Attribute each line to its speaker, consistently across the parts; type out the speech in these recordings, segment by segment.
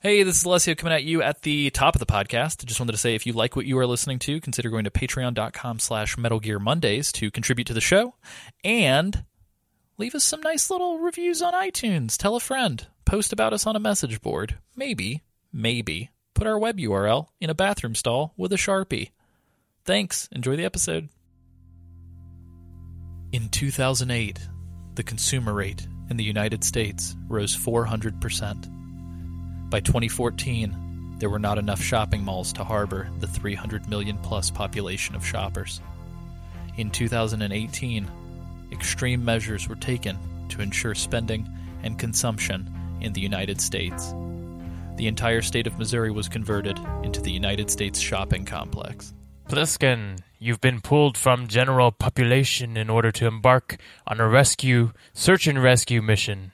Speaker 1: Hey, this is Alessio coming at you at the top of the podcast. Just wanted to say if you like what you are listening to, consider going to patreon.com slash Metal Gear Mondays to contribute to the show and leave us some nice little reviews on iTunes. Tell a friend. Post about us on a message board. Maybe, maybe, put our web URL in a bathroom stall with a Sharpie. Thanks. Enjoy the episode. In 2008, the consumer rate in the United States rose 400%. By 2014, there were not enough shopping malls to harbor the 300 million plus population of shoppers. In 2018, extreme measures were taken to ensure spending and consumption in the United States. The entire state of Missouri was converted into the United States shopping complex.
Speaker 2: Pliskin, you've been pulled from general population in order to embark on a rescue, search and rescue mission.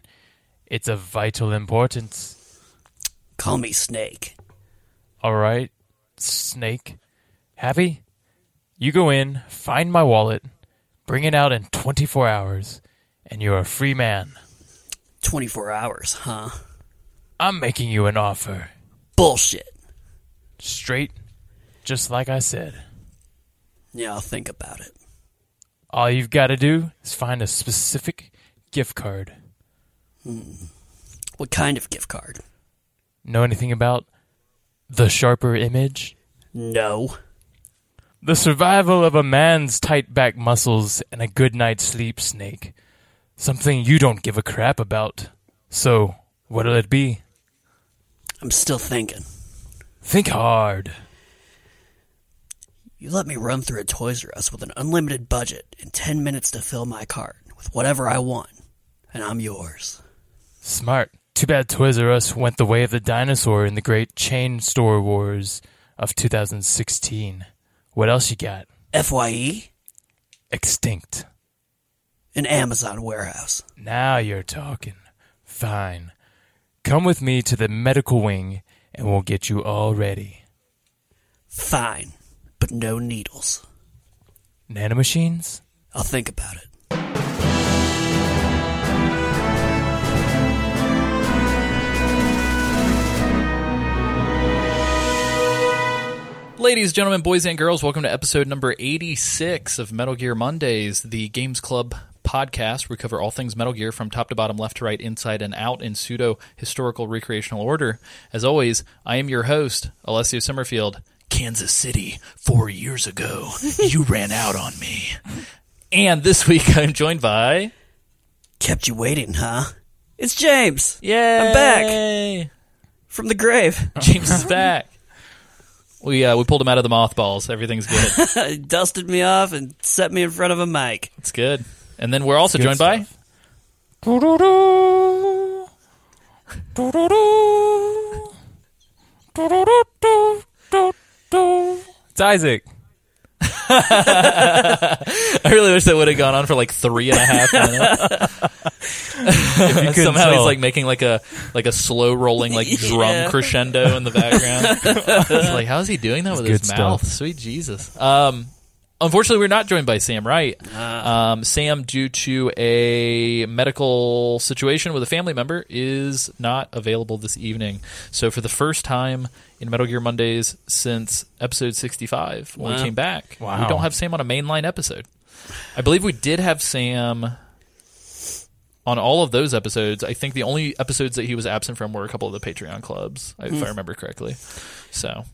Speaker 2: It's of vital importance.
Speaker 3: Call me Snake.
Speaker 2: All right, Snake. Happy? You go in, find my wallet, bring it out in 24 hours, and you're a free man.
Speaker 3: 24 hours, huh?
Speaker 2: I'm making you an offer.
Speaker 3: Bullshit.
Speaker 2: Straight, just like I said.
Speaker 3: Yeah, I'll think about it.
Speaker 2: All you've got to do is find a specific gift card.
Speaker 3: What kind of gift card?
Speaker 2: Know anything about the sharper image?
Speaker 3: No.
Speaker 2: The survival of a man's tight back muscles and a good night's sleep, Snake. Something you don't give a crap about. So, what'll it be?
Speaker 3: I'm still thinking.
Speaker 2: Think hard.
Speaker 3: You let me run through a Toys R Us with an unlimited budget and 10 minutes to fill my cart with whatever I want, and I'm yours.
Speaker 2: Smart. Too bad Toys R Us went the way of the dinosaur in the great chain store wars of 2016. What else you got?
Speaker 3: FYE?
Speaker 2: Extinct.
Speaker 3: E, An Amazon warehouse.
Speaker 2: Now you're talking. Fine. Come with me to the medical wing and we'll get you all ready.
Speaker 3: Fine, but no needles.
Speaker 2: Nanomachines?
Speaker 3: I'll think about it.
Speaker 1: Ladies, gentlemen, boys, and girls, welcome to episode number 86 of Metal Gear Mondays, the Games Club podcast. where We cover all things Metal Gear from top to bottom, left to right, inside and out in pseudo historical recreational order. As always, I am your host, Alessio Summerfield. Kansas City, four years ago, you ran out on me. And this week I'm joined by.
Speaker 3: Kept you waiting, huh? It's James!
Speaker 1: Yay!
Speaker 3: I'm back! From the grave.
Speaker 1: James is back. We, uh, we pulled him out of the mothballs. Everything's good.
Speaker 3: Dusted me off and set me in front of a mic.
Speaker 1: It's good. And then we're also
Speaker 2: Good
Speaker 1: joined by
Speaker 2: stuff. Do-do-do. Do-do-do. Do-do-do-do. Do-do. It's Isaac.
Speaker 1: I really wish that would have gone on for like three and a half minutes.
Speaker 2: You couldn't
Speaker 1: Somehow he's
Speaker 2: tell.
Speaker 1: like making like a like a slow rolling like drum
Speaker 3: Yeah.
Speaker 1: crescendo in the background. It's like how's he doing that with
Speaker 2: good
Speaker 1: his mouth?
Speaker 2: stuff.
Speaker 1: Sweet Jesus. Um, unfortunately, we're not joined by Sam Wright.
Speaker 2: Ah.
Speaker 1: Um, Sam, due to a medical situation with a family member, is not available this evening. So for the first time in Metal Gear Mondays since episode sixty-five, when we
Speaker 3: Wow.
Speaker 1: came back, we
Speaker 2: Wow.
Speaker 1: don't have Sam on a mainline episode. I believe we did have Sam on all of those episodes. I think the only episodes that he was absent from were a couple of the Patreon clubs,
Speaker 3: Hmm.
Speaker 1: if I remember correctly. So,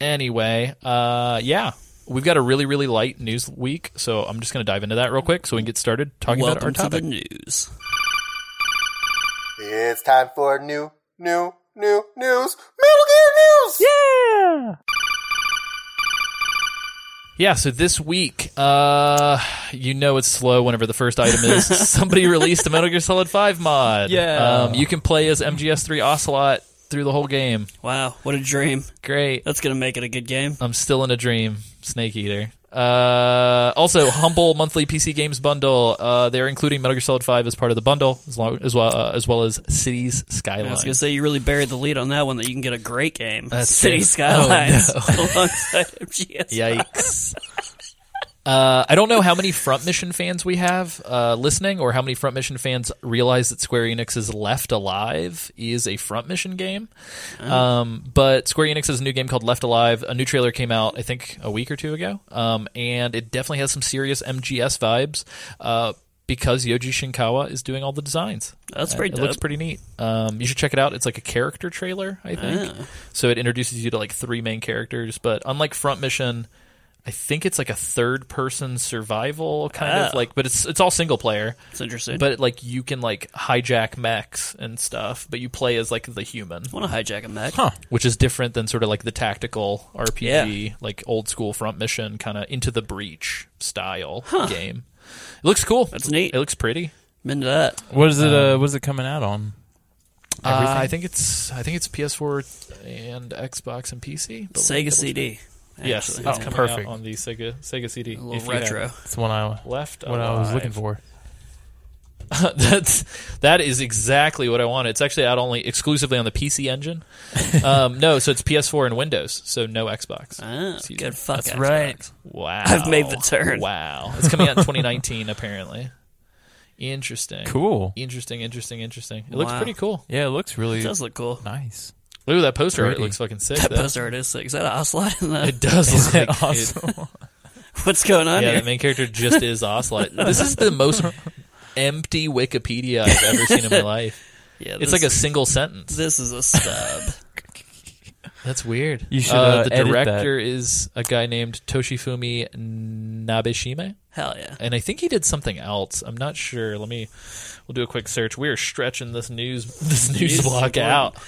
Speaker 1: anyway, uh, yeah, we've got a really really light news week, so I'm just going to dive into that real quick so we can get started talking
Speaker 3: Welcome
Speaker 1: about our
Speaker 3: to the
Speaker 1: topic.
Speaker 3: news.
Speaker 4: It's time for new, new, new news. Metal Gear news.
Speaker 1: Yeah, so this week, uh, you know it's slow whenever the first item is somebody released a Metal Gear Solid 5 mod.
Speaker 2: Yeah.
Speaker 1: Um, you can play as MGS3 Ocelot through the whole game.
Speaker 3: Wow, what a dream.
Speaker 1: Great.
Speaker 3: That's gonna make it a good game.
Speaker 1: I'm still in a dream, Snake Eater. Uh, also, humble monthly PC games bundle. Uh, they're including Metal Gear Solid Five as part of the bundle, as long as well uh, as well as Cities
Speaker 3: I
Speaker 1: Skyline.
Speaker 3: was gonna say you really buried the lead on that one. That you can get a great game,
Speaker 1: That's Oh,
Speaker 3: City
Speaker 1: it.
Speaker 3: Skylines,
Speaker 1: Oh,
Speaker 3: alongside MGS.
Speaker 1: Yikes! Uh, I don't know how many Front Mission fans we have uh, listening, or how many Front Mission fans realize that Square Enix's Left Alive is a Front Mission game. Um, but Square Enix has a new game called Left Alive. A new trailer came out, I think, a week or two ago, um, and it definitely has some serious MGS vibes uh, because Yoji Shinkawa is doing all the designs.
Speaker 3: That's
Speaker 1: Uh,
Speaker 3: pretty
Speaker 1: It looks
Speaker 3: dope.
Speaker 1: pretty neat. Um, you should check it out. It's like a character trailer, I think.
Speaker 3: Ah.
Speaker 1: So it introduces you to like three main characters, but unlike Front Mission, I think it's like a third person survival kind of
Speaker 3: Oh.
Speaker 1: like, but it's it's all single player.
Speaker 3: It's interesting.
Speaker 1: But like you can like hijack mechs and stuff, but you play as like the human,
Speaker 3: I want to hijack a mech.
Speaker 1: which is different than sort of like the tactical RPG, like old school Front Mission kind of into the breach style game. It looks cool.
Speaker 3: That's neat.
Speaker 1: It looks pretty.
Speaker 3: I'm into that.
Speaker 2: What is it? Uh, what is it coming out on?
Speaker 1: Uh, I think it's I think it's PS4 and Xbox and PC. but let me
Speaker 3: Sega
Speaker 1: double-
Speaker 3: CD.
Speaker 1: Yes, it's
Speaker 3: actually.
Speaker 1: coming out
Speaker 2: perfect.
Speaker 1: on the Sega Sega CD.
Speaker 3: A little
Speaker 1: if you have
Speaker 3: Oh, retro.
Speaker 2: It's one I
Speaker 1: Left.
Speaker 2: what I was
Speaker 1: Alive.
Speaker 2: looking for.
Speaker 1: That's that is exactly what I wanted. It's actually out only exclusively on the PC engine. Um, no, so it's PS4 and Windows, so no Xbox.
Speaker 3: Ah,
Speaker 1: Excuse me.
Speaker 3: good fuck.
Speaker 2: That's
Speaker 3: Xbox.
Speaker 2: right.
Speaker 1: Wow,
Speaker 3: I've made the turn.
Speaker 1: Wow, it's coming out in 2019 apparently. Interesting.
Speaker 2: Cool.
Speaker 1: Interesting. Interesting. Interesting. It looks
Speaker 3: Wow.
Speaker 1: pretty cool.
Speaker 2: Yeah, it looks really
Speaker 3: It does look cool.
Speaker 2: nice.
Speaker 1: Look at that poster. art. It
Speaker 2: Pretty.
Speaker 1: looks fucking sick.
Speaker 3: That
Speaker 1: though.
Speaker 3: poster art is sick. Is that an ocelot? in
Speaker 1: It
Speaker 3: that?
Speaker 1: does look like it-
Speaker 2: awesome.
Speaker 3: What's going on
Speaker 1: yeah,
Speaker 3: here?
Speaker 1: the main character just is Ocelot. This is the most empty Wikipedia I've ever seen in my life.
Speaker 3: yeah,
Speaker 1: It's
Speaker 3: this-
Speaker 1: like a single sentence.
Speaker 3: This is a stub.
Speaker 1: That's weird.
Speaker 2: You should,
Speaker 1: Uh,
Speaker 2: uh,
Speaker 1: the
Speaker 2: edit
Speaker 1: director is a guy named Toshifumi Nabeshime,
Speaker 3: Hell yeah.
Speaker 1: and I think he did something else. I'm not sure. Let me. We'll do a quick search. We are stretching this news this news
Speaker 3: News
Speaker 1: block
Speaker 3: block.
Speaker 1: out.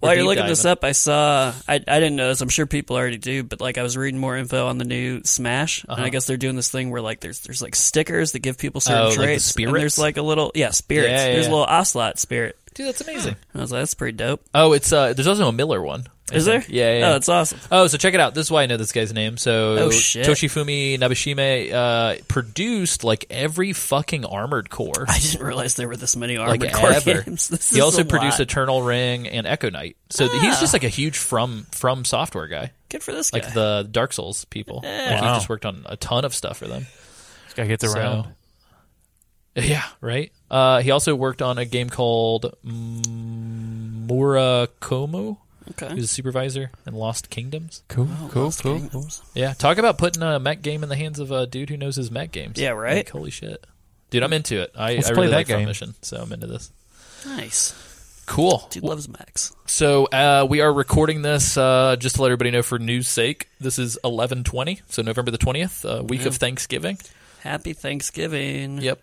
Speaker 3: While
Speaker 1: We're
Speaker 3: you're
Speaker 1: deep
Speaker 3: looking this
Speaker 1: diving.
Speaker 3: up, I saw I I didn't notice. I'm sure people already do, but like I was reading more info on the new Smash, and I guess they're doing this thing where like there's there's like stickers that give people certain
Speaker 1: Uh-huh. Oh, like the
Speaker 3: traits, and
Speaker 1: spirits?
Speaker 3: there's like a little yeah spirits.
Speaker 1: Yeah, yeah,
Speaker 3: there's
Speaker 1: yeah.
Speaker 3: a little ocelot spirit.
Speaker 1: dude, that's amazing.
Speaker 3: And I was like, that's pretty dope.
Speaker 1: Oh, it's uh, there's also a Miller one. I
Speaker 3: Is there?
Speaker 1: think. Yeah, yeah.
Speaker 3: Oh,
Speaker 1: yeah.
Speaker 3: that's awesome.
Speaker 1: Oh, so check it out. This is why I know this guy's name. So
Speaker 3: Oh, shit.
Speaker 1: Toshifumi Nabashime uh, produced like every fucking Armored Core,
Speaker 3: I didn't realize there were this many
Speaker 1: like
Speaker 3: armored core
Speaker 1: ever.
Speaker 3: games. This
Speaker 1: he
Speaker 3: is
Speaker 1: also
Speaker 3: a
Speaker 1: produced
Speaker 3: lot.
Speaker 1: Eternal Ring and Echo Knight. So th- he's
Speaker 3: Ah.
Speaker 1: just like a huge from from software guy,
Speaker 3: Good for this guy.
Speaker 1: like the Dark Souls people. Like he
Speaker 2: Wow.
Speaker 1: just worked on a ton of stuff for them.
Speaker 2: Guy gets around.
Speaker 1: Yeah, right. Uh, he also worked on a game called mm, Murakomu. He
Speaker 3: okay.
Speaker 1: was a supervisor in Lost Kingdoms.
Speaker 2: Cool,
Speaker 3: Oh,
Speaker 2: cool,
Speaker 3: Lost
Speaker 2: cool.
Speaker 3: Kingdoms.
Speaker 1: Yeah, talk about putting a mech game in the hands of a dude who knows his mech games.
Speaker 3: Yeah, right?
Speaker 1: Like, holy shit, dude, I'm into it. I,
Speaker 2: Let's
Speaker 1: I
Speaker 2: play
Speaker 1: really
Speaker 2: that
Speaker 1: like Front
Speaker 2: game.
Speaker 1: Mission, so I'm into this.
Speaker 3: Nice.
Speaker 1: Cool.
Speaker 3: Dude loves Max.
Speaker 1: So uh, we are recording this uh, just to let everybody know for news' sake. This is 11:20, so November the 20th, uh, week of Thanksgiving.
Speaker 3: Happy Thanksgiving.
Speaker 1: Yep.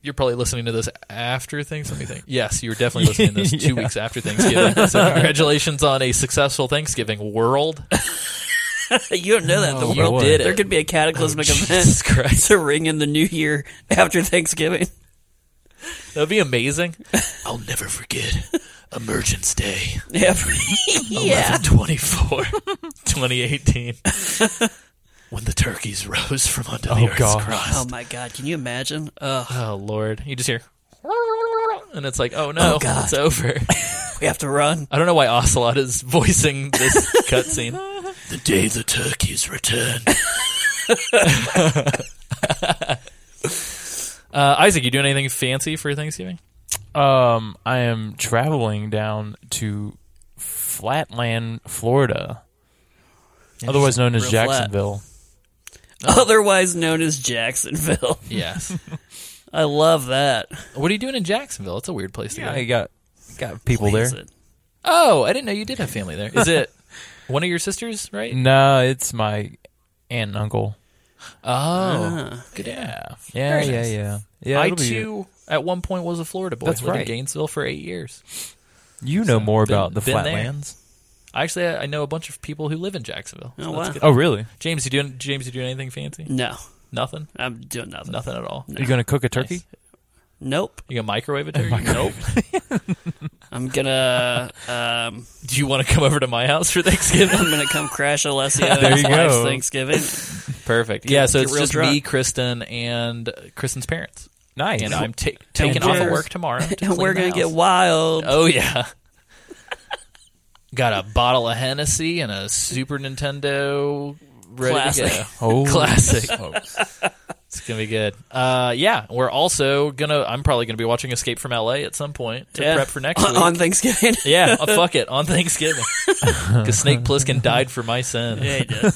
Speaker 1: You're probably listening to this after Thanksgiving. Let me think. Yes, you were definitely listening to this two
Speaker 2: Yeah.
Speaker 1: weeks after Thanksgiving. So congratulations on a successful Thanksgiving, world.
Speaker 3: you don't know that. The
Speaker 2: Oh,
Speaker 3: world
Speaker 2: boy.
Speaker 3: did it. Oh, There could be a cataclysmic event
Speaker 1: Christ.
Speaker 3: to ring in the new year after Thanksgiving.
Speaker 1: That would be amazing. I'll never forget Emergence Day,
Speaker 3: Yeah. yeah.
Speaker 1: 24, 2018, when the turkeys rose from under
Speaker 2: Oh,
Speaker 1: the earth's
Speaker 2: gosh.
Speaker 1: crust.
Speaker 3: Oh my god, can you imagine? Uh, Ugh,
Speaker 1: Oh Lord! You just hear, and it's like, oh no,
Speaker 3: Oh, God.
Speaker 1: it's over.
Speaker 3: we have to run.
Speaker 1: I don't know why Ocelot is voicing this cutscene. The day the turkeys return. uh, Isaac, you doing anything fancy for Thanksgiving?
Speaker 2: Um, I am traveling down to Flatland, Florida, otherwise known as
Speaker 3: Real flat.
Speaker 2: Jacksonville.
Speaker 3: Oh. Otherwise known as Jacksonville.
Speaker 1: Yes.
Speaker 3: I love that.
Speaker 1: what are you doing in Jacksonville? It's a weird place to
Speaker 2: I
Speaker 1: go.
Speaker 2: got got people
Speaker 3: Please
Speaker 2: there.
Speaker 3: it.
Speaker 1: Oh, I didn't know you did have family there. Is it one of your sisters? Right?
Speaker 2: No, it's my aunt and uncle.
Speaker 1: Oh,
Speaker 3: Ah.
Speaker 1: good.
Speaker 2: Yeah, yeah,
Speaker 1: Very
Speaker 2: yeah,
Speaker 1: nice.
Speaker 2: yeah. Yeah,
Speaker 1: I
Speaker 2: it'll be-
Speaker 1: too, at one point, was a Florida boy.
Speaker 2: That's
Speaker 1: lived in
Speaker 2: right.
Speaker 1: Gainesville for eight years.
Speaker 2: You know more
Speaker 1: been-
Speaker 2: about the
Speaker 1: been there.
Speaker 2: Flatlands.
Speaker 1: Actually, I I know a bunch of people who live in Jacksonville.
Speaker 3: Oh,
Speaker 1: that's
Speaker 3: wow.
Speaker 1: good.
Speaker 2: Oh, really?
Speaker 1: James, you doing? James, you doing anything fancy?
Speaker 3: No,
Speaker 1: Nothing.
Speaker 3: I'm doing nothing.
Speaker 1: Nothing at all.
Speaker 2: You gonna cook a turkey?
Speaker 3: Nope.
Speaker 1: You gonna microwave it? turkey?
Speaker 2: Microwave.
Speaker 1: Nope.
Speaker 3: I'm gonna um,
Speaker 1: Do you want to come over to my house for Thanksgiving?
Speaker 3: I'm gonna come crash Alessio and
Speaker 2: There
Speaker 3: his
Speaker 2: you
Speaker 3: wife's
Speaker 2: go.
Speaker 3: Thanksgiving.
Speaker 1: Perfect. Yeah. So
Speaker 3: get
Speaker 1: it's
Speaker 3: real
Speaker 1: just me,
Speaker 3: drunk.
Speaker 1: Kristen, and Kristen's parents,
Speaker 2: Nice.
Speaker 1: and I'm ta- taking off of
Speaker 3: Cheers.
Speaker 1: work tomorrow. to
Speaker 3: And
Speaker 1: clean
Speaker 3: we're
Speaker 1: the
Speaker 3: gonna
Speaker 1: house.
Speaker 3: get wild.
Speaker 1: Oh yeah. Got a bottle of Hennessy and a Super Nintendo ready
Speaker 3: Classic.
Speaker 1: to go.
Speaker 2: Holy
Speaker 1: Classic.
Speaker 2: smokes.
Speaker 1: It's gonna be good. Uh, yeah, we're also gonna. I'm probably gonna be watching Escape from LA at some point to
Speaker 3: Yeah.
Speaker 1: prep for next
Speaker 3: on,
Speaker 1: week.
Speaker 3: on Thanksgiving.
Speaker 1: yeah, uh, fuck it on Thanksgiving because Snake Plissken died for my sin.
Speaker 3: yeah, he did.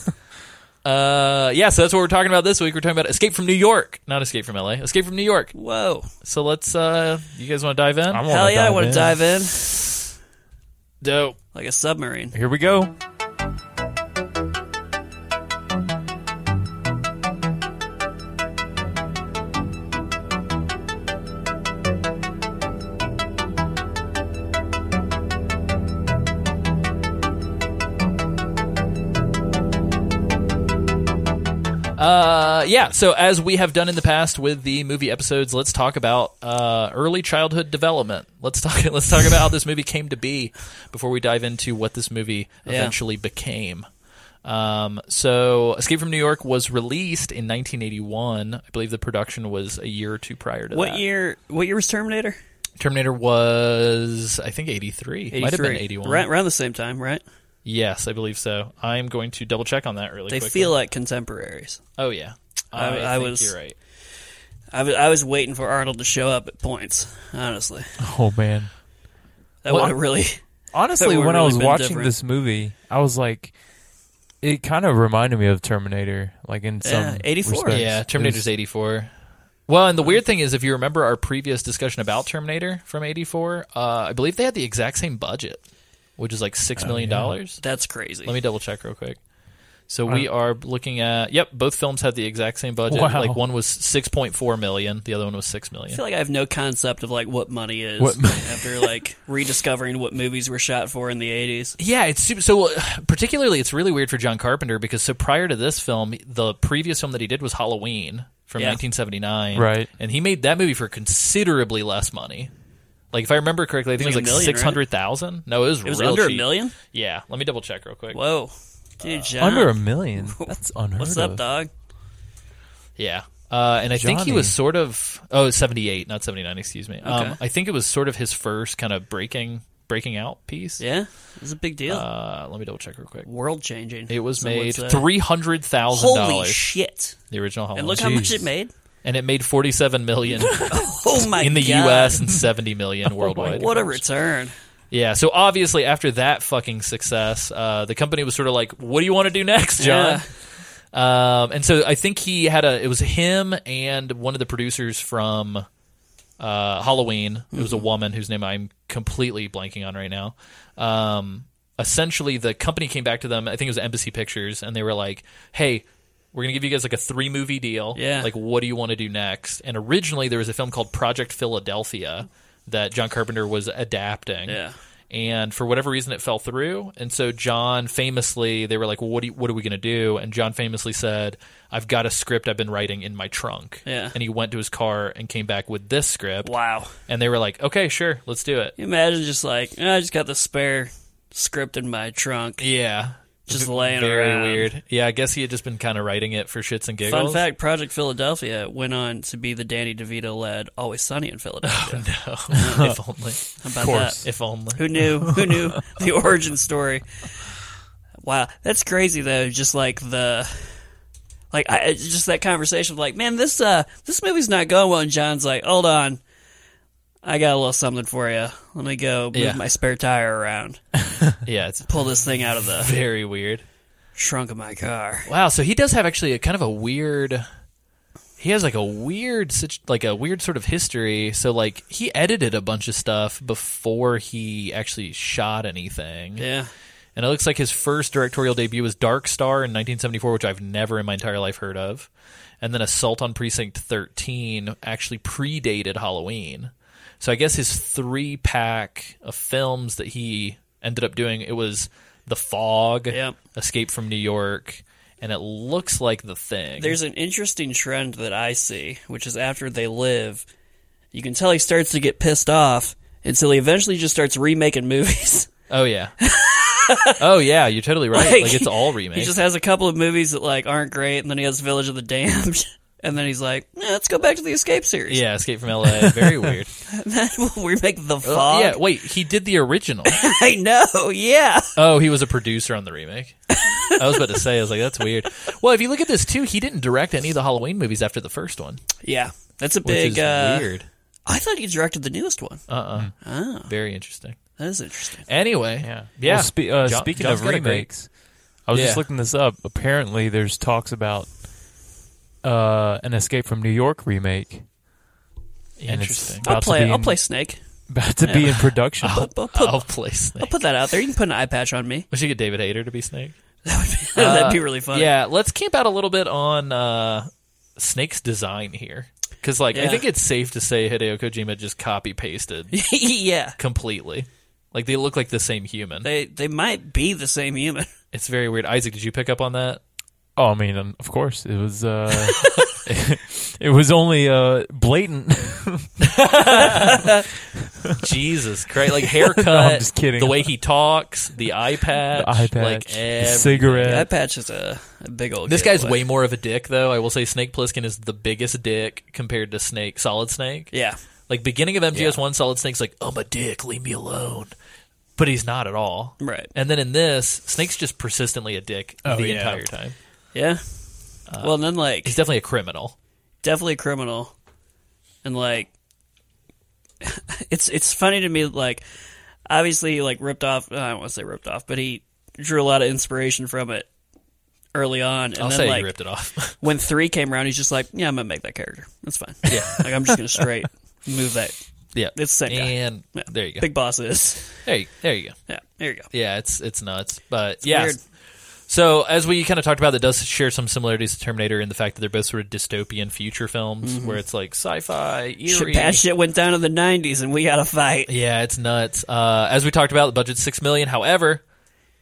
Speaker 1: Uh, yeah, so that's what we're talking about this week. We're talking about Escape from New York, not Escape from LA. Escape from New York.
Speaker 3: Whoa.
Speaker 1: So let's. Uh, you guys want to dive in?
Speaker 2: I wanna
Speaker 3: Hell yeah, I
Speaker 2: dive
Speaker 3: want
Speaker 2: in.
Speaker 3: to dive in
Speaker 1: Dope.
Speaker 3: like a submarine.
Speaker 2: Here we go.
Speaker 1: Uh, yeah. So as we have done in the past with the movie episodes, let's talk about uh, early childhood development. Let's talk. Let's talk about how this movie came to be before we dive into what this movie
Speaker 3: Yeah.
Speaker 1: eventually became. Um, so Escape from New York was released in 1981. I believe the production was a year or two prior to that.
Speaker 3: What year? What year was Terminator?
Speaker 1: Terminator was, I think, 83. Might have been
Speaker 3: 83.
Speaker 1: 81.
Speaker 3: Right around the same time, right?
Speaker 1: Yes, I believe so. I'm going to double check on that really
Speaker 3: They
Speaker 1: quickly.
Speaker 3: feel like contemporaries.
Speaker 1: Oh yeah.
Speaker 3: I- I
Speaker 1: think
Speaker 3: was-
Speaker 1: you're right.
Speaker 3: I was, I was waiting for Arnold to show up at points. Honestly,
Speaker 2: Oh man.
Speaker 3: that
Speaker 1: Well-
Speaker 3: would have really.
Speaker 2: Honestly,
Speaker 3: would
Speaker 2: when I
Speaker 3: really
Speaker 2: was
Speaker 3: been
Speaker 2: watching
Speaker 3: different.
Speaker 2: this movie, I was like, it kind of reminded me of Terminator, like in
Speaker 3: Yeah,
Speaker 2: some
Speaker 3: 84.
Speaker 2: respects.
Speaker 1: Yeah,
Speaker 2: It
Speaker 1: Terminator's
Speaker 2: was-
Speaker 1: 84. Well, and the weird thing is, if you remember our previous discussion about Terminator from 84, uh, I believe they had the exact same budget, which is like
Speaker 2: Oh,
Speaker 1: $6 million. dollars.
Speaker 3: That's crazy.
Speaker 1: Let me double check real quick. So we are looking at, yep, both films had the exact same budget.
Speaker 2: Wow.
Speaker 1: Like one was 6.4 million, the other one was 6
Speaker 3: I
Speaker 1: million.
Speaker 3: feel like I have no concept of like what money is
Speaker 2: What-
Speaker 3: after like rediscovering what movies were shot for in the eighties.
Speaker 1: Yeah, it's super, so uh, particularly it's really weird for John Carpenter because so prior to this film, the previous film that he did was Halloween from
Speaker 3: Yeah.
Speaker 1: 1979,
Speaker 2: Right.
Speaker 1: And he made that movie for considerably less money. Like if I remember correctly, I think it was
Speaker 3: Like
Speaker 1: like,
Speaker 3: a million, right?
Speaker 1: six hundred thousand. No, it was
Speaker 3: It was
Speaker 1: real
Speaker 3: under
Speaker 1: cheap. Uh,
Speaker 3: a million.
Speaker 1: Yeah, let me double check real quick.
Speaker 3: Whoa, dude, John,
Speaker 2: Under a million. That's unheard
Speaker 3: what's
Speaker 2: of.
Speaker 3: up, dog?
Speaker 1: Yeah. Uh, and I think he
Speaker 2: Johnny.
Speaker 1: was sort of oh 78 not 79 excuse me um,
Speaker 3: Okay.
Speaker 1: I think it was sort of his first kind of breaking breaking out piece
Speaker 3: Yeah, it's a big deal.
Speaker 1: uh, let me double check real quick
Speaker 3: World changing.
Speaker 1: it was
Speaker 3: Someone
Speaker 1: made
Speaker 3: said.
Speaker 1: three hundred thousand
Speaker 3: Holy
Speaker 1: dollars Oh,
Speaker 3: shit!
Speaker 1: the original Halloween
Speaker 3: And look how much
Speaker 2: Jeez.
Speaker 3: it made.
Speaker 1: and it made 47 million
Speaker 3: Oh my!
Speaker 1: in the
Speaker 3: God. Oh
Speaker 1: US and 70 million worldwide.
Speaker 3: What a return!
Speaker 1: yeah, so obviously after that fucking success, uh, the company was sort of like, "What do you want to do next, John?" Um, and so I think he had a it was him and one of the producers from uh, Halloween. It
Speaker 3: Mm-hmm.
Speaker 1: was a woman whose name I'm completely blanking on right now. Um, essentially, the company came back to them. I think it was Embassy Pictures, and they were like, "Hey, we're gonna give you guys like a three movie deal.
Speaker 3: Yeah.
Speaker 1: like what do you want to do next?" And originally, there was a film called Project Philadelphia that John Carpenter was adapting.
Speaker 3: Yeah.
Speaker 1: And for whatever reason, it fell through. And so John famously, they were like, "Well, what, do you, what are we going to do?" And John famously said, "I've got a script I've been writing in my trunk."
Speaker 3: Yeah.
Speaker 1: And he went to his car and came back with this script.
Speaker 3: Wow.
Speaker 1: And they were like, okay, sure, let's do it.
Speaker 3: Can you Imagine just like "Oh, I just got the spare script in my trunk,
Speaker 1: Yeah.
Speaker 3: just laying
Speaker 1: Very
Speaker 3: around.
Speaker 1: weird. Yeah, I guess he had just been kind of writing it for shits and giggles.
Speaker 3: Fun fact: Project Philadelphia went on to be the Danny DeVito-led "Always Sunny in Philadelphia."
Speaker 1: No. if only.
Speaker 3: How about
Speaker 2: course.
Speaker 3: that?
Speaker 1: If only.
Speaker 3: Who knew? Who knew the origin story? Wow, that's crazy though. Just like the, like I it's just that conversation of like, man, this uh, this movie's not going well. And John's like, hold on, I got a little something for you. Let me go move
Speaker 1: Yeah.
Speaker 3: my spare tire around,
Speaker 1: Yeah, it's
Speaker 3: pull this thing out of the
Speaker 1: very weird.
Speaker 3: trunk of my car.
Speaker 1: Wow, so he does have actually a kind of a weird. He has like a weird, situ- like a weird sort of history. So like he edited a bunch of stuff before he actually shot anything.
Speaker 3: Yeah,
Speaker 1: And it looks like his first directorial debut was Dark Star in 1974, which I've never in my entire life heard of. And then Assault on Precinct 13 actually predated Halloween. So I guess his three pack of films that he ended up doing it was The Fog,
Speaker 3: Yep.
Speaker 1: Escape from New York, and it looks like The Thing.
Speaker 3: there's an interesting trend that I see, which is after they live, you can tell he starts to get pissed off until he eventually just starts remaking movies.
Speaker 1: oh yeah, oh yeah, you're totally right. Like, it's all remakes.
Speaker 3: He just has a couple of movies that like aren't great, and then he has Village of the Damned, and then he's like, "Eh, "Let's go back to the Escape series."
Speaker 1: yeah, Escape from L.A. Very weird.
Speaker 3: and then we'll remake The Fog.
Speaker 1: yeah, wait, he did the original.
Speaker 3: I know. Yeah,
Speaker 1: Oh, he was a producer on the remake. I was about to say, I was like, that's weird. Well, if you look at this too, he didn't direct any of the Halloween movies after the first one,
Speaker 3: Yeah, that's a
Speaker 1: which
Speaker 3: big.
Speaker 1: is
Speaker 3: uh,
Speaker 1: weird.
Speaker 3: I thought he directed the newest one.
Speaker 1: Uh-uh.
Speaker 3: Oh.
Speaker 1: Very interesting.
Speaker 3: That is interesting.
Speaker 1: Anyway,
Speaker 2: Yeah.
Speaker 1: yeah.
Speaker 2: Well, spe- uh,
Speaker 1: John-
Speaker 2: speaking
Speaker 1: John's
Speaker 2: of
Speaker 1: got a great-
Speaker 2: remakes, I was
Speaker 1: Yeah.
Speaker 2: just looking this up. Apparently, there's talks about uh, an Escape from New York remake. And it's
Speaker 1: Interesting.
Speaker 2: about
Speaker 3: I'll
Speaker 2: to
Speaker 3: play.
Speaker 2: be
Speaker 3: I'll
Speaker 2: in-
Speaker 3: play Snake.
Speaker 2: About to be in production.
Speaker 1: I'll,
Speaker 3: I'll put-
Speaker 1: I'll play Snake.
Speaker 3: I'll put that out there. You can put an eye patch on me.
Speaker 1: we should get David Hayter to be Snake.
Speaker 3: That'd be really funny.
Speaker 1: Uh, Yeah, let's camp out a little bit on uh, Snake's design here. Because, like, I
Speaker 3: Yeah.
Speaker 1: think it's safe to say Hideo Kojima just copy pasted
Speaker 3: yeah.
Speaker 1: completely. Like, they look like the same human.
Speaker 3: They they might be the same human.
Speaker 1: It's very weird. Isaac, did you pick up on that?
Speaker 2: Oh, I mean, um, of course, it was. Uh, it was only uh, blatant.
Speaker 1: Jesus Christ! Like haircut.
Speaker 2: I'm just kidding.
Speaker 1: The way he talks, the eye patch,
Speaker 2: the eye
Speaker 1: like
Speaker 2: patch, the
Speaker 1: every-
Speaker 2: cigarette.
Speaker 3: Eye patch is a, a big old.
Speaker 1: This
Speaker 3: kid,
Speaker 1: guy's
Speaker 3: but-
Speaker 1: way more of a dick, though. I will say Snake Plissken is the biggest dick compared to Snake Solid Snake.
Speaker 3: Yeah.
Speaker 1: Like beginning of MGS One, Solid Snake's like, "I'm a dick, leave me alone," but he's not at all.
Speaker 3: Right.
Speaker 1: And then in this, Snake's just persistently a dick
Speaker 2: Oh,
Speaker 1: the
Speaker 2: yeah.
Speaker 1: entire time.
Speaker 3: Yeah.
Speaker 1: Uh,
Speaker 3: well, and then like
Speaker 1: He's definitely a criminal.
Speaker 3: definitely a criminal, and like it's it's funny to me like obviously like ripped off. I don't want to say ripped off, but he drew a lot of inspiration from it early on, and
Speaker 1: I'll
Speaker 3: then
Speaker 1: say
Speaker 3: like
Speaker 1: he ripped it off.
Speaker 3: when three came around, he's just like, yeah, I'm gonna make that character. That's fine. Yeah. like I'm just gonna straight move that.
Speaker 1: yeah,
Speaker 3: It's the same guy.
Speaker 1: And
Speaker 3: Yeah.
Speaker 1: there you go.
Speaker 3: Big boss is.
Speaker 1: There, you, there you go.
Speaker 3: Yeah. There you go.
Speaker 1: Yeah, it's it's nuts, but yeah.
Speaker 3: weird.
Speaker 1: So as we kind of talked about, that does share some similarities to Terminator in the fact that they're both sort of dystopian future films where it's like sci-fi, eerie.
Speaker 3: Mm-hmm. Shit, that shit went down in the '90s, and we got to fight.
Speaker 1: Yeah, it's nuts. Uh, as we talked about, the budget's six million. However,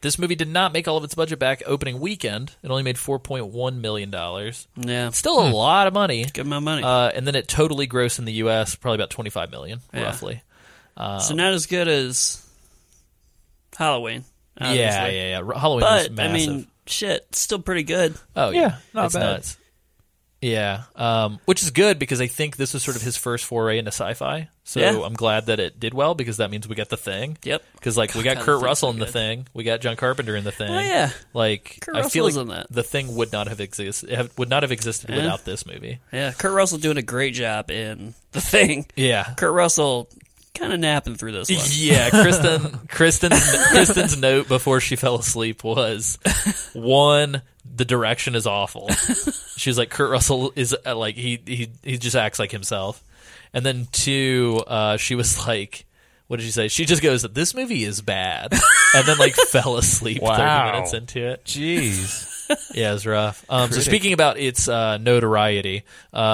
Speaker 1: this movie did not make all of its budget back opening weekend. It only made four point one million dollars.
Speaker 3: Yeah.
Speaker 1: Still a lot of money.
Speaker 3: Give my money.
Speaker 1: Uh, and then it totally grossed in the U.S. probably about twenty five million,
Speaker 3: Yeah.
Speaker 1: roughly.
Speaker 3: so not as good as Halloween. Obviously.
Speaker 1: Yeah, yeah, yeah. R- Halloween was
Speaker 3: But I
Speaker 1: massive.
Speaker 3: mean, shit, it's still pretty good.
Speaker 1: Oh yeah,
Speaker 2: Yeah, not
Speaker 1: it's
Speaker 2: bad.
Speaker 1: nuts. Yeah, um, which is good because I think this was sort of his first foray into sci-fi. So
Speaker 3: Yeah.
Speaker 1: I'm glad that it did well because that means we got the thing.
Speaker 3: Yep.
Speaker 1: Because like we got
Speaker 3: God,
Speaker 1: Kurt
Speaker 3: The Thing's
Speaker 1: Russell
Speaker 3: so
Speaker 1: in the
Speaker 3: good.
Speaker 1: thing, we got John Carpenter in the thing.
Speaker 3: Oh, yeah.
Speaker 1: Like
Speaker 3: Kurt
Speaker 1: I feel
Speaker 3: Russell's
Speaker 1: like
Speaker 3: in that.
Speaker 1: the thing would not have existed have, would not have existed without this movie.
Speaker 3: Yeah, Kurt Russell doing a great job in The Thing.
Speaker 1: Yeah.
Speaker 3: Kurt Russell kind of napping through this one.
Speaker 1: Yeah, Kristen, Kristen, Kristen's note before she fell asleep was one: the direction is awful. She's like Kurt Russell is uh, like he he he just acts like himself, and then two, uh, she was like, what did she say? She just goes, "This movie is bad," and then like fell asleep
Speaker 2: Wow.
Speaker 1: thirty minutes into it.
Speaker 2: Jeez.
Speaker 1: Yeah, it's rough. Um, so speaking about its uh, notoriety,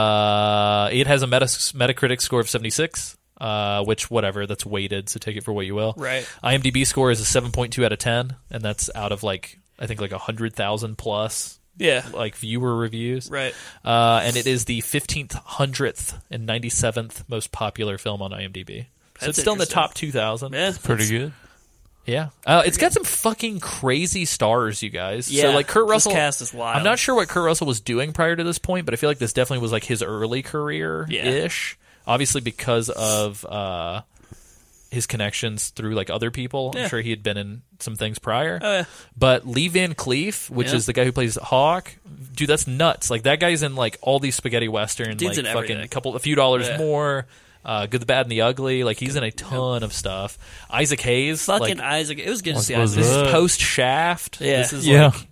Speaker 1: uh, it has a meta- Metacritic score of 76, uh, which whatever, that's weighted, so take it for what you will.
Speaker 3: Right.
Speaker 1: IMDb score is a 7.2 out of 10, and that's out of like I think like 100,000 plus
Speaker 3: Yeah,
Speaker 1: like viewer reviews.
Speaker 3: right.
Speaker 1: Uh, and it is the 15th, 100th, and 97th most popular film on IMDb. So it's
Speaker 3: That's
Speaker 1: still in the
Speaker 3: interesting.
Speaker 1: top 2,000.
Speaker 3: Yeah,
Speaker 2: Pretty good.
Speaker 1: Yeah, uh, it's got some fucking crazy stars, you guys. so
Speaker 3: Yeah,
Speaker 1: like Kurt
Speaker 3: this
Speaker 1: Russell
Speaker 3: cast is wild.
Speaker 1: I'm not sure what Kurt Russell was doing prior to this point, but I feel like this definitely was like his early career ish. Obviously, because of uh, his connections through like other people, I'm
Speaker 3: Yeah. Oh,
Speaker 1: sure he had been in some things prior. But Lee Van Cleef, which
Speaker 3: Yeah.
Speaker 1: is the guy who plays Hawk, dude, that's nuts. Like that guy's in like all these spaghetti westerns, like
Speaker 3: Dude's in
Speaker 1: fucking
Speaker 3: everything.
Speaker 1: couple, a few dollars
Speaker 3: Yeah.
Speaker 1: more. Uh, good, the bad, and the ugly. Like he's in a ton of stuff. Isaac Hayes,
Speaker 3: Fucking
Speaker 1: like,
Speaker 3: Isaac. It was good to see
Speaker 2: was
Speaker 3: Isaac.
Speaker 1: this is
Speaker 2: Ugh.
Speaker 1: post Shaft.
Speaker 3: Yeah.
Speaker 1: This is
Speaker 2: Yeah.
Speaker 1: like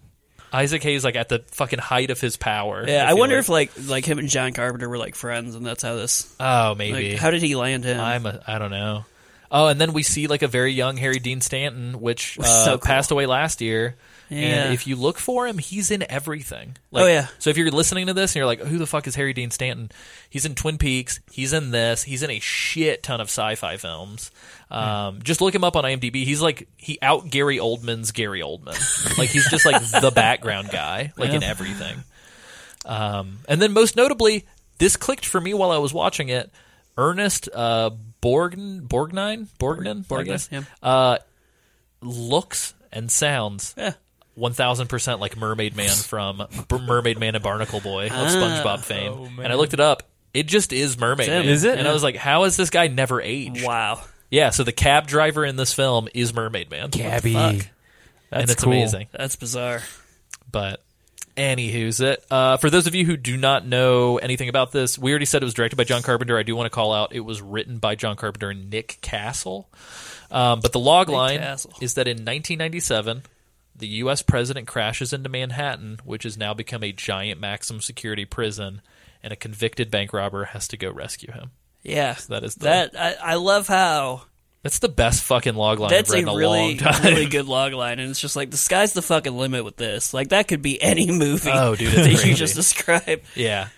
Speaker 1: Isaac Hayes like at the fucking height of his power.
Speaker 3: Yeah, I,
Speaker 1: feel
Speaker 3: wonder if like like him and John Carpenter were like friends, and that's how this.
Speaker 1: oh
Speaker 3: Like,
Speaker 1: maybe
Speaker 3: how did he land him?
Speaker 1: I'm a, I don't know. Oh, and then we see like a very young Harry Dean Stanton, which uh,
Speaker 3: so cool.
Speaker 1: passed away last year.
Speaker 3: Yeah.
Speaker 1: And if you look for him, he's in everything. Like,
Speaker 3: Oh, yeah.
Speaker 1: So if you're listening to this and you're like, "Who the fuck is Harry Dean Stanton?" He's in Twin Peaks. He's in this. He's in a shit ton of sci-fi films. Um, Just look him up on IMDb. He's like he out Gary Oldman's Gary Oldman. like he's just like the background guy, like in everything. And then most notably, this clicked for me while I was watching it. Ernest uh, Borgn Borgnine Borgnine I guess,
Speaker 3: yeah.
Speaker 1: uh, looks and sounds
Speaker 3: Yeah.
Speaker 1: one thousand percent like Mermaid Man from B- Mermaid Man and Barnacle Boy of
Speaker 2: Ah,
Speaker 1: SpongeBob fame. and I looked it up. It just is Mermaid
Speaker 3: him.
Speaker 1: Man.
Speaker 2: oh, Is it?
Speaker 1: And I was like, how has this guy never aged?
Speaker 3: wow.
Speaker 1: Yeah. So the cab driver in this film is Mermaid Man,
Speaker 2: Gabby.
Speaker 3: fuck?
Speaker 2: That's
Speaker 1: and it's
Speaker 2: cool.
Speaker 1: amazing.
Speaker 3: That's bizarre.
Speaker 1: But anywho's it. Uh, for those of you who do not know anything about this, we already said it was directed by John Carpenter. I do want to call out it was written by John Carpenter and Nick Castle. Um, but the log line
Speaker 3: Castle.
Speaker 1: is that in 1997, the U.S. president crashes into Manhattan, which has now become a giant maximum security prison, and a convicted bank robber has to go rescue him.
Speaker 3: Yeah,
Speaker 1: that is the-
Speaker 3: that. I, I love how
Speaker 1: That's the best fucking log line
Speaker 3: that's
Speaker 1: I've read
Speaker 3: a
Speaker 1: in a
Speaker 3: really,
Speaker 1: long time.
Speaker 3: really good log line, and it's just like the sky's the fucking limit with this. Like that could be any movie.
Speaker 1: Oh, dude, it's
Speaker 3: that you
Speaker 1: crazy.
Speaker 3: just described.
Speaker 1: yeah.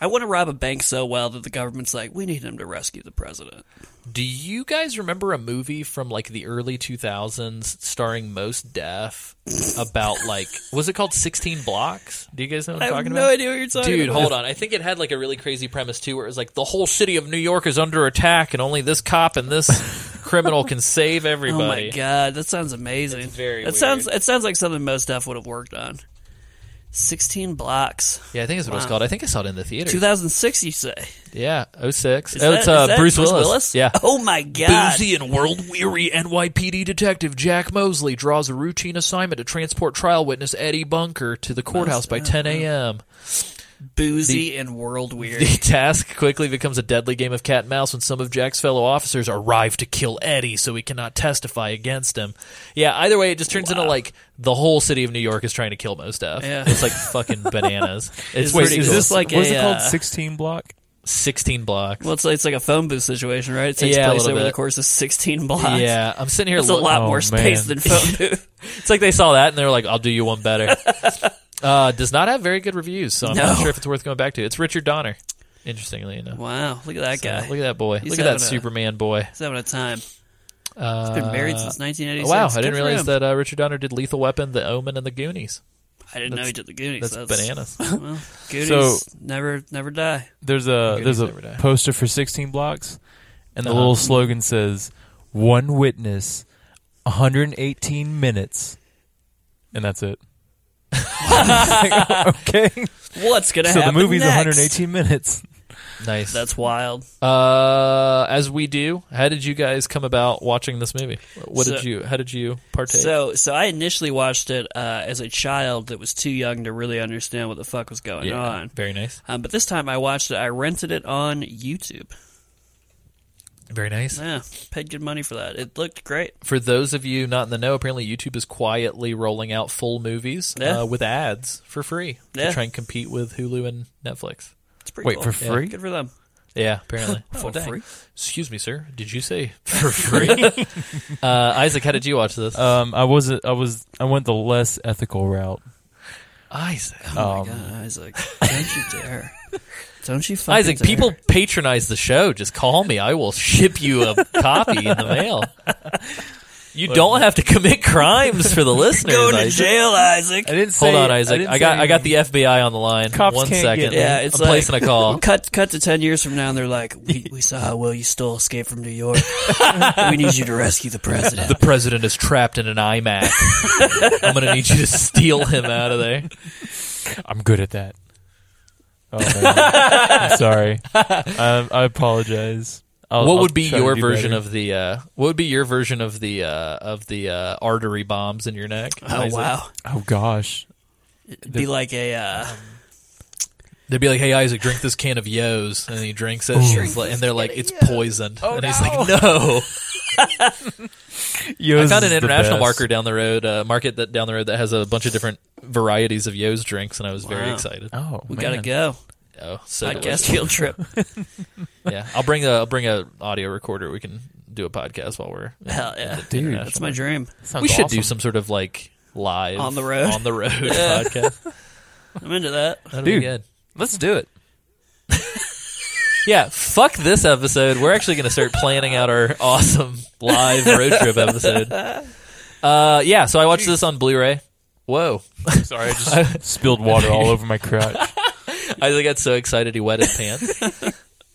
Speaker 3: I want to rob a bank so well that the government's like, we need him to rescue the president.
Speaker 1: Do you guys remember a movie from like the early 2000s starring Most Def about like was it called 16 Blocks? Do you guys know what
Speaker 3: I
Speaker 1: I'm
Speaker 3: have
Speaker 1: talking
Speaker 3: no
Speaker 1: about?
Speaker 3: idea what you're talking
Speaker 1: Dude,
Speaker 3: about.
Speaker 1: hold on. I think it had like a really crazy premise too where it was like the whole city of New York is under attack and only this cop and this criminal can save
Speaker 3: Oh
Speaker 1: everybody.
Speaker 3: my god, that sounds amazing.
Speaker 1: It's very
Speaker 3: That
Speaker 1: weird.
Speaker 3: sounds. It sounds like something most Def would have worked on. Sixteen blocks,
Speaker 1: Yeah, I think that's what it's
Speaker 3: Wow.
Speaker 1: called. I think I saw it in the theater.
Speaker 3: 2006. You say?
Speaker 1: yeah, 06.
Speaker 3: Is
Speaker 1: oh,
Speaker 3: that-
Speaker 1: it's uh,
Speaker 3: is that
Speaker 1: Bruce,
Speaker 3: Bruce
Speaker 1: Willis.
Speaker 3: Willis?
Speaker 1: Yeah.
Speaker 3: Oh my god.
Speaker 1: Boozy and world weary NYPD detective Jack Mosley draws a routine assignment to transport trial witness Eddie Bunker to the courthouse by 10 a.m.
Speaker 3: Boozy and world weird.
Speaker 1: The task quickly becomes a deadly game of cat and mouse when some of Jack's fellow officers arrive to kill Eddie so he cannot testify against him. Yeah, either way, it just turns into like the whole city of New York is trying to kill most of.
Speaker 3: Yeah.
Speaker 1: It's like fucking bananas. It's
Speaker 2: Wait,
Speaker 1: pretty
Speaker 2: is
Speaker 1: cool.
Speaker 2: this
Speaker 3: like
Speaker 2: like what is
Speaker 3: a,
Speaker 2: it called?
Speaker 3: uh,
Speaker 2: Sixteen block.
Speaker 1: 16 blocks.
Speaker 3: Well, it's like, it's like a phone booth situation, right? It takes
Speaker 1: Yeah, a
Speaker 3: place
Speaker 1: little
Speaker 3: over the
Speaker 1: bit.
Speaker 3: course of 16 blocks.
Speaker 1: yeah, I'm sitting here
Speaker 3: It's a
Speaker 1: lo-
Speaker 3: lot
Speaker 2: Oh,
Speaker 3: more space
Speaker 2: man.
Speaker 3: than phone booth.
Speaker 1: It's like they saw that and they were like, "I'll do you one better." uh, does not have very good reviews, so I'm
Speaker 3: No.
Speaker 1: not sure if it's worth going back to. It's Richard Donner, interestingly enough.
Speaker 3: Wow, look at that
Speaker 1: So,
Speaker 3: guy.
Speaker 1: Look at that boy.
Speaker 3: He's
Speaker 1: look at that
Speaker 3: having a-
Speaker 1: Superman boy.
Speaker 3: He's having a time. He's
Speaker 1: Uh,
Speaker 3: been married since 1986.
Speaker 1: Wow, I
Speaker 3: Good
Speaker 1: didn't
Speaker 3: for
Speaker 1: realize
Speaker 3: him.
Speaker 1: that uh, Richard Donner did Lethal Weapon, The Omen, and The Goonies.
Speaker 3: I didn't know he did the Goonies.
Speaker 1: That's, bananas.
Speaker 3: Well, Goonies
Speaker 2: So-
Speaker 3: never never die.
Speaker 2: There's a
Speaker 1: Goodies
Speaker 2: there's a
Speaker 1: never die.
Speaker 2: poster for sixteen blocks, and the
Speaker 1: Uh-huh.
Speaker 2: little slogan says, "One witness, 118 minutes," and that's it. okay,
Speaker 3: What's gonna
Speaker 2: so the
Speaker 3: happen
Speaker 2: movie's
Speaker 3: next?
Speaker 2: 118 minutes.
Speaker 1: nice.
Speaker 3: That's wild.
Speaker 1: uh, as we do. How did you guys come about watching this movie? What
Speaker 3: So-
Speaker 1: did you? How did you partake?
Speaker 3: So, so I initially watched it uh, as a child that was too young to really understand what the fuck was going
Speaker 1: yeah,
Speaker 3: on.
Speaker 1: very nice,
Speaker 3: Um, but this time I watched it. I rented it on YouTube.
Speaker 1: very nice.
Speaker 3: Yeah, paid good money for that. It looked great.
Speaker 1: for those of you not in the know, apparently YouTube is quietly rolling out full movies
Speaker 3: Yeah.
Speaker 1: uh, with ads for free
Speaker 3: Yeah.
Speaker 1: to try and compete with Hulu and Netflix.
Speaker 3: It's pretty
Speaker 2: Wait,
Speaker 3: cool.
Speaker 2: for free?
Speaker 3: Good for them.
Speaker 1: Yeah, apparently.
Speaker 3: For
Speaker 1: Oh, dang.
Speaker 3: free?
Speaker 1: Excuse me, sir. Did you say for free? uh, Isaac, how did you watch this?
Speaker 2: Um, I wasn't. I was. I went the less ethical route.
Speaker 1: Isaac.
Speaker 3: Oh my God, Isaac! Don't you dare! Don't you fucking
Speaker 1: Isaac,
Speaker 3: dare.
Speaker 1: people patronize the show. Just call me. I will ship you a copy in the mail. You don't have to commit crimes for the listeners.
Speaker 3: going to
Speaker 1: Isaac.
Speaker 3: jail, Isaac.
Speaker 2: I didn't say.
Speaker 1: Hold on, Isaac. I, got I got the FBI on the line.
Speaker 2: Cops
Speaker 1: One
Speaker 2: can't
Speaker 1: second.
Speaker 2: get me.
Speaker 3: Yeah, it's
Speaker 1: I'm
Speaker 3: like
Speaker 1: placing a call.
Speaker 3: cut cut to ten years from now, and they're like, "We, we saw how well you stole Escape from New York. we need you to rescue the president."
Speaker 1: the president is trapped in an iMac. I'm gonna need you to steal him out of there.
Speaker 2: I'm good at that. Oh, man. I'm sorry. Um, I apologize. I'll-
Speaker 1: what
Speaker 2: I'll
Speaker 1: would be
Speaker 2: try to
Speaker 1: your
Speaker 2: do
Speaker 1: version
Speaker 2: better.
Speaker 1: of the? Uh, what would be your version of the uh, of the uh, artery bombs in your neck?
Speaker 3: Oh
Speaker 1: Isaac?
Speaker 3: wow!
Speaker 2: Oh gosh.
Speaker 3: It'd be like a uh,
Speaker 1: They'd be like, "Hey, Isaac, drink this can of Yo's," and he drinks it, and, it's like- and they're like, "It's poisoned,"
Speaker 3: Oh,
Speaker 1: and he's like, "No." I
Speaker 2: Yo's
Speaker 1: found an
Speaker 2: is the
Speaker 1: international
Speaker 2: best.
Speaker 1: marker down the road, uh, market that down the road that has a bunch of different varieties of Yo's drinks, and I was very
Speaker 3: Wow.
Speaker 1: excited.
Speaker 2: Oh,
Speaker 3: we
Speaker 2: man.
Speaker 3: gotta go
Speaker 1: Oh, so delicious.
Speaker 3: podcast field trip.
Speaker 1: yeah, I'll bring a I'll bring a audio recorder. We can do a podcast while we're
Speaker 3: Hell yeah,
Speaker 2: Dude,
Speaker 3: that's my dream.
Speaker 2: sounds
Speaker 1: we should
Speaker 2: awesome.
Speaker 1: do some sort of like live
Speaker 3: On the road.
Speaker 1: on the road podcast.
Speaker 3: I'm into that.
Speaker 1: That'd be
Speaker 2: Dude.
Speaker 1: good.
Speaker 2: Let's do it.
Speaker 1: Yeah, fuck this episode. We're actually going to start planning out our awesome live road trip episode. Uh, yeah, so I watched this on Blu-ray. Whoa,
Speaker 2: Sorry, I just spilled water all over my crotch.
Speaker 1: Isaac got so excited he wet his pants.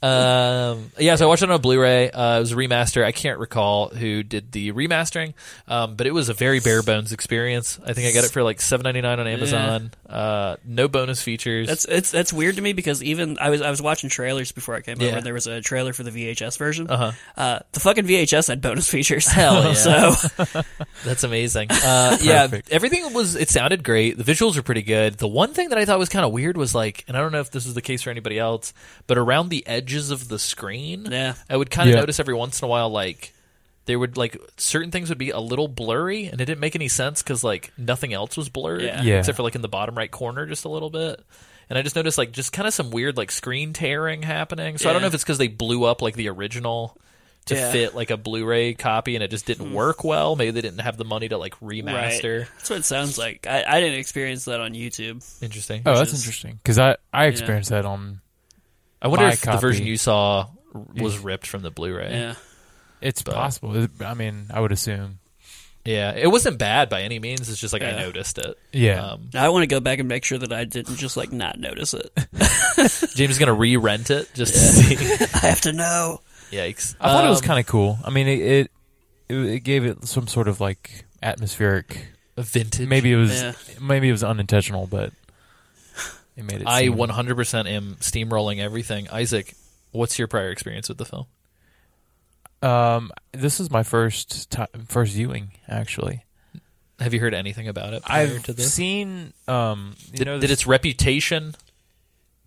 Speaker 1: Um, yeah, so I watched it on a Blu-ray. Uh, it was a remaster. I can't recall who did the remastering, um, but it was a very bare bones experience. I think I got it for like seven ninety nine on Amazon. Uh, no bonus features.
Speaker 3: That's it's that's weird to me because even I was I was watching trailers before I came
Speaker 1: Yeah.
Speaker 3: over. There was a trailer for the VHS version.
Speaker 1: Uh-huh.
Speaker 3: Uh, the fucking VHS had bonus features.
Speaker 1: Hell yeah.
Speaker 3: So
Speaker 1: That's amazing. Uh, yeah,
Speaker 2: Perfect.
Speaker 1: everything was. It sounded great. The visuals were pretty good. The one thing that I thought was kind of weird was like, and I don't know if this is the case for anybody else, but around the edges of the screen,
Speaker 3: Yeah.
Speaker 1: I would kind of
Speaker 2: Yeah.
Speaker 1: notice every once in a while, like there would like certain things would be a little blurry, and it didn't make any sense because like nothing else was blurred,
Speaker 3: Yeah.
Speaker 2: Yeah.
Speaker 1: except for like in the bottom right corner, just a little bit. And I just noticed like just kind of some weird like screen tearing happening. So I don't
Speaker 3: Yeah.
Speaker 1: know if it's because they blew up like the original to
Speaker 3: Yeah. Hmm.
Speaker 1: fit like a Blu-ray copy, and it just didn't work well. Maybe they didn't have the money to like remaster.
Speaker 3: Right. That's what it sounds like. I, I didn't experience that on YouTube.
Speaker 1: Interesting.
Speaker 2: Oh, that's
Speaker 3: is-
Speaker 2: interesting because I I experienced that on.
Speaker 1: I wonder
Speaker 2: my
Speaker 1: if the version
Speaker 2: copy.
Speaker 1: you saw was ripped from the Blu-ray.
Speaker 3: Yeah.
Speaker 2: It's
Speaker 1: But-
Speaker 2: possible. It- I mean, I would assume.
Speaker 1: Yeah, it wasn't bad by any means. It's just like I
Speaker 3: Yeah.
Speaker 1: noticed it.
Speaker 2: Yeah.
Speaker 1: Um,
Speaker 3: Now I want to go back and make sure that I didn't just like not notice it.
Speaker 1: James is gonna re-rent it just to see.
Speaker 3: I have to know.
Speaker 1: Yikes!
Speaker 2: I thought it was
Speaker 1: Um,
Speaker 2: kind of cool. I mean, it, it it it gave it some sort of like atmospheric.
Speaker 1: vintage.
Speaker 2: Maybe it was
Speaker 3: Yeah.
Speaker 2: maybe it was unintentional, but it made it.
Speaker 1: I
Speaker 2: seem-
Speaker 1: 100% am steamrolling everything. Isaac, what's your prior experience with the film?
Speaker 2: Um, this is my first time, first viewing actually.
Speaker 1: Have you heard anything about it prior
Speaker 2: I've
Speaker 1: to this?
Speaker 2: seen. Um, you
Speaker 1: did,
Speaker 2: know,
Speaker 1: did
Speaker 2: this-
Speaker 1: its reputation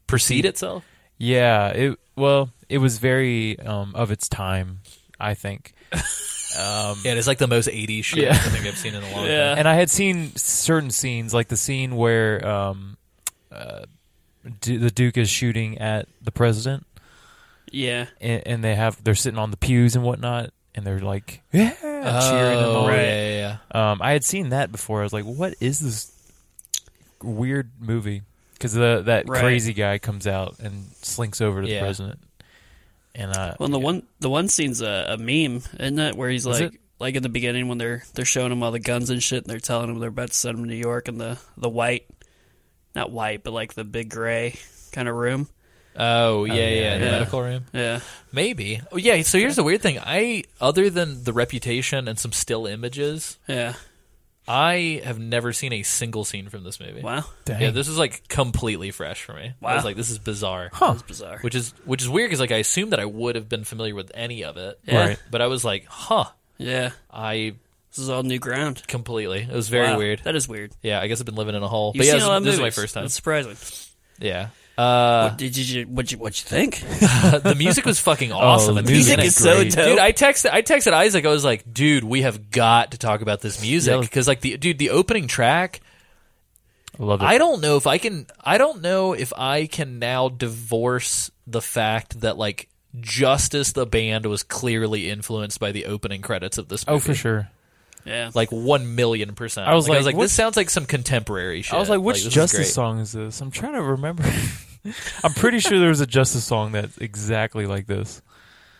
Speaker 1: precede itself?
Speaker 2: Yeah. It well, it was very um of its time, I think. um,
Speaker 1: Yeah, it's like the most 80s shit
Speaker 2: Yeah.
Speaker 1: I think I've seen in a long
Speaker 3: Yeah.
Speaker 1: time.
Speaker 2: and I had seen certain scenes, like the scene where um, uh, du- the Duke is shooting at the president,
Speaker 3: Yeah.
Speaker 2: and, and they have they're sitting on the pews and whatnot, and they're like, yeah, cheering and all.
Speaker 1: Oh, yeah, yeah, yeah.
Speaker 2: Um, I had seen that before. I was like, what is this weird movie? Because the that
Speaker 3: Right.
Speaker 2: crazy guy comes out and slinks over to
Speaker 1: Yeah.
Speaker 2: the president, and uh,
Speaker 3: Well, and the one the one scene's a, a meme, isn't it? Where he's
Speaker 2: Is
Speaker 3: like. Like in the beginning when they're they're showing him all the guns and shit, and they're telling him they're about to send him to New York, and the the white, not white, but like the big gray kind of room.
Speaker 1: Oh, yeah, yeah,
Speaker 2: yeah,
Speaker 1: in the
Speaker 3: yeah.
Speaker 1: medical room.
Speaker 3: Yeah,
Speaker 1: Maybe. Oh, yeah, so here's the weird thing. I other than the reputation and some still images,
Speaker 3: yeah.
Speaker 1: I have never seen a single scene from this movie.
Speaker 3: Wow,
Speaker 2: dang.
Speaker 1: Yeah, this is like completely fresh for me. I
Speaker 3: Wow.
Speaker 1: was like this is bizarre.
Speaker 3: that's bizarre.
Speaker 1: which is which is weird because like I assumed that I would have been familiar with any of it,
Speaker 3: Yeah.
Speaker 2: Right.
Speaker 1: but I was like, huh,
Speaker 3: Yeah,
Speaker 1: I
Speaker 3: this is all new ground.
Speaker 1: completely. It was very
Speaker 3: Wow,
Speaker 1: weird.
Speaker 3: That is weird.
Speaker 1: yeah, I guess I've been living in a hole.
Speaker 3: You've
Speaker 1: but yeah,
Speaker 3: seen
Speaker 1: this,
Speaker 3: a lot of
Speaker 1: this is my
Speaker 3: movies.
Speaker 1: first time.
Speaker 3: That's surprising.
Speaker 1: Yeah, uh,
Speaker 3: What did you what you what you think?
Speaker 1: the music was fucking awesome.
Speaker 2: Oh, the
Speaker 1: at
Speaker 2: music
Speaker 1: beginning.
Speaker 2: is so Great.
Speaker 3: dope.
Speaker 1: Dude, I texted I texted Isaac. I was like, dude, we have got to talk about this music
Speaker 2: Yeah.
Speaker 1: because like the dude, the opening track.
Speaker 2: I love it.
Speaker 1: I don't know if I can. I don't know if I can now divorce the fact that like Justice the band was clearly influenced by the opening credits of this movie.
Speaker 2: oh, for sure.
Speaker 3: Yeah,
Speaker 1: Like one million percent.
Speaker 2: I was
Speaker 1: I was
Speaker 2: like,
Speaker 1: like
Speaker 2: what-
Speaker 1: this sounds like some contemporary shit.
Speaker 2: I was like, which
Speaker 1: this is great.
Speaker 2: Justice song is this? I'm trying to remember. I'm pretty sure there was a Justice song that's exactly like this.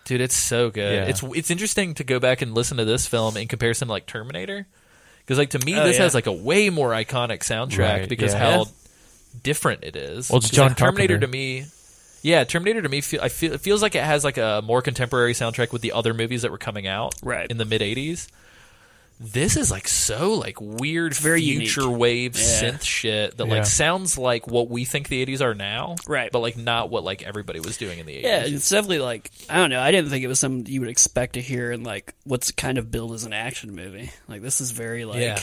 Speaker 1: Dude, it's so good.
Speaker 2: Yeah.
Speaker 1: It's it's interesting to go back and listen to this film in comparison to like Terminator, because like to me
Speaker 3: Oh,
Speaker 1: this
Speaker 3: yeah.
Speaker 1: has like a way more iconic soundtrack
Speaker 2: Right,
Speaker 1: because
Speaker 2: yeah.
Speaker 1: how
Speaker 2: Yeah.
Speaker 1: different it is.
Speaker 2: Well, it's
Speaker 1: 'Cause, like,
Speaker 2: John
Speaker 1: Terminator
Speaker 2: Carpenter.
Speaker 1: to me. Yeah, Terminator to me, feel, I feel it feels like it has like a more contemporary soundtrack with the other movies that were coming out
Speaker 3: Right.
Speaker 1: in the mid '80s. This is like so like weird,
Speaker 3: very unique.
Speaker 1: future wave
Speaker 3: Yeah.
Speaker 1: synth shit that
Speaker 2: Yeah.
Speaker 1: like sounds like what we think the '80s are now,
Speaker 3: Right.
Speaker 1: But like not what like everybody was doing in the '80s.
Speaker 3: yeah, it's definitely like I don't know. I didn't think it was something you would expect to hear in like what's kind of billed as an action movie. Like this is very like
Speaker 1: Yeah.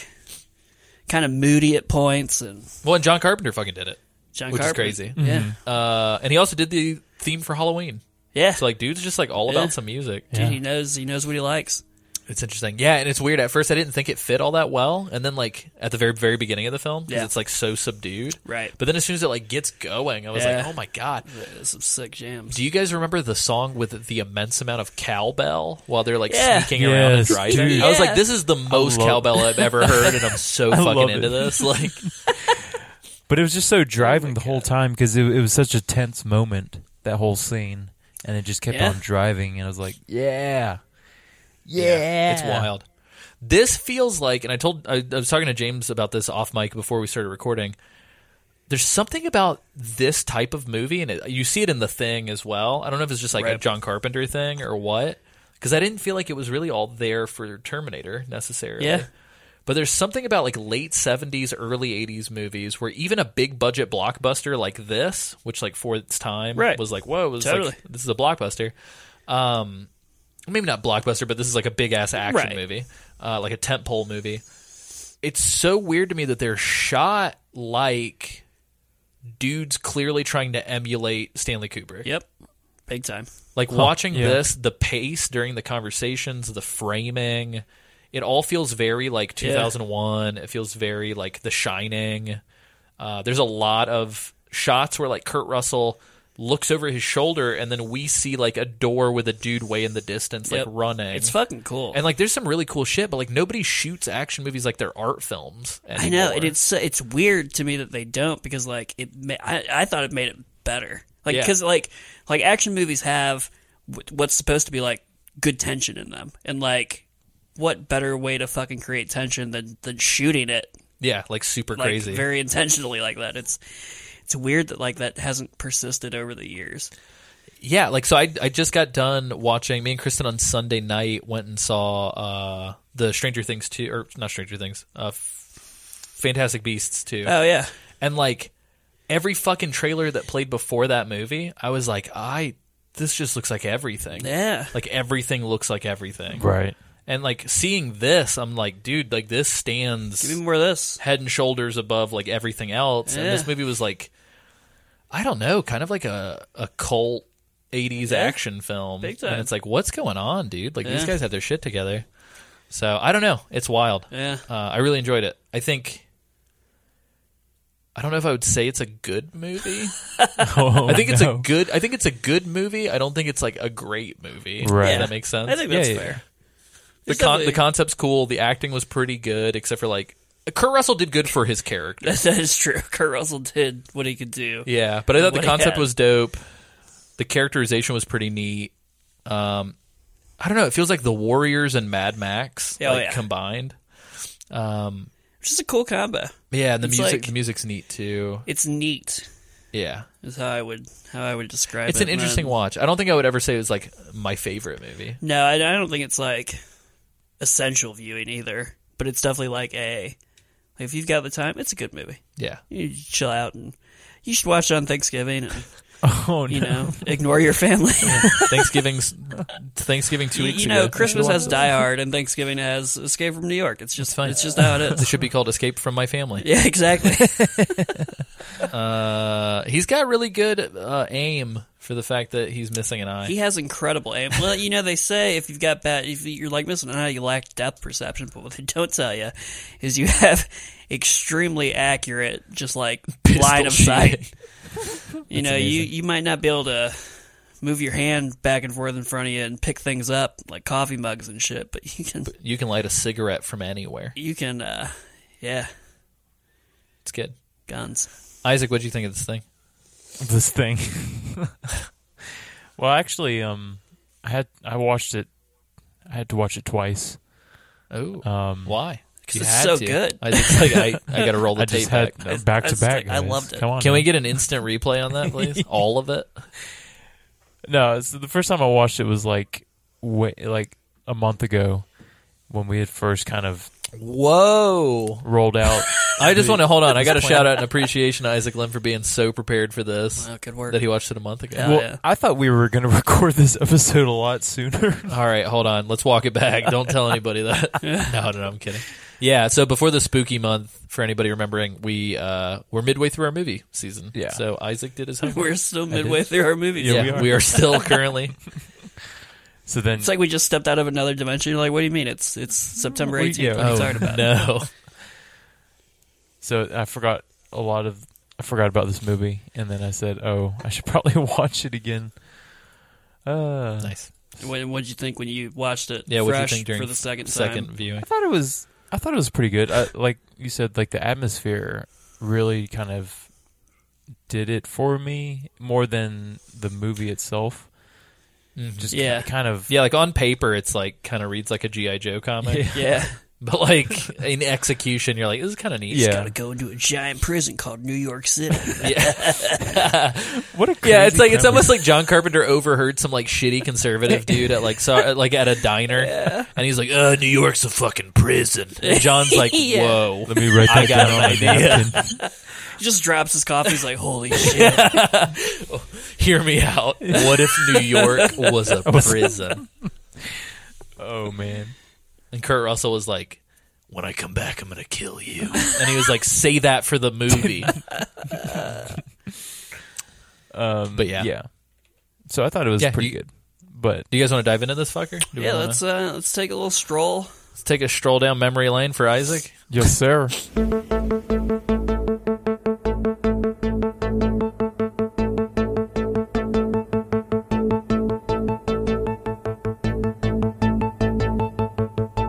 Speaker 3: kind of moody at points and
Speaker 1: Well, and John Carpenter fucking did it.
Speaker 3: John
Speaker 1: Which is
Speaker 3: Carpenter.
Speaker 1: crazy.
Speaker 3: Yeah,
Speaker 1: Uh, and he also did the theme for Halloween.
Speaker 3: yeah.
Speaker 1: So like, dude's just like all
Speaker 3: Yeah.
Speaker 1: about some music.
Speaker 3: Dude, he knows he knows what he likes.
Speaker 1: It's interesting. Yeah, and it's weird. At first, I didn't think it fit all that well, and then like at the very very beginning of the film, because
Speaker 3: Yeah.
Speaker 1: it's like so subdued.
Speaker 3: Right.
Speaker 1: But then as soon as it like gets going, I was
Speaker 3: Yeah.
Speaker 1: like, oh my god.
Speaker 3: There's uh, some sick jams.
Speaker 1: Do you guys remember the song with the immense amount of cowbell while they're like
Speaker 3: Yeah.
Speaker 1: sneaking around and
Speaker 2: Yes,
Speaker 1: driving?
Speaker 2: dude.
Speaker 1: I was like,
Speaker 3: Yeah.
Speaker 1: this is the most
Speaker 2: love-
Speaker 1: cowbell I've ever heard, and I'm so fucking
Speaker 2: love
Speaker 1: into
Speaker 2: it.
Speaker 1: this. Like,
Speaker 2: But it was just so driving the whole time because it, it was such a tense moment that whole scene, and it just kept
Speaker 3: Yeah.
Speaker 2: on driving, and I was like, yeah, yeah,
Speaker 1: It's wild. This feels like, and I told, I, I was talking to James about this off mic before we started recording. there's something about this type of movie, and it, you see it in The Thing as well. I don't know if it's just like a
Speaker 3: Right.
Speaker 1: John Carpenter thing or what, because I didn't feel like it was really all there for Terminator necessarily.
Speaker 3: Yeah.
Speaker 1: But there's something about like late 70s, early 80s movies where even a big budget blockbuster like this, which like for its time
Speaker 3: Right.
Speaker 1: was like, whoa, it was
Speaker 3: Totally.
Speaker 1: like, this is a blockbuster. Um, maybe not blockbuster, but this is like a big ass action
Speaker 3: Right.
Speaker 1: movie, uh, like a tentpole movie. It's so weird to me that they're shot like dudes clearly trying to emulate Stanley Kubrick.
Speaker 3: Yep. Big time.
Speaker 1: Like watching
Speaker 2: yeah.
Speaker 1: this, the pace during the conversations, the framing, it all feels very like 2001. It feels very like The Shining. Uh, there's a lot of shots where like Kurt Russell looks over his shoulder and then we see like a door with a dude way in the distance
Speaker 3: Yep.
Speaker 1: like running.
Speaker 3: It's fucking cool.
Speaker 1: And like there's some really cool shit, but like nobody shoots action movies like they're art films.
Speaker 3: I know,
Speaker 1: anymore.
Speaker 3: and it's so- it's weird to me that they don't because like it, ma- I, I thought it made it better, like
Speaker 1: Yeah.
Speaker 3: because like like action movies have wh- what's supposed to be like good tension in them, and like what better way to fucking create tension than than shooting it
Speaker 1: yeah, like super
Speaker 3: like
Speaker 1: crazy.
Speaker 3: very intentionally like that. It's it's weird that like that hasn't persisted over the years.
Speaker 1: Yeah, like so I I just got done watching me and Kristen on Sunday night went and saw uh the Stranger Things 2 or not Stranger Things, uh F- Fantastic Beasts 2.
Speaker 3: Oh yeah,
Speaker 1: and like every fucking trailer that played before that movie, I was like, I this just looks like everything.
Speaker 3: yeah,
Speaker 1: Like everything looks like everything.
Speaker 2: Right.
Speaker 1: And like seeing this, I'm like, dude, like this stands
Speaker 3: give me more of this.
Speaker 1: head and shoulders above like everything else. And this
Speaker 3: Yeah.
Speaker 1: movie was like, I don't know, kind of like a, a cult 80s action film.
Speaker 3: Big
Speaker 1: And
Speaker 3: time.
Speaker 1: it's like, what's going on, dude? Like, these
Speaker 3: Yeah.
Speaker 1: guys have their shit together. So I don't know. It's wild.
Speaker 3: Yeah.
Speaker 1: Uh, I really enjoyed it. I think. I don't know if I would say it's a good movie.
Speaker 2: Oh,
Speaker 1: I think it's
Speaker 2: no.
Speaker 1: a good. I think it's a good movie. I don't think it's like a great movie.
Speaker 2: Right.
Speaker 1: Does that make sense?
Speaker 3: I think that's
Speaker 2: Yeah, yeah.
Speaker 3: fair.
Speaker 1: the
Speaker 3: It's
Speaker 1: con- the
Speaker 3: definitely-
Speaker 1: concept's cool. The acting was pretty good, except for like Kurt Russell did good for his character.
Speaker 3: that is true. Kurt Russell did what he could do.
Speaker 1: Yeah, but I thought the
Speaker 3: What he
Speaker 1: concept
Speaker 3: had.
Speaker 1: was dope. The characterization was pretty neat. Um, I don't know. It feels like the Warriors and Mad Max
Speaker 3: Oh,
Speaker 1: like,
Speaker 3: yeah.
Speaker 1: combined. Um,
Speaker 3: Just a cool combo.
Speaker 1: yeah, and the
Speaker 3: It's
Speaker 1: music.
Speaker 3: like-
Speaker 1: the music's neat too.
Speaker 3: It's neat.
Speaker 1: Yeah,
Speaker 3: is how I would how I would describe
Speaker 1: it's an
Speaker 3: it.
Speaker 1: interesting
Speaker 3: man.
Speaker 1: watch. I don't think I would ever say it was like my favorite movie.
Speaker 3: No, I, I don't think it's like essential viewing either, but it's definitely like a if you've got the time, it's a good movie.
Speaker 1: Yeah,
Speaker 3: You just chill out and you should watch it on Thanksgiving and
Speaker 2: Oh,
Speaker 3: you
Speaker 2: no.
Speaker 3: know ignore your family.
Speaker 1: Thanksgiving's Thanksgiving two
Speaker 3: you,
Speaker 1: weeks.
Speaker 3: you know,
Speaker 1: ago.
Speaker 3: Christmas has Die Hard and Thanksgiving has Escape from New York. It's just
Speaker 1: fine.
Speaker 3: it's just how it
Speaker 1: It
Speaker 3: is.
Speaker 1: should be called Escape from My Family.
Speaker 3: Yeah, exactly.
Speaker 1: Uh, he's got really good uh, aim for the fact that he's missing an eye.
Speaker 3: He has incredible aim. Well, you know they say if you've got bad, if you're like missing an eye, you lack depth perception. But what they don't tell you is you have extremely accurate, just like
Speaker 1: Pistol
Speaker 3: line of
Speaker 1: shooting.
Speaker 3: sight. You know, you you might not be able to move your hand back and forth in front of you and pick things up like coffee mugs and shit, but you can
Speaker 1: You can light a cigarette from anywhere.
Speaker 3: you can uh yeah
Speaker 1: It's good.
Speaker 3: guns.
Speaker 1: Isaac, what do you think of this thing?
Speaker 2: this thing. well, actually, um, I had I watched it. I had to watch it twice.
Speaker 1: Oh,
Speaker 2: Um,
Speaker 1: why?
Speaker 3: 'Cause it's so good.
Speaker 1: I just like I, I got to roll the
Speaker 2: I
Speaker 1: tape
Speaker 2: just had
Speaker 1: back.
Speaker 2: uh, back
Speaker 3: I
Speaker 2: to
Speaker 3: just
Speaker 2: back.
Speaker 3: like- I
Speaker 2: guys.
Speaker 3: loved it.
Speaker 2: Come on,
Speaker 1: Can we
Speaker 2: man.
Speaker 1: get an instant replay on that, please? All of it.
Speaker 2: No, so the first time I watched it was like way, like a month ago when we had first kind of
Speaker 1: Whoa!
Speaker 2: rolled out.
Speaker 1: I just want to hold on. I got to shout out and appreciation to Isaac Lim for being so prepared for this
Speaker 3: Wow, good work.
Speaker 1: that he watched it a month ago.
Speaker 3: Yeah.
Speaker 2: well,
Speaker 3: Oh, yeah.
Speaker 2: I thought we were going to record this episode a lot sooner.
Speaker 1: All right, hold on. Let's walk it back. Don't tell anybody that. no, no, no, I'm kidding. Yeah, so before the spooky month, for anybody remembering, we uh, we're midway through our movie season.
Speaker 2: Yeah.
Speaker 1: So Isaac did his homework.
Speaker 3: We're still midway through our movie.
Speaker 1: yeah,
Speaker 2: we are.
Speaker 1: we are still currently
Speaker 2: so then,
Speaker 3: It's like we just stepped out of another dimension. You're like, what do you mean? It's it's September
Speaker 2: We-
Speaker 3: 18th.
Speaker 2: yeah.
Speaker 3: What are you
Speaker 1: Oh,
Speaker 3: talking about?
Speaker 1: No.
Speaker 2: so I forgot a lot of I forgot about this movie, and then I said, "Oh, I should probably watch it again." Uh,
Speaker 1: Nice.
Speaker 3: What what did you think when you watched it?
Speaker 1: Yeah, what do you
Speaker 3: fresh
Speaker 1: think during
Speaker 3: for the second
Speaker 1: second
Speaker 3: time?
Speaker 1: viewing?
Speaker 2: I thought it was. I thought it was pretty good. I, like you said, like the atmosphere really kind of did it for me more than the movie itself. Just
Speaker 3: Yeah.
Speaker 1: Mm-hmm.
Speaker 2: kind of
Speaker 1: Yeah, like on paper, it's like kind of reads like a GI Joe comic.
Speaker 3: Yeah,
Speaker 1: But like in execution, you're like, this is kind of neat.
Speaker 2: Yeah.
Speaker 3: Gotta go into a giant prison called New York City.
Speaker 2: What a
Speaker 1: Yeah, it's
Speaker 2: crazy
Speaker 1: like it's
Speaker 2: cover.
Speaker 1: almost like John Carpenter overheard some like shitty conservative dude at like so, at, like at a diner, and he's like, "Uh, New York's a fucking prison." And John's like,
Speaker 3: Yeah.
Speaker 1: "Whoa,
Speaker 2: Let me write
Speaker 1: I
Speaker 2: that
Speaker 1: got
Speaker 2: down
Speaker 1: an
Speaker 2: on my
Speaker 1: idea.
Speaker 2: napkin.
Speaker 3: He just drops his coffee. He's like, holy shit.
Speaker 1: hear me out. What if New York was a prison?"
Speaker 2: Oh man.
Speaker 1: And Kurt Russell was like, "When I come back, I'm gonna kill you." And he was like, "Say that for the movie."
Speaker 2: Um,
Speaker 1: But yeah.
Speaker 2: yeah. So I thought it was
Speaker 1: Yeah,
Speaker 2: pretty
Speaker 1: you-
Speaker 2: good, but
Speaker 1: Do you guys want to dive into this fucker? Do we
Speaker 3: yeah,
Speaker 1: wanna-
Speaker 3: let's, uh, let's take a little stroll.
Speaker 1: let's take a stroll down memory lane for Isaac.
Speaker 2: yes, sir.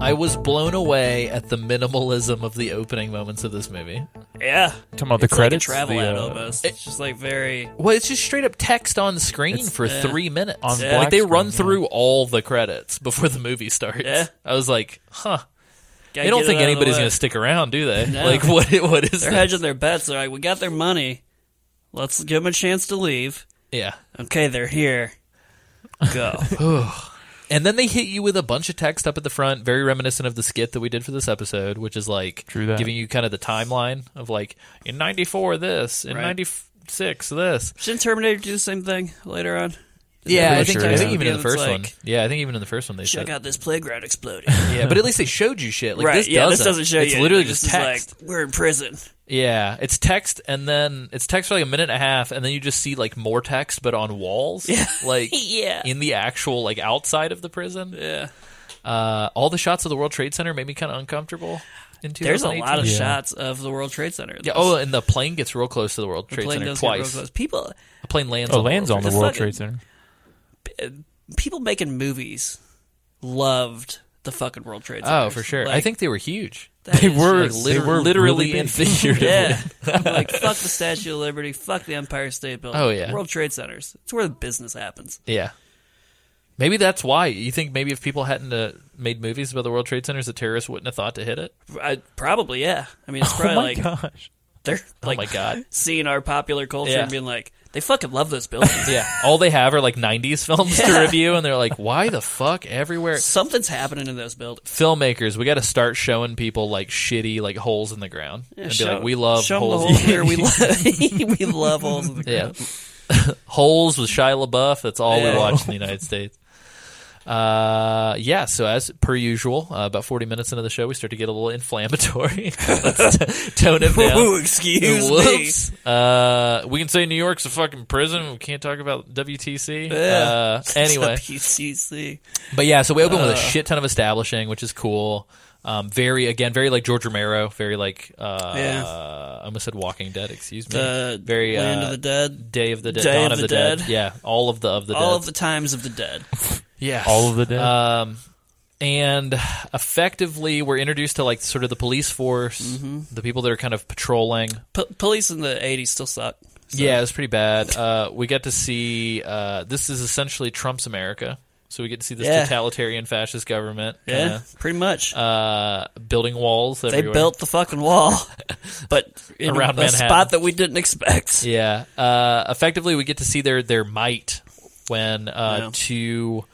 Speaker 1: I was blown away at the minimalism of the opening moments of this movie.
Speaker 3: Yeah.
Speaker 2: Talking about the
Speaker 3: It's like a
Speaker 2: credits,
Speaker 3: travel
Speaker 2: the,
Speaker 3: ad
Speaker 2: uh,
Speaker 3: almost. It's just like very.
Speaker 1: Well, it's just straight up text on screen for
Speaker 3: yeah.
Speaker 1: three minutes.
Speaker 2: On
Speaker 1: like
Speaker 2: black
Speaker 1: they run
Speaker 2: screen,
Speaker 1: through all the credits before the movie starts.
Speaker 3: Yeah.
Speaker 1: I was like, huh.
Speaker 3: gotta
Speaker 1: They don't
Speaker 3: get it
Speaker 1: think
Speaker 3: out of the
Speaker 1: anybody's
Speaker 3: way.
Speaker 1: going to stick around, do they?
Speaker 3: No.
Speaker 1: Like, what? What is
Speaker 3: They're
Speaker 1: that?
Speaker 3: hedging their bets. They're like, we got their money. Let's give them a chance to leave.
Speaker 1: Yeah.
Speaker 3: Okay, they're here. Go.
Speaker 1: And then they hit you with a bunch of text up at the front, very reminiscent of the skit that we did for this episode, which is like
Speaker 2: True that.
Speaker 1: giving you kind of the timeline of like in '94 this, in
Speaker 3: Right.
Speaker 1: '96 this.
Speaker 3: Shouldn't Terminator do the same thing later on?
Speaker 1: Yeah, I
Speaker 2: pretty
Speaker 1: think,
Speaker 2: sure,
Speaker 1: I think
Speaker 2: yeah.
Speaker 1: even in the
Speaker 3: It's
Speaker 1: first
Speaker 3: like-
Speaker 1: one. Yeah, I think even in the first one they
Speaker 3: Check
Speaker 1: said.
Speaker 3: out this playground exploding.
Speaker 1: Yeah, but at least they showed you shit. Like
Speaker 3: right?
Speaker 1: this
Speaker 3: yeah,
Speaker 1: doesn't.
Speaker 3: this doesn't show
Speaker 1: it's
Speaker 3: you.
Speaker 1: literally
Speaker 3: anything.
Speaker 1: just
Speaker 3: This is
Speaker 1: text.
Speaker 3: like, we're in prison.
Speaker 1: Yeah, it's text and then it's text for like a minute and a half, and then you just see like more text, but on walls, yeah. like
Speaker 3: Yeah.
Speaker 1: in the actual like outside of the prison.
Speaker 3: Yeah.
Speaker 1: Uh, all the shots of the World Trade Center made me kind of uncomfortable. In
Speaker 3: There's a lot of
Speaker 1: 2018.
Speaker 2: Yeah.
Speaker 3: shots of the World Trade Center.
Speaker 1: yeah. Oh, and the plane gets real close to the World Trade
Speaker 3: plane
Speaker 1: Center
Speaker 3: does get real
Speaker 1: twice.
Speaker 3: close. People,
Speaker 1: The plane lands.
Speaker 2: Oh,
Speaker 1: on
Speaker 2: lands
Speaker 1: the
Speaker 2: on
Speaker 1: World
Speaker 2: the
Speaker 3: It's
Speaker 2: World
Speaker 3: fucking-
Speaker 2: Trade Center.
Speaker 3: people making movies, loved the fucking World Trade
Speaker 1: Trade
Speaker 3: Center.
Speaker 1: Center. Oh, for sure. I
Speaker 3: Like,
Speaker 1: think they were huge.
Speaker 3: that
Speaker 2: They
Speaker 3: is
Speaker 2: were-
Speaker 3: just-
Speaker 2: They were
Speaker 1: literally
Speaker 2: really
Speaker 1: and
Speaker 2: big.
Speaker 1: figuratively.
Speaker 3: Yeah. I'm like, fuck the Statue of Liberty. Fuck the Empire State Building.
Speaker 1: Oh, yeah.
Speaker 3: World Trade Centers. It's where the business happens.
Speaker 1: Yeah. Maybe that's why. You think maybe if people hadn't uh, made movies about the World Trade Centers, the terrorists wouldn't have thought to hit it?
Speaker 3: I, probably, yeah. I mean, it's
Speaker 2: Oh my
Speaker 3: probably like
Speaker 2: gosh!
Speaker 3: they're like
Speaker 1: oh my god.
Speaker 3: seeing our popular culture
Speaker 1: Yeah.
Speaker 3: and being like, they fucking love those buildings.
Speaker 1: Yeah. All they have are like 90s films to
Speaker 3: Yeah.
Speaker 1: review and they're like, "Why the fuck everywhere
Speaker 3: Something's happening in those buildings.
Speaker 1: filmmakers, we got to start showing people like shitty like holes in the ground and be
Speaker 3: Show-
Speaker 1: like, "We love
Speaker 3: show 'em
Speaker 1: holes."
Speaker 3: The holes here. We, lo- we love holes. In the
Speaker 1: yeah. holes with Shia LaBeouf, that's all
Speaker 3: Yeah.
Speaker 1: we watch in the United States. Uh yeah, so as per usual, uh, about 40 minutes into the show, we start to get a little inflammatory. Let's t- tone it down.
Speaker 3: Ooh, excuse
Speaker 1: Whoops. Uh, we can say New York's a fucking prison. We can't talk about WTC. Uh,
Speaker 3: me.
Speaker 1: anyway,
Speaker 3: WCC.
Speaker 1: but yeah, so we open with
Speaker 3: Uh.
Speaker 1: a shit ton of establishing, which is cool. Um, very again, very like George Romero, very like uh,
Speaker 3: Yeah.
Speaker 1: I almost said Walking Dead. Excuse me.
Speaker 3: The
Speaker 1: very
Speaker 3: Land
Speaker 1: uh,
Speaker 3: of the Dead.
Speaker 1: Day of the Dead,
Speaker 3: Day
Speaker 1: Dawn
Speaker 3: of
Speaker 1: of the,
Speaker 3: the
Speaker 1: dead.
Speaker 3: Dead.
Speaker 1: Yeah, all of the of the
Speaker 3: All
Speaker 1: dead.
Speaker 3: of the times of the dead.
Speaker 1: Yes.
Speaker 2: All of the dead.
Speaker 1: Um, and effectively, we're introduced to like sort of the police force,
Speaker 3: Mm-hmm.
Speaker 1: the people that are kind of patrolling.
Speaker 3: P- police in the 80s still suck. So-
Speaker 1: Yeah, it was pretty bad. Uh, we get to see uh, this is essentially Trump's America. So we get to see this
Speaker 3: Yeah.
Speaker 1: totalitarian fascist government
Speaker 3: Yeah,
Speaker 1: kinda,
Speaker 3: pretty much.
Speaker 1: uh, building walls.
Speaker 3: they
Speaker 1: everywhere.
Speaker 3: built the fucking wall, but in a-
Speaker 1: Around
Speaker 3: a,
Speaker 1: Manhattan.
Speaker 3: spot that we didn't expect.
Speaker 1: Yeah. Uh, effectively, we get to see their their might when uh,
Speaker 3: Yeah.
Speaker 1: two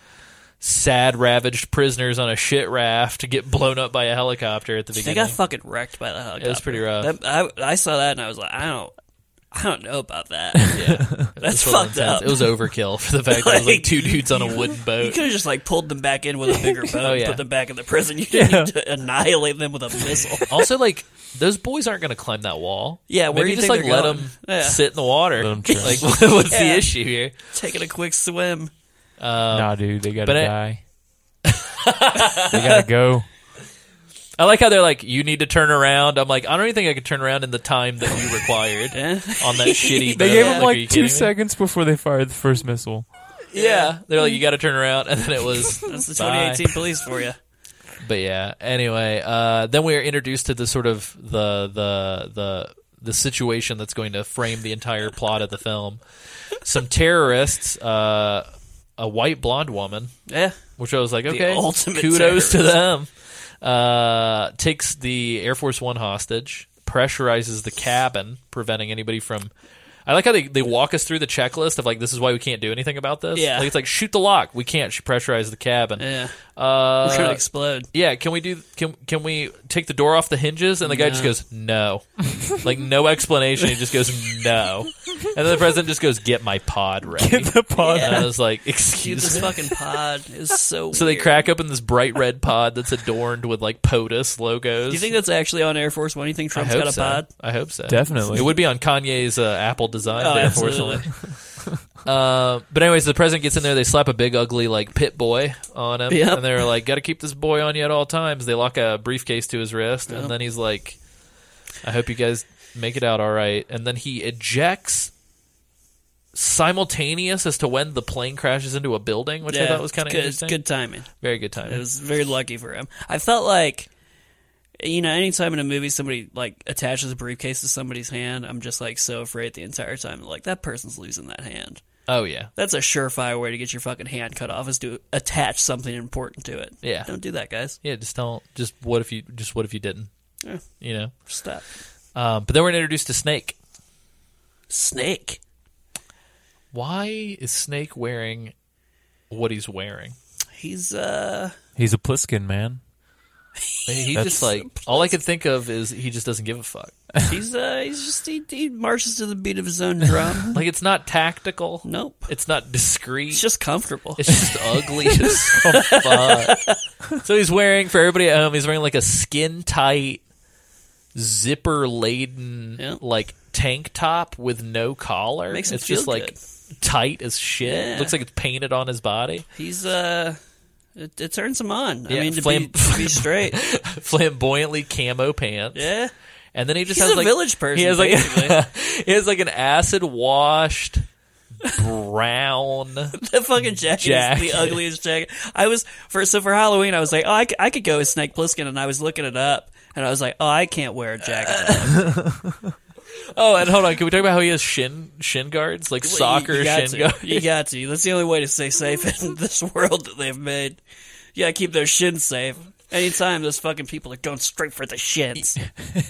Speaker 1: sad, ravaged prisoners on a shit raft get blown up by a helicopter at the
Speaker 3: They
Speaker 1: beginning.
Speaker 3: got fucking wrecked by the helicopter.
Speaker 1: pretty rough.
Speaker 3: That- I, I saw that and I was like, I don't, I don't know about that. That's
Speaker 1: It was
Speaker 3: fucked
Speaker 1: intense.
Speaker 3: up.
Speaker 1: It was overkill for the fact that it was like
Speaker 3: Like,
Speaker 1: two dudes on a wooden
Speaker 3: you
Speaker 1: boat.
Speaker 3: could have just like pulled them back in with a bigger boat,
Speaker 1: Oh, yeah.
Speaker 3: and put them back in the prison. You didn't need to annihilate them with a missile.
Speaker 1: Also, like those boys aren't going to climb that wall.
Speaker 3: Yeah,
Speaker 1: Maybe
Speaker 3: where do you
Speaker 1: just
Speaker 3: think
Speaker 1: like
Speaker 3: they're
Speaker 1: let
Speaker 3: going?
Speaker 1: them
Speaker 3: Yeah.
Speaker 1: sit in the water.
Speaker 2: Let 'em drown.
Speaker 1: like, what's
Speaker 3: Yeah.
Speaker 1: the issue here?
Speaker 3: Taking a quick swim.
Speaker 2: nah, dude, they gotta
Speaker 1: but I-
Speaker 2: die. they gotta go.
Speaker 1: I like how they're like, you need to turn around. I'm like, I don't even think I could turn around in the time that you required
Speaker 3: Eh?
Speaker 1: on that shitty. boat.
Speaker 2: They gave
Speaker 1: Like,
Speaker 2: him
Speaker 1: are
Speaker 2: like
Speaker 1: you
Speaker 2: two
Speaker 1: kidding me?
Speaker 2: seconds before they fired the first missile.
Speaker 1: Yeah, they're like, you got to turn around, and then it was.
Speaker 3: That's the
Speaker 1: bye.
Speaker 3: 2018 police for you.
Speaker 1: But yeah, anyway, uh, then we are introduced to the sort of the the the the situation that's going to frame the entire plot of the film. Some terrorists, uh, a white blonde woman,
Speaker 3: Yeah,
Speaker 1: which I was like, okay,
Speaker 3: ultimate
Speaker 1: kudos to them. Uh, takes the Air Force One hostage, pressurizes the cabin, preventing anybody from. I like how they, they walk us through the checklist of like this is why we can't do anything about this.
Speaker 3: Yeah.
Speaker 1: like, it's like shoot the lock. We can't sh- pressurize the cabin.
Speaker 3: Yeah.
Speaker 1: Uh,
Speaker 3: We're gonna explode.
Speaker 1: yeah, can we do? Can can we take the door off the hinges? And the guy just goes, no, like no explanation. He just goes, no, and then the president just goes, get my pod ready.
Speaker 2: the pod.
Speaker 1: And I was like,
Speaker 3: Dude,
Speaker 1: excuse
Speaker 3: this
Speaker 1: me.
Speaker 3: fucking pod is so.
Speaker 1: So they
Speaker 3: weird.
Speaker 1: crack open this bright red pod that's adorned with like POTUS logos.
Speaker 3: Do you think that's actually on Air Force One? You think
Speaker 1: I
Speaker 3: Trump's
Speaker 1: hope
Speaker 3: got a
Speaker 1: so.
Speaker 3: pod?
Speaker 1: I hope so.
Speaker 2: Definitely.
Speaker 1: it would be on Kanye's uh, Apple design.
Speaker 3: Oh,
Speaker 1: Day, unfortunately.
Speaker 3: absolutely.
Speaker 1: Uh, but anyways, the president gets in there. They slap a big, ugly, like pit boy on him,
Speaker 3: Yep.
Speaker 1: and they're like, "Got to keep this boy on you at all times." They lock a briefcase to his wrist, and then he's like, "I hope you guys make it out all right." And then he ejects, simultaneous as to when the plane crashes into a building, which I thought was kind of
Speaker 3: it's good,
Speaker 1: interesting.
Speaker 3: Good timing.
Speaker 1: Very good time.
Speaker 3: It was very lucky for him. I felt like, you know, anytime in a movie somebody like attaches a briefcase to somebody's hand, I'm just like so afraid the entire time. Like that person's losing that hand.
Speaker 1: oh yeah,
Speaker 3: That's a surefire way to get your fucking hand cut off is to attach something important to it.
Speaker 1: Yeah.
Speaker 3: don't do that, guys.
Speaker 1: yeah. Just don't. Just what if you? Just what if you didn't?
Speaker 3: Yeah.
Speaker 1: You know.
Speaker 3: Stop.
Speaker 1: Um, but then we're introduced to Snake.
Speaker 3: Snake.
Speaker 1: Why is Snake wearing what he's wearing?
Speaker 3: He's uh.
Speaker 2: He's a Pliskin man.
Speaker 1: He
Speaker 2: That's-
Speaker 1: just like all I could think of is he just doesn't give a fuck.
Speaker 3: He's uh. He's just he, he marches to the beat of his own drum.
Speaker 1: Like it's not tactical.
Speaker 3: nope.
Speaker 1: It's not discreet.
Speaker 3: It's just comfortable.
Speaker 1: It's just ugly as fuck. So he's wearing for everybody at home. He's wearing like a skin tight, zipper laden
Speaker 3: Yeah.
Speaker 1: like tank top with no collar.
Speaker 3: Makes him
Speaker 1: it's just
Speaker 3: feel
Speaker 1: like tight as shit.
Speaker 3: Yeah.
Speaker 1: Looks like it's painted on his body.
Speaker 3: He's uh. It, it turns him on.
Speaker 1: Yeah,
Speaker 3: I mean, to,
Speaker 1: flam-
Speaker 3: be, to be straight.
Speaker 1: Flamboyantly camo pants.
Speaker 3: Yeah.
Speaker 1: And then he just
Speaker 3: He's
Speaker 1: has
Speaker 3: a
Speaker 1: like
Speaker 3: village person,
Speaker 1: He has like
Speaker 3: basically.
Speaker 1: he has like an acid washed brown.
Speaker 3: The fucking jacket,
Speaker 1: Jacket.
Speaker 3: is the ugliest jacket. I was for so for Halloween, I was like, oh, I, c- I could go with Snake Plissken, and I was looking it up, and I was like, oh, I can't wear a jacket.
Speaker 1: Oh, and hold on, can we talk about how he has shin shin guards like soccer
Speaker 3: you got
Speaker 1: shin
Speaker 3: to.
Speaker 1: guards?
Speaker 3: You got to. That's the only way to stay safe in this world that they've made. You gotta keep those shins safe. Anytime those fucking people are going straight for the shins.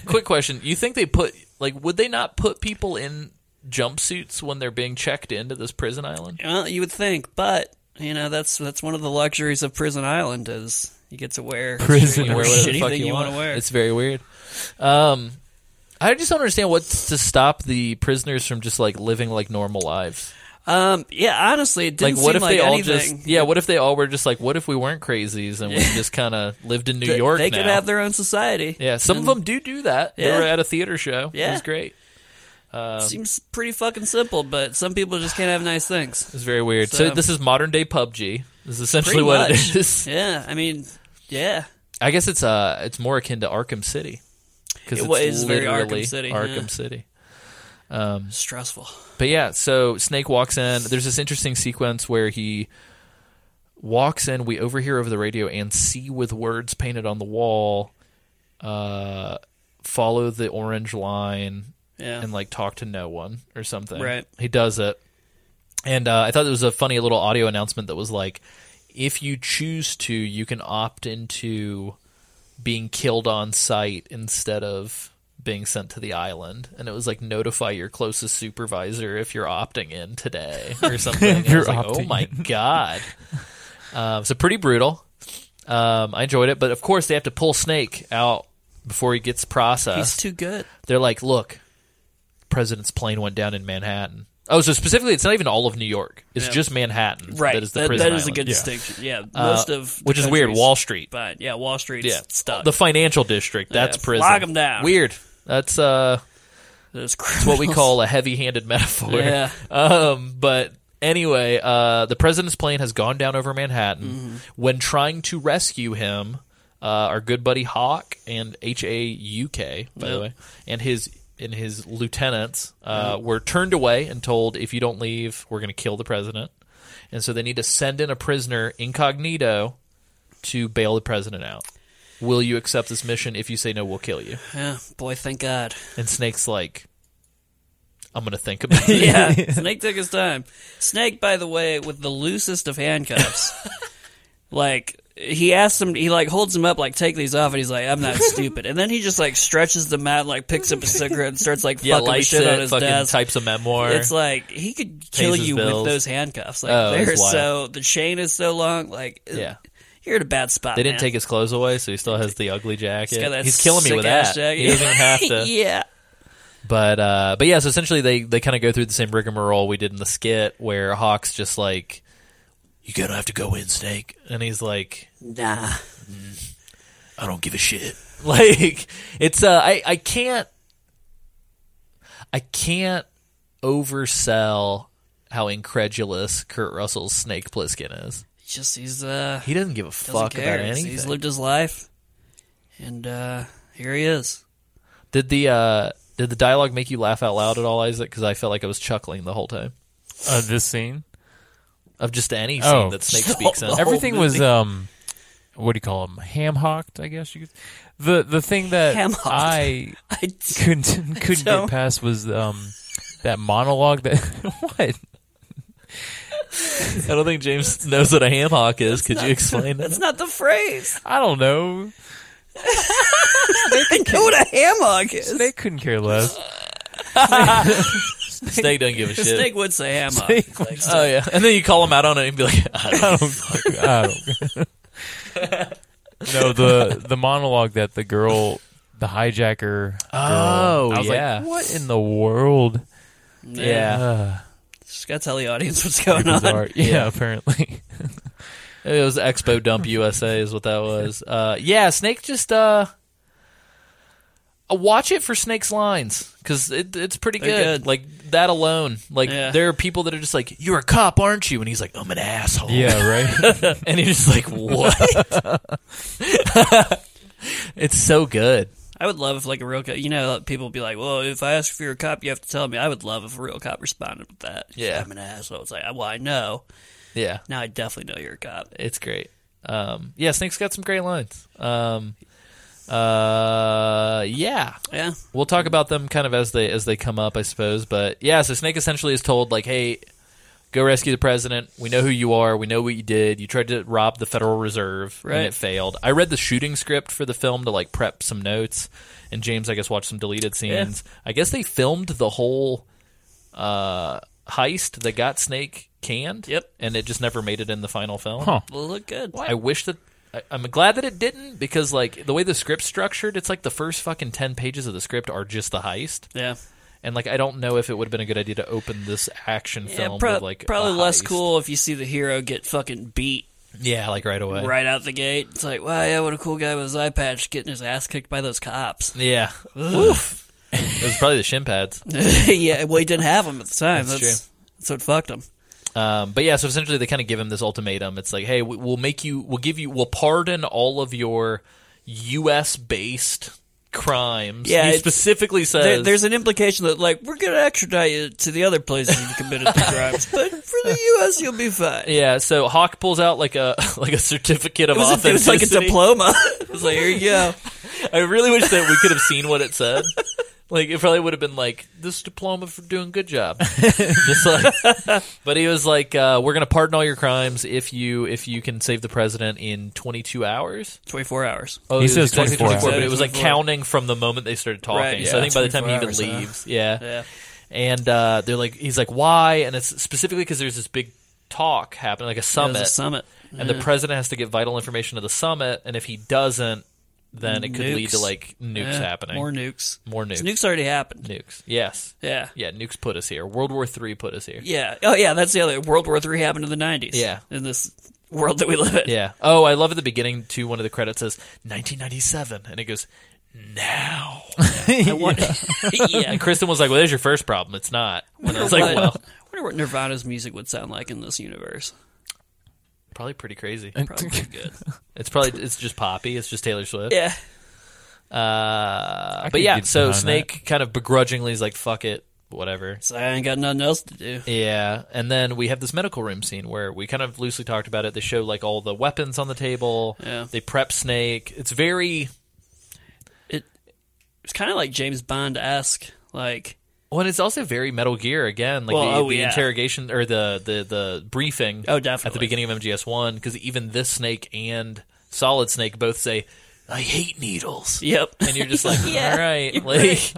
Speaker 1: Quick question: You think they put like would they not put people in jumpsuits when they're being checked into this prison island?
Speaker 3: Well, you would think, but you know that's that's one of the luxuries of Prison Island is you get to wear
Speaker 2: Prison
Speaker 3: you
Speaker 1: Wear
Speaker 3: wear
Speaker 1: whatever the
Speaker 3: shitty
Speaker 1: fuck
Speaker 3: thing you
Speaker 1: want.
Speaker 3: want to wear.
Speaker 1: It's very weird. Um, I just don't understand what's to stop the prisoners from just like living like normal lives.
Speaker 3: Um, yeah, honestly, it
Speaker 1: like
Speaker 3: didn't
Speaker 1: what
Speaker 3: seem
Speaker 1: if
Speaker 3: like
Speaker 1: they all
Speaker 3: anything.
Speaker 1: just yeah what if they all were just like what if we weren't crazies and we just kind of lived in new york
Speaker 3: They
Speaker 1: now?
Speaker 3: could have their own society.
Speaker 1: yeah some of them do do that they
Speaker 3: Yeah.
Speaker 1: were at a theater show it
Speaker 3: Yeah.
Speaker 1: was great
Speaker 3: Seems pretty fucking simple, but some people just can't have nice
Speaker 1: it
Speaker 3: things.
Speaker 1: was very weird so,
Speaker 3: So-
Speaker 1: this is modern day pubg this is essentially
Speaker 3: Pretty
Speaker 1: what
Speaker 3: much.
Speaker 1: it is
Speaker 3: Yeah, I mean, yeah.
Speaker 1: i guess it's uh it's more akin to arkham city because
Speaker 3: It
Speaker 1: it's
Speaker 3: wa- is very
Speaker 1: literally
Speaker 3: Arkham City, yeah.
Speaker 1: Arkham City.
Speaker 3: Stressful.
Speaker 1: But yeah, so Snake walks in. There's this interesting sequence where he walks in. We overhear over the radio and see with words painted on the wall. Uh, follow the orange line
Speaker 3: Yeah.
Speaker 1: and like talk to no one or something.
Speaker 3: Right.
Speaker 1: He does it, and uh, I thought it was a funny little audio announcement that was like, if you choose to, you can opt into being killed on site instead of being sent to the island and it was like notify your closest supervisor if you're opting in today or something And I
Speaker 2: you're
Speaker 1: was like, oh
Speaker 2: opting
Speaker 1: my god um, so pretty brutal um, i enjoyed it but of course they have to pull snake out before he gets
Speaker 3: He's
Speaker 1: processed
Speaker 3: too good.
Speaker 1: they're like look president's plane went down in manhattan oh so specifically it's not even all of new york it's
Speaker 3: Yeah.
Speaker 1: just manhattan that is the prison
Speaker 3: that is a
Speaker 1: island.
Speaker 3: good
Speaker 2: Yeah.
Speaker 3: distinction. Yeah,
Speaker 1: Uh,
Speaker 3: most of the
Speaker 1: which is weird
Speaker 3: country's
Speaker 1: wall street
Speaker 3: fine. yeah, Wall Street's
Speaker 1: yeah,
Speaker 3: stuck.
Speaker 1: the financial district. That's
Speaker 3: Yeah,
Speaker 1: prison.
Speaker 3: lock 'em down.
Speaker 1: Weird. That's uh,
Speaker 3: Those
Speaker 1: what we
Speaker 3: criminals.
Speaker 1: call a heavy-handed metaphor.
Speaker 3: Yeah.
Speaker 1: Um, but anyway, uh, the president's plane has gone down over Manhattan. When trying to rescue him, uh, our good buddy Hawk and H A U K, by the way, and his and his lieutenants uh, were turned away and told, if you don't leave, we're going to kill the president. And so they need to send in a prisoner incognito to bail the president out. Will you accept this mission? If you say no, we'll kill you.
Speaker 3: Yeah, boy, thank God.
Speaker 1: And Snake's like, I'm going to think about it.
Speaker 3: Yeah, Snake took his time. Snake, by the way, with the loosest of handcuffs. like he asks him, he like holds him up, like take these off, and he's like, "I'm not stupid." And then he just like stretches them out, and, like picks up a cigarette and starts like
Speaker 1: Yeah,
Speaker 3: fucking with
Speaker 1: lights
Speaker 3: shit on
Speaker 1: it,
Speaker 3: his
Speaker 1: fucking
Speaker 3: desk.
Speaker 1: types a memoir.
Speaker 3: It's like he could kill
Speaker 1: Pays his
Speaker 3: you
Speaker 1: bills.
Speaker 3: with those handcuffs. Like
Speaker 1: Oh,
Speaker 3: they're
Speaker 1: it's wild.
Speaker 3: so the chain is so long. Like
Speaker 1: Yeah.
Speaker 3: you're in a bad spot.
Speaker 1: they didn't
Speaker 3: man.
Speaker 1: take his clothes away, so he still has the ugly jacket.
Speaker 3: got that
Speaker 1: He's killing me with
Speaker 3: sick-ass
Speaker 1: that.
Speaker 3: jacket.
Speaker 1: He doesn't even have to.
Speaker 3: yeah.
Speaker 1: But uh, but yeah, so essentially they they kind of go through the same rigmarole we did in the skit where Hawk's just like, "You gonna have to go in, Snake," and he's like,
Speaker 3: Nah.
Speaker 1: "I don't give a shit." Like it's uh, I I can't I can't oversell how incredulous Kurt Russell's Snake Plissken is.
Speaker 3: Just he's uh
Speaker 1: He doesn't give a
Speaker 3: doesn't
Speaker 1: fuck
Speaker 3: care.
Speaker 1: about
Speaker 3: He's-
Speaker 1: anything.
Speaker 3: He's lived his life, and uh here he is.
Speaker 1: did the uh, did the dialogue make you laugh out loud at all, Isaac? Because I felt like I was chuckling the whole time
Speaker 2: Uh, this scene.
Speaker 1: of just any scene
Speaker 2: Oh.
Speaker 1: that Snake speaks in.
Speaker 3: Oh,
Speaker 2: Everything was um, what do you call them? Ham hocked, I guess you. Could. The the thing that
Speaker 3: Ham-hocked.
Speaker 2: I
Speaker 3: I
Speaker 2: couldn't couldn't
Speaker 3: don't-
Speaker 2: get past was um that monologue that what
Speaker 1: I don't think James knows what a ham hock is. Could you explain that?
Speaker 3: That's not the phrase.
Speaker 2: I don't know.
Speaker 3: I know what a hammock is.
Speaker 2: They couldn't care less.
Speaker 1: Snake doesn't give a
Speaker 3: The
Speaker 1: shit.
Speaker 3: snake would say hammock.
Speaker 2: Snake would
Speaker 3: Like,
Speaker 1: Oh yeah, and then you call him out on it and be like, I don't
Speaker 3: Oh,
Speaker 2: I don't. fuck- I don't. no the the monologue that the girl, the hijacker. Girl,
Speaker 3: Uh,
Speaker 1: Oh,
Speaker 2: I was
Speaker 1: yeah.
Speaker 2: Like, what in the world?
Speaker 1: know.
Speaker 2: Uh,
Speaker 3: Just gotta tell the audience what's going on.
Speaker 2: bizarre. Yeah,
Speaker 1: Yeah.
Speaker 2: apparently.
Speaker 1: It was Expo Dump USA is what that was. Uh, yeah, Snake just uh, uh, watch it for Snake's lines because it, it's pretty good.
Speaker 3: They're good.
Speaker 1: Like that alone, like
Speaker 3: Yeah.
Speaker 1: there are people that are just like, "You're a cop, aren't you?" And he's like, "I'm an asshole."
Speaker 2: Yeah, right.
Speaker 1: and you're just like, "What?" it's so good.
Speaker 3: I would love if like a real cop. You know, people be like, "Well, if I ask if you're a cop, you have to tell me." I would love if a real cop responded with that. He's
Speaker 1: Yeah.
Speaker 3: like, I'm an asshole. It's like, well, I know.
Speaker 1: Yeah.
Speaker 3: Now I definitely know you're a cop.
Speaker 1: It's great. Um, yeah, Snake's got some great lines. Um, uh, yeah,
Speaker 3: Yeah,
Speaker 1: we'll talk about them kind of as they as they come up, I suppose. But yeah, so Snake essentially is told like, "Hey, go rescue the president. We know who you are. We know what you did. You tried to rob the Federal Reserve,
Speaker 3: Right.
Speaker 1: and it failed." I read the shooting script for the film to like prep some notes, and James, I guess, watched some deleted scenes. I guess they filmed the whole uh, heist that got Snake canned.
Speaker 3: Yep.
Speaker 1: and it just never made it in the final film.
Speaker 2: Huh.
Speaker 3: well, look good.
Speaker 1: I wish that I, I'm glad that it didn't because like the way the script's structured, it's like the first fucking ten pages of the script are just the heist,
Speaker 3: Yeah,
Speaker 1: and like I don't know if it would have been a good idea to open this action film
Speaker 3: yeah. Pro-
Speaker 1: with like
Speaker 3: probably
Speaker 1: a
Speaker 3: less
Speaker 1: heist.
Speaker 3: cool if you see the hero get fucking beat
Speaker 1: Yeah, like right away.
Speaker 3: right out the gate. It's like, wow, yeah, what a cool guy with his eye patch getting his ass kicked by those cops.
Speaker 1: Yeah. Oof. it was probably the shin pads.
Speaker 3: yeah, well, he didn't have them at the time.
Speaker 1: That's
Speaker 3: That's, that's what fucked him.
Speaker 1: Um, but yeah, so essentially they kind of give him this ultimatum. It's like, hey, we- we'll make you, we'll give you, we'll pardon all of your U.S. based crimes.
Speaker 3: Yeah,
Speaker 1: he
Speaker 3: it's-
Speaker 1: specifically says
Speaker 3: There, there's an implication that, like, we're going to extradite you to the other places you've committed the crimes, but for the U.S., you'll be fine.
Speaker 1: Yeah, so Hawk pulls out like a like a certificate of
Speaker 3: It was, a- it was like
Speaker 1: authenticity.
Speaker 3: a diploma. it was like, here you go.
Speaker 1: I really wish that we could have seen what it said. Like it probably would have been like this diploma for doing good job. Just like- but he was like, uh, "We're gonna pardon all your crimes if you if you can save the president in 22 hours."
Speaker 3: 24 hours.
Speaker 1: Oh, it
Speaker 2: He
Speaker 1: was
Speaker 2: says
Speaker 1: exactly
Speaker 2: 24 hours.
Speaker 1: but it was like
Speaker 3: 24.
Speaker 1: counting from the moment they started talking.
Speaker 3: Right,
Speaker 1: So I
Speaker 3: yeah.
Speaker 1: think by the time he even
Speaker 3: 24 hours, huh?
Speaker 1: leaves, yeah.
Speaker 3: Yeah.
Speaker 1: And uh, they're like, he's like, "Why?" And it's specifically because there's this big talk happening, like a
Speaker 3: It was a
Speaker 1: summit.
Speaker 3: summit.
Speaker 1: and
Speaker 3: Mm-hmm.
Speaker 1: the president has to get vital information to the summit. And if he doesn't, then it could lead to
Speaker 3: Nukes.
Speaker 1: like nukes
Speaker 3: Yeah,
Speaker 1: happening,
Speaker 3: More nukes.
Speaker 1: More nukes.
Speaker 3: Nukes already happened.
Speaker 1: Nukes. Yes,
Speaker 3: Yeah.
Speaker 1: yeah, nukes put us here. World War Three put us here.
Speaker 3: Yeah. Oh, yeah, that's the other. World War Three happened in the 90s.
Speaker 1: Yeah.
Speaker 3: In this world that we live in.
Speaker 1: Yeah. Oh, I love at the beginning too. One of the credits says 1997, and it goes now.
Speaker 3: I wonder, yeah.
Speaker 1: and Kristen was like, "Well, there's your first problem. It's not." And I was like,
Speaker 3: what,
Speaker 1: "Well,
Speaker 3: I wonder what Nirvana's music would sound like in this universe.
Speaker 1: probably pretty crazy.
Speaker 3: Probably pretty good.
Speaker 1: It's probably it's just poppy. It's just Taylor Swift."
Speaker 3: Yeah.
Speaker 1: Uh, but
Speaker 2: could
Speaker 1: yeah,
Speaker 2: get
Speaker 1: so
Speaker 2: behind
Speaker 1: Snake kind of begrudgingly is like, "Fuck it, whatever."
Speaker 3: So I ain't got nothing else to do.
Speaker 1: Yeah, and then we have this medical room scene where we kind of loosely talked about it. They show like all the weapons on the table.
Speaker 3: Yeah.
Speaker 1: They prep Snake. It's very
Speaker 3: it it's kind of like James Bond esque. Like
Speaker 1: Well, and it's also very Metal Gear again, like
Speaker 3: Well,
Speaker 1: the,
Speaker 3: oh,
Speaker 1: the
Speaker 3: yeah.
Speaker 1: interrogation or the the the briefing.
Speaker 3: Oh,
Speaker 1: At the
Speaker 3: definitely.
Speaker 1: beginning of MGS One, because even this snake and Solid Snake both say, "I hate needles."
Speaker 3: Yep.
Speaker 1: And you're just like,
Speaker 3: Yeah,
Speaker 1: all right, like.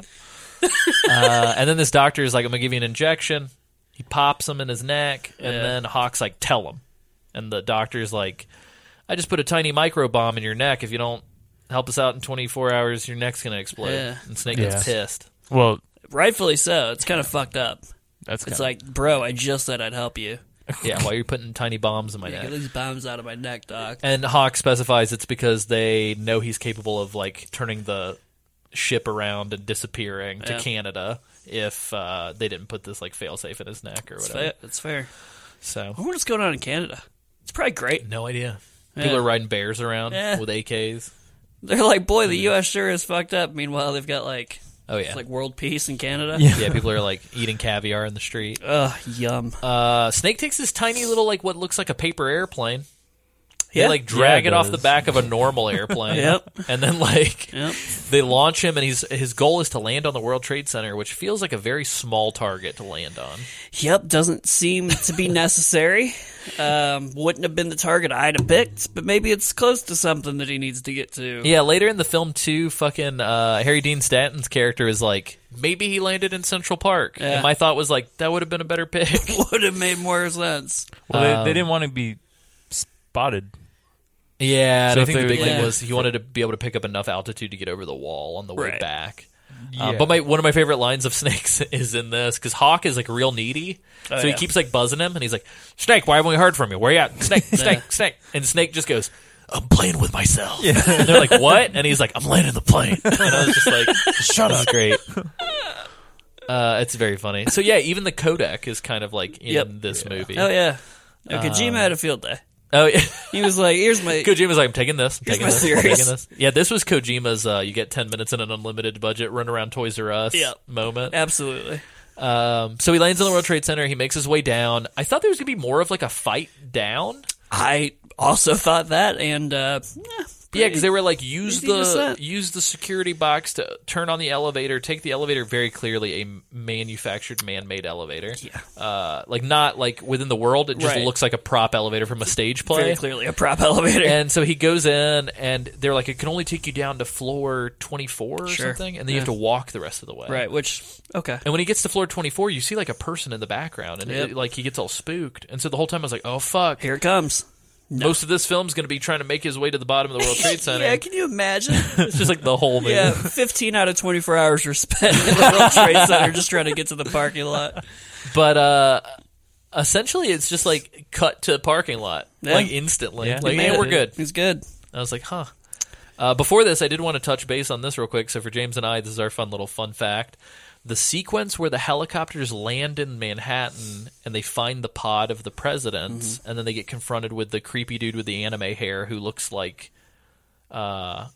Speaker 1: uh, and then this doctor is like, "I'm gonna give you an injection." He pops him in his neck, and
Speaker 3: Yeah.
Speaker 1: then Hawk's like, "Tell him." And the doctor's like, "I just put a tiny micro bomb in your neck. If you don't help us out in 24 hours, your neck's gonna explode."
Speaker 3: Yeah.
Speaker 1: And Snake gets
Speaker 2: Yeah.
Speaker 1: pissed.
Speaker 2: Well,
Speaker 3: Rightfully so. It's kind of fucked up.
Speaker 2: that's
Speaker 3: It's
Speaker 2: kinda-
Speaker 3: like, bro, I just said I'd help you.
Speaker 1: Yeah, while you're putting tiny bombs in my
Speaker 3: Get
Speaker 1: neck.
Speaker 3: these bombs out of my neck, doc.
Speaker 1: And Hawk specifies it's because they know he's capable of like turning the ship around and disappearing to
Speaker 3: Yeah.
Speaker 1: Canada if uh, they didn't put this like failsafe in his neck or
Speaker 3: It's
Speaker 1: whatever.
Speaker 3: fair. It's fair. I
Speaker 1: So
Speaker 3: wonder what's going on in Canada. It's probably great.
Speaker 1: no idea.
Speaker 3: Yeah.
Speaker 1: People are riding bears around
Speaker 3: Yeah.
Speaker 1: with AKs.
Speaker 3: They're like, boy, the U.S. sure is fucked up. Meanwhile, they've got like,
Speaker 1: Mm-hmm. Oh yeah,
Speaker 3: it's like world peace in Canada.
Speaker 1: yeah. People are like eating caviar in the street.
Speaker 3: Ugh, yum.
Speaker 1: Uh, Snake takes this tiny little like what looks like a paper airplane.
Speaker 3: Yeah.
Speaker 1: They like drag
Speaker 2: Yeah,
Speaker 1: it
Speaker 2: it
Speaker 1: off the
Speaker 2: does.
Speaker 1: back of a normal airplane.
Speaker 3: Yep.
Speaker 1: And then like
Speaker 3: Yep.
Speaker 1: they launch him and he's his goal is to land on the World Trade Center, which feels like a very small target to land on.
Speaker 3: Yep, doesn't seem to be necessary. Um, wouldn't have been the target I'd have picked, but maybe it's close to something that he needs to get to.
Speaker 1: Yeah, later in the film too, fucking uh, Harry Dean Stanton's character is like, Maybe he landed in Central Park.
Speaker 3: Yeah.
Speaker 1: And my thought was like, that would have been a better pick.
Speaker 3: Would have made more sense.
Speaker 2: well, they, they didn't want to be spotted.
Speaker 1: yeah,
Speaker 2: So
Speaker 1: I
Speaker 2: if
Speaker 1: think the
Speaker 2: they-
Speaker 1: big thing
Speaker 3: Yeah.
Speaker 1: was he wanted to be able to pick up enough altitude to get over the wall on the way
Speaker 3: Right.
Speaker 1: back. Uh,
Speaker 2: Yeah.
Speaker 1: but my one of my favorite lines of snakes is in this because Hawk is like real needy,
Speaker 3: Oh,
Speaker 1: so he
Speaker 3: yeah.
Speaker 1: keeps like buzzing him, and he's like, "Snake, why haven't we heard from you? Where you at? Snake, snake, snake!" And Snake just goes, "I'm playing with myself." And they're like, "What?" And he's like, "I'm landing the plane." And I was just like, "Shut up!" Great. Uh, it's very funny. So yeah, even the codec is kind of like in
Speaker 3: Yep.
Speaker 1: this movie.
Speaker 3: Oh yeah. No,
Speaker 1: Um,
Speaker 3: Kojima had a field day.
Speaker 1: Oh yeah.
Speaker 3: He was like, "Here's my
Speaker 1: Kojima's like, I'm taking this, I'm taking
Speaker 3: my
Speaker 1: this, I'm
Speaker 3: series.
Speaker 1: taking this. Yeah, this was Kojima's. Uh, you get ten minutes in an unlimited budget, run around Toys R Us
Speaker 3: Yep.
Speaker 1: moment.
Speaker 3: absolutely."
Speaker 1: Um, so he lands on the World Trade Center. He makes his way down. I thought there was gonna be more of like a fight down.
Speaker 3: I also thought that, and uh, eh,
Speaker 1: Yeah, because they were like use
Speaker 3: Easy to
Speaker 1: the
Speaker 3: set.
Speaker 1: use the security box to turn on the elevator. Take the elevator very clearly a manufactured man-made elevator.
Speaker 3: Yeah.
Speaker 1: uh, like not like within the world. It just
Speaker 3: Right.
Speaker 1: looks like a prop elevator from a stage play.
Speaker 3: very clearly a prop elevator.
Speaker 1: And so he goes in, and they're like, it can only take you down to floor 24 or
Speaker 3: Sure.
Speaker 1: something, and then you have to
Speaker 3: Yeah.
Speaker 1: walk the rest of the way.
Speaker 3: right, which okay,
Speaker 1: And when he gets to floor 24, you see like a person in the background, and
Speaker 3: Yep.
Speaker 1: it, like he gets all spooked. And so the whole time I was like, oh fuck.
Speaker 3: here it comes.
Speaker 1: Most of this film's going to be trying to make his way to the bottom of the World Trade Center.
Speaker 3: Yeah, can you imagine?
Speaker 1: it's just like the whole movie.
Speaker 3: yeah, fifteen out of twenty-four hours were spent in the World Trade Center just trying to get to the parking lot.
Speaker 1: But uh, essentially, it's just like cut to parking lot,
Speaker 3: Yeah.
Speaker 1: like instantly.
Speaker 2: Yeah.
Speaker 1: Like,
Speaker 2: You
Speaker 1: man,
Speaker 2: made
Speaker 1: we're
Speaker 2: it.
Speaker 1: good.
Speaker 3: It's good.
Speaker 1: I was like, huh. Uh, before this, I did want to touch base on this real quick. So for James and I, this is our fun little fun fact. The sequence where the helicopters land in Manhattan and they find the pod of the presidents,
Speaker 3: Mm-hmm.
Speaker 1: and then they get confronted with the creepy dude with the anime hair who looks like, uh,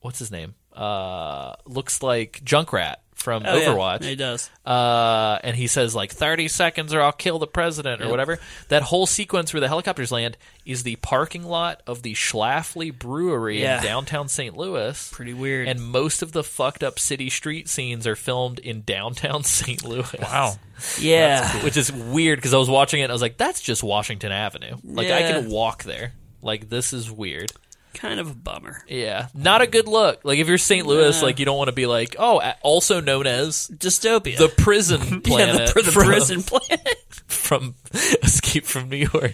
Speaker 1: what's his name? Uh, looks like Junkrat from
Speaker 3: Oh, yeah,
Speaker 1: Overwatch
Speaker 3: it does.
Speaker 1: uh, and he says like 30 seconds or i'll kill the president or whatever that whole sequence where the helicopters land is the parking lot of the schlafly brewery
Speaker 3: Yeah.
Speaker 1: in downtown st louis
Speaker 3: Pretty weird.
Speaker 1: and most of the fucked up city street scenes are filmed in downtown st louis
Speaker 2: Wow.
Speaker 3: yeah,
Speaker 1: which is weird because i was watching it and i was like that's just washington avenue like i
Speaker 3: Yeah.
Speaker 1: can walk there like this is weird
Speaker 3: kind of a bummer.
Speaker 1: yeah not a good look like if you're st louis
Speaker 3: Nah.
Speaker 1: like you don't want to be like oh a- also known as
Speaker 3: Dystopia.
Speaker 1: the prison
Speaker 3: yeah,
Speaker 1: planet
Speaker 3: the, pr- the
Speaker 1: from-
Speaker 3: prison planet.
Speaker 1: from Escape from New York.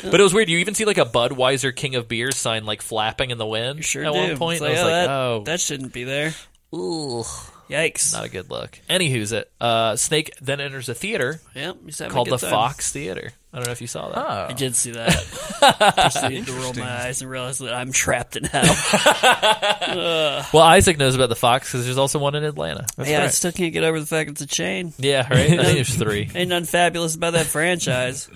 Speaker 1: But it was weird. You even see like a Budweiser King of Beers sign like flapping in the wind
Speaker 3: Sure
Speaker 1: at
Speaker 3: do.
Speaker 1: one point.
Speaker 3: It's
Speaker 1: And I was
Speaker 3: oh,
Speaker 1: like,
Speaker 3: that,
Speaker 1: oh,
Speaker 3: that shouldn't be there.
Speaker 1: ooh,
Speaker 3: Yikes.
Speaker 1: not a good look. Anywho's it. Uh, Snake then enters a theater
Speaker 3: yep, he's having a
Speaker 1: called
Speaker 3: good
Speaker 1: the
Speaker 3: time.
Speaker 1: Fox Theater. I don't know if you saw that.
Speaker 3: I did see that. Proceeded to roll my eyes and realize that I'm trapped in hell.
Speaker 1: Well, Isaac knows about the Fox because there's also one in Atlanta.
Speaker 3: yeah, I
Speaker 2: right.
Speaker 3: still can't get over the fact it's a chain.
Speaker 1: Yeah, right. I think there's three.
Speaker 3: Ain't nothing fabulous about that franchise.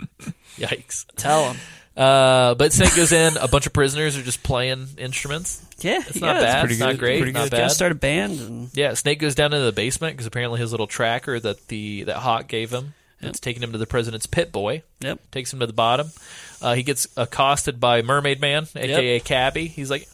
Speaker 1: Yikes.
Speaker 3: Tell them.
Speaker 1: Uh, but Snake goes in. A bunch of prisoners are just playing instruments.
Speaker 3: Yeah,
Speaker 1: It's not bad. It's not great.
Speaker 2: Pretty
Speaker 1: Not
Speaker 3: Gotta
Speaker 1: bad.
Speaker 3: start a band and
Speaker 1: Yeah, Snake goes down into the basement because apparently his little tracker that the that Hawk gave him that's taking him to the president's pit boy
Speaker 3: yep.
Speaker 1: takes him to the bottom. Uh, he gets accosted by Mermaid Man, aka Cabby. He's like,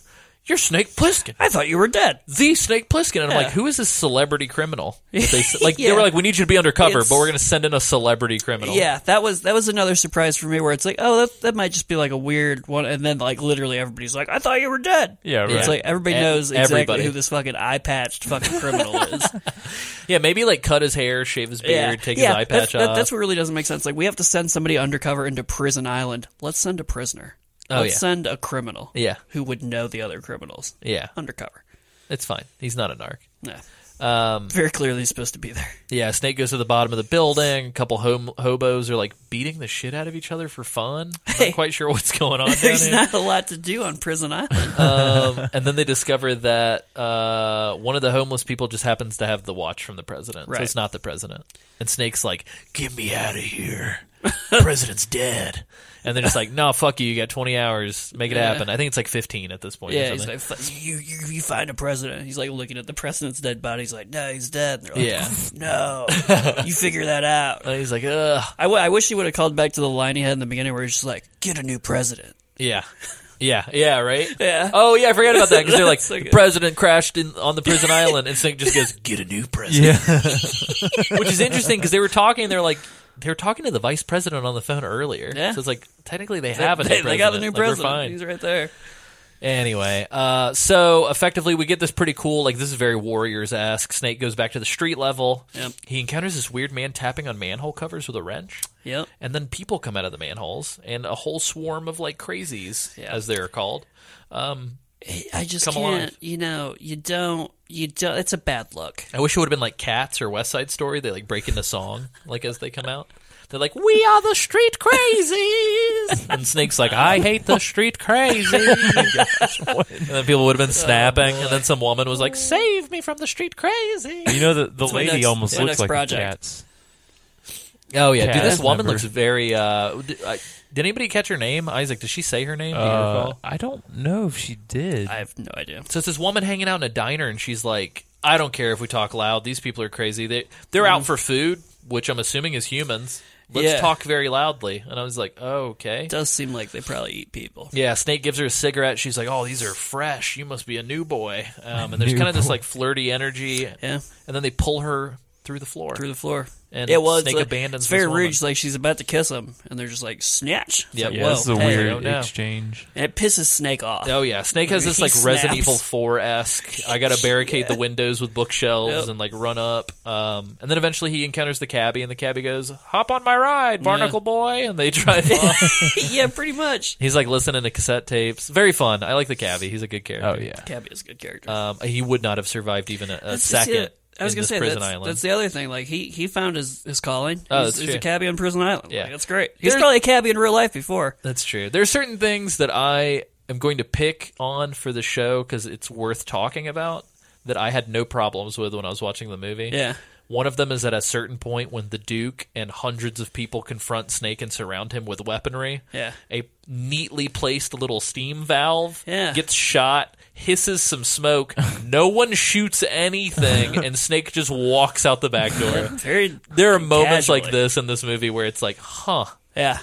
Speaker 1: You're Snake Plissken.
Speaker 3: I thought you were dead.
Speaker 1: The Snake Plissken. And I'm
Speaker 3: Yeah.
Speaker 1: like, who is this celebrity criminal? that They, s- like,
Speaker 3: Yeah.
Speaker 1: they were like, we need you to be undercover,
Speaker 3: It's-
Speaker 1: but we're going to send in a celebrity criminal.
Speaker 3: Yeah, that was that was another surprise for me where it's like, oh, that, that might just be like a weird one, and then like literally everybody's like, I thought you were dead.
Speaker 2: Yeah, right.
Speaker 3: It's like everybody
Speaker 1: And
Speaker 3: knows exactly
Speaker 1: E- everybody.
Speaker 3: who this fucking eye patched fucking criminal is.
Speaker 1: Yeah, maybe like cut his hair, shave his beard, take his eye
Speaker 3: that's-
Speaker 1: patch
Speaker 3: that-
Speaker 1: off.
Speaker 3: that's what really doesn't make sense. Like we have to send somebody undercover into Prison Island. Let's send a prisoner.
Speaker 1: Oh,
Speaker 3: Let's
Speaker 1: yeah.
Speaker 3: send a criminal.
Speaker 1: Yeah.
Speaker 3: who would know the other criminals
Speaker 1: yeah,
Speaker 3: undercover.
Speaker 1: it's fine. He's not a narc.
Speaker 3: Yeah,
Speaker 1: Um,
Speaker 3: very clearly he's supposed to be there.
Speaker 1: yeah, Snake goes to the bottom of the building. A couple home hobos are like beating the shit out of each other for fun. I'm
Speaker 3: Hey.
Speaker 1: not quite sure what's going on down
Speaker 3: There's
Speaker 1: here.
Speaker 3: not a lot to do on Prison Island.
Speaker 1: um, and then they discover that uh, one of the homeless people just happens to have the watch from the president,
Speaker 3: Right.
Speaker 1: so it's not the president. And Snake's like, "Get me out of here! president's dead." And they're just like, "No, fuck you! You got 20 hours. Make it happen." I think it's like 15 at this point. or
Speaker 3: yeah, he's
Speaker 1: something.
Speaker 3: like, "Fuck, you, you, you find a president. He's like looking at the president's dead body. He's like, no, he's dead. And they're like,
Speaker 1: Yeah.
Speaker 3: no, you figure that out.
Speaker 1: And he's like, "Ugh,
Speaker 3: I, w- I wish he would have called back to the line he had in the beginning where he's just like, get a new president.
Speaker 1: yeah." Yeah, yeah, right.
Speaker 3: Yeah.
Speaker 1: Oh, yeah. I forgot about that because they're like,
Speaker 3: That's so
Speaker 1: the
Speaker 3: good.
Speaker 1: president crashed in on the prison island, and Snake just goes, "Get a new president."
Speaker 2: Yeah.
Speaker 1: which is interesting because they were talking. They're like they were talking to the vice president on the phone earlier.
Speaker 3: Yeah.
Speaker 1: So it's like technically they have a new
Speaker 3: they,
Speaker 1: president.
Speaker 3: they got a new
Speaker 1: Like, we're
Speaker 3: president.
Speaker 1: fine.
Speaker 3: He's right there.
Speaker 1: Anyway, uh, so effectively we get this pretty cool. Like this is very Warriors esque. Snake goes back to the street level.
Speaker 3: Yep.
Speaker 1: He encounters this weird man tapping on manhole covers with a wrench.
Speaker 3: Yep.
Speaker 1: And then people come out of the manholes, and a whole swarm of like crazies,
Speaker 3: Yeah.
Speaker 1: as they're called. Um,
Speaker 3: I just
Speaker 1: Come
Speaker 3: can't.
Speaker 1: alive.
Speaker 3: You know, you don't. You don't. It's a bad look.
Speaker 1: I wish it would have been like Cats or West Side Story. They like break into song like as they come out. They're like, "We are the street crazies," and Snake's like, "I hate the street crazies." and then people would have been snapping, and then some woman was like, "Save me from the street crazies."
Speaker 2: You know, the, the
Speaker 3: my
Speaker 2: lady
Speaker 3: next-
Speaker 2: almost
Speaker 3: my
Speaker 2: looks
Speaker 3: next
Speaker 2: like
Speaker 3: project.
Speaker 2: a cat's.
Speaker 1: Oh yeah, dude,
Speaker 2: Cats
Speaker 1: this woman
Speaker 2: member.
Speaker 1: looks very. Uh, did, I, did anybody catch her name, Isaac? Did she say her name? Do you
Speaker 2: Uh,
Speaker 1: recall?
Speaker 2: I don't know if she did.
Speaker 3: I have no idea.
Speaker 1: So it's this woman hanging out in a diner, and she's like, "I don't care if we talk loud. These people are crazy. They they're out for food, which I'm assuming is humans. Let's
Speaker 3: Yeah.
Speaker 1: talk very loudly." And I was like, "Oh, okay."
Speaker 3: It does seem like they probably eat people.
Speaker 1: Yeah, Snake gives her a cigarette. She's like, "Oh, these are fresh. You must be a new boy." Um, and there's
Speaker 2: new
Speaker 1: kind of this
Speaker 2: boy.
Speaker 1: like flirty energy, and
Speaker 3: Yeah,
Speaker 1: then they pull her through the floor.
Speaker 3: through the floor.
Speaker 1: And
Speaker 3: it was
Speaker 1: Snake
Speaker 3: like,
Speaker 1: abandons
Speaker 3: It's very
Speaker 1: this woman.
Speaker 3: rude. She's like she's about to kiss him, and they're just like snatch. It's
Speaker 1: Yep.
Speaker 3: like,
Speaker 2: yeah,
Speaker 3: whoa,
Speaker 2: this is a
Speaker 3: hey.
Speaker 1: don't
Speaker 2: weird
Speaker 1: know.
Speaker 2: exchange.
Speaker 3: And it pisses Snake off.
Speaker 1: Oh yeah, Snake has this
Speaker 3: He
Speaker 1: like Resident
Speaker 3: snaps.
Speaker 1: Evil Four esque. I gotta barricade the windows with bookshelves
Speaker 3: Yep.
Speaker 1: and like run up. Um, and then eventually he encounters the cabbie, and the cabbie goes, "Hop on my ride, Barnacle Boy," and they drive off.
Speaker 3: yeah, pretty much.
Speaker 1: He's like listening to cassette tapes. Very fun. I like the cabbie. He's a good
Speaker 2: Oh
Speaker 1: character.
Speaker 2: yeah.
Speaker 3: Cabby is a good character.
Speaker 1: Um, he would not have survived even a, a
Speaker 3: That's just
Speaker 1: second.
Speaker 3: it. I was
Speaker 1: in
Speaker 3: gonna
Speaker 1: this
Speaker 3: say
Speaker 1: prison
Speaker 3: that's,
Speaker 1: island.
Speaker 3: that's the other thing. Like he he found his his calling.
Speaker 1: Oh,
Speaker 3: he's
Speaker 1: that's
Speaker 3: he's a
Speaker 1: true.
Speaker 3: cabbie on Prison Island.
Speaker 1: Yeah.
Speaker 3: Like, that's great. He's
Speaker 1: There's-
Speaker 3: probably a cabbie in real life before.
Speaker 1: That's true. There are certain things that I am going to pick on for the show because it's worth talking about that I had no problems with when I was watching the movie.
Speaker 3: Yeah.
Speaker 1: One of them is at a certain point when the Duke and hundreds of people confront Snake and surround him with weaponry.
Speaker 3: Yeah.
Speaker 1: A neatly placed little steam valve
Speaker 3: Yeah.
Speaker 1: gets shot, hisses some smoke. no one shoots anything, and Snake just walks out the back door.
Speaker 3: Very.
Speaker 1: There are moments like
Speaker 3: Casually.
Speaker 1: this in this movie where it's like, huh,
Speaker 3: Yeah.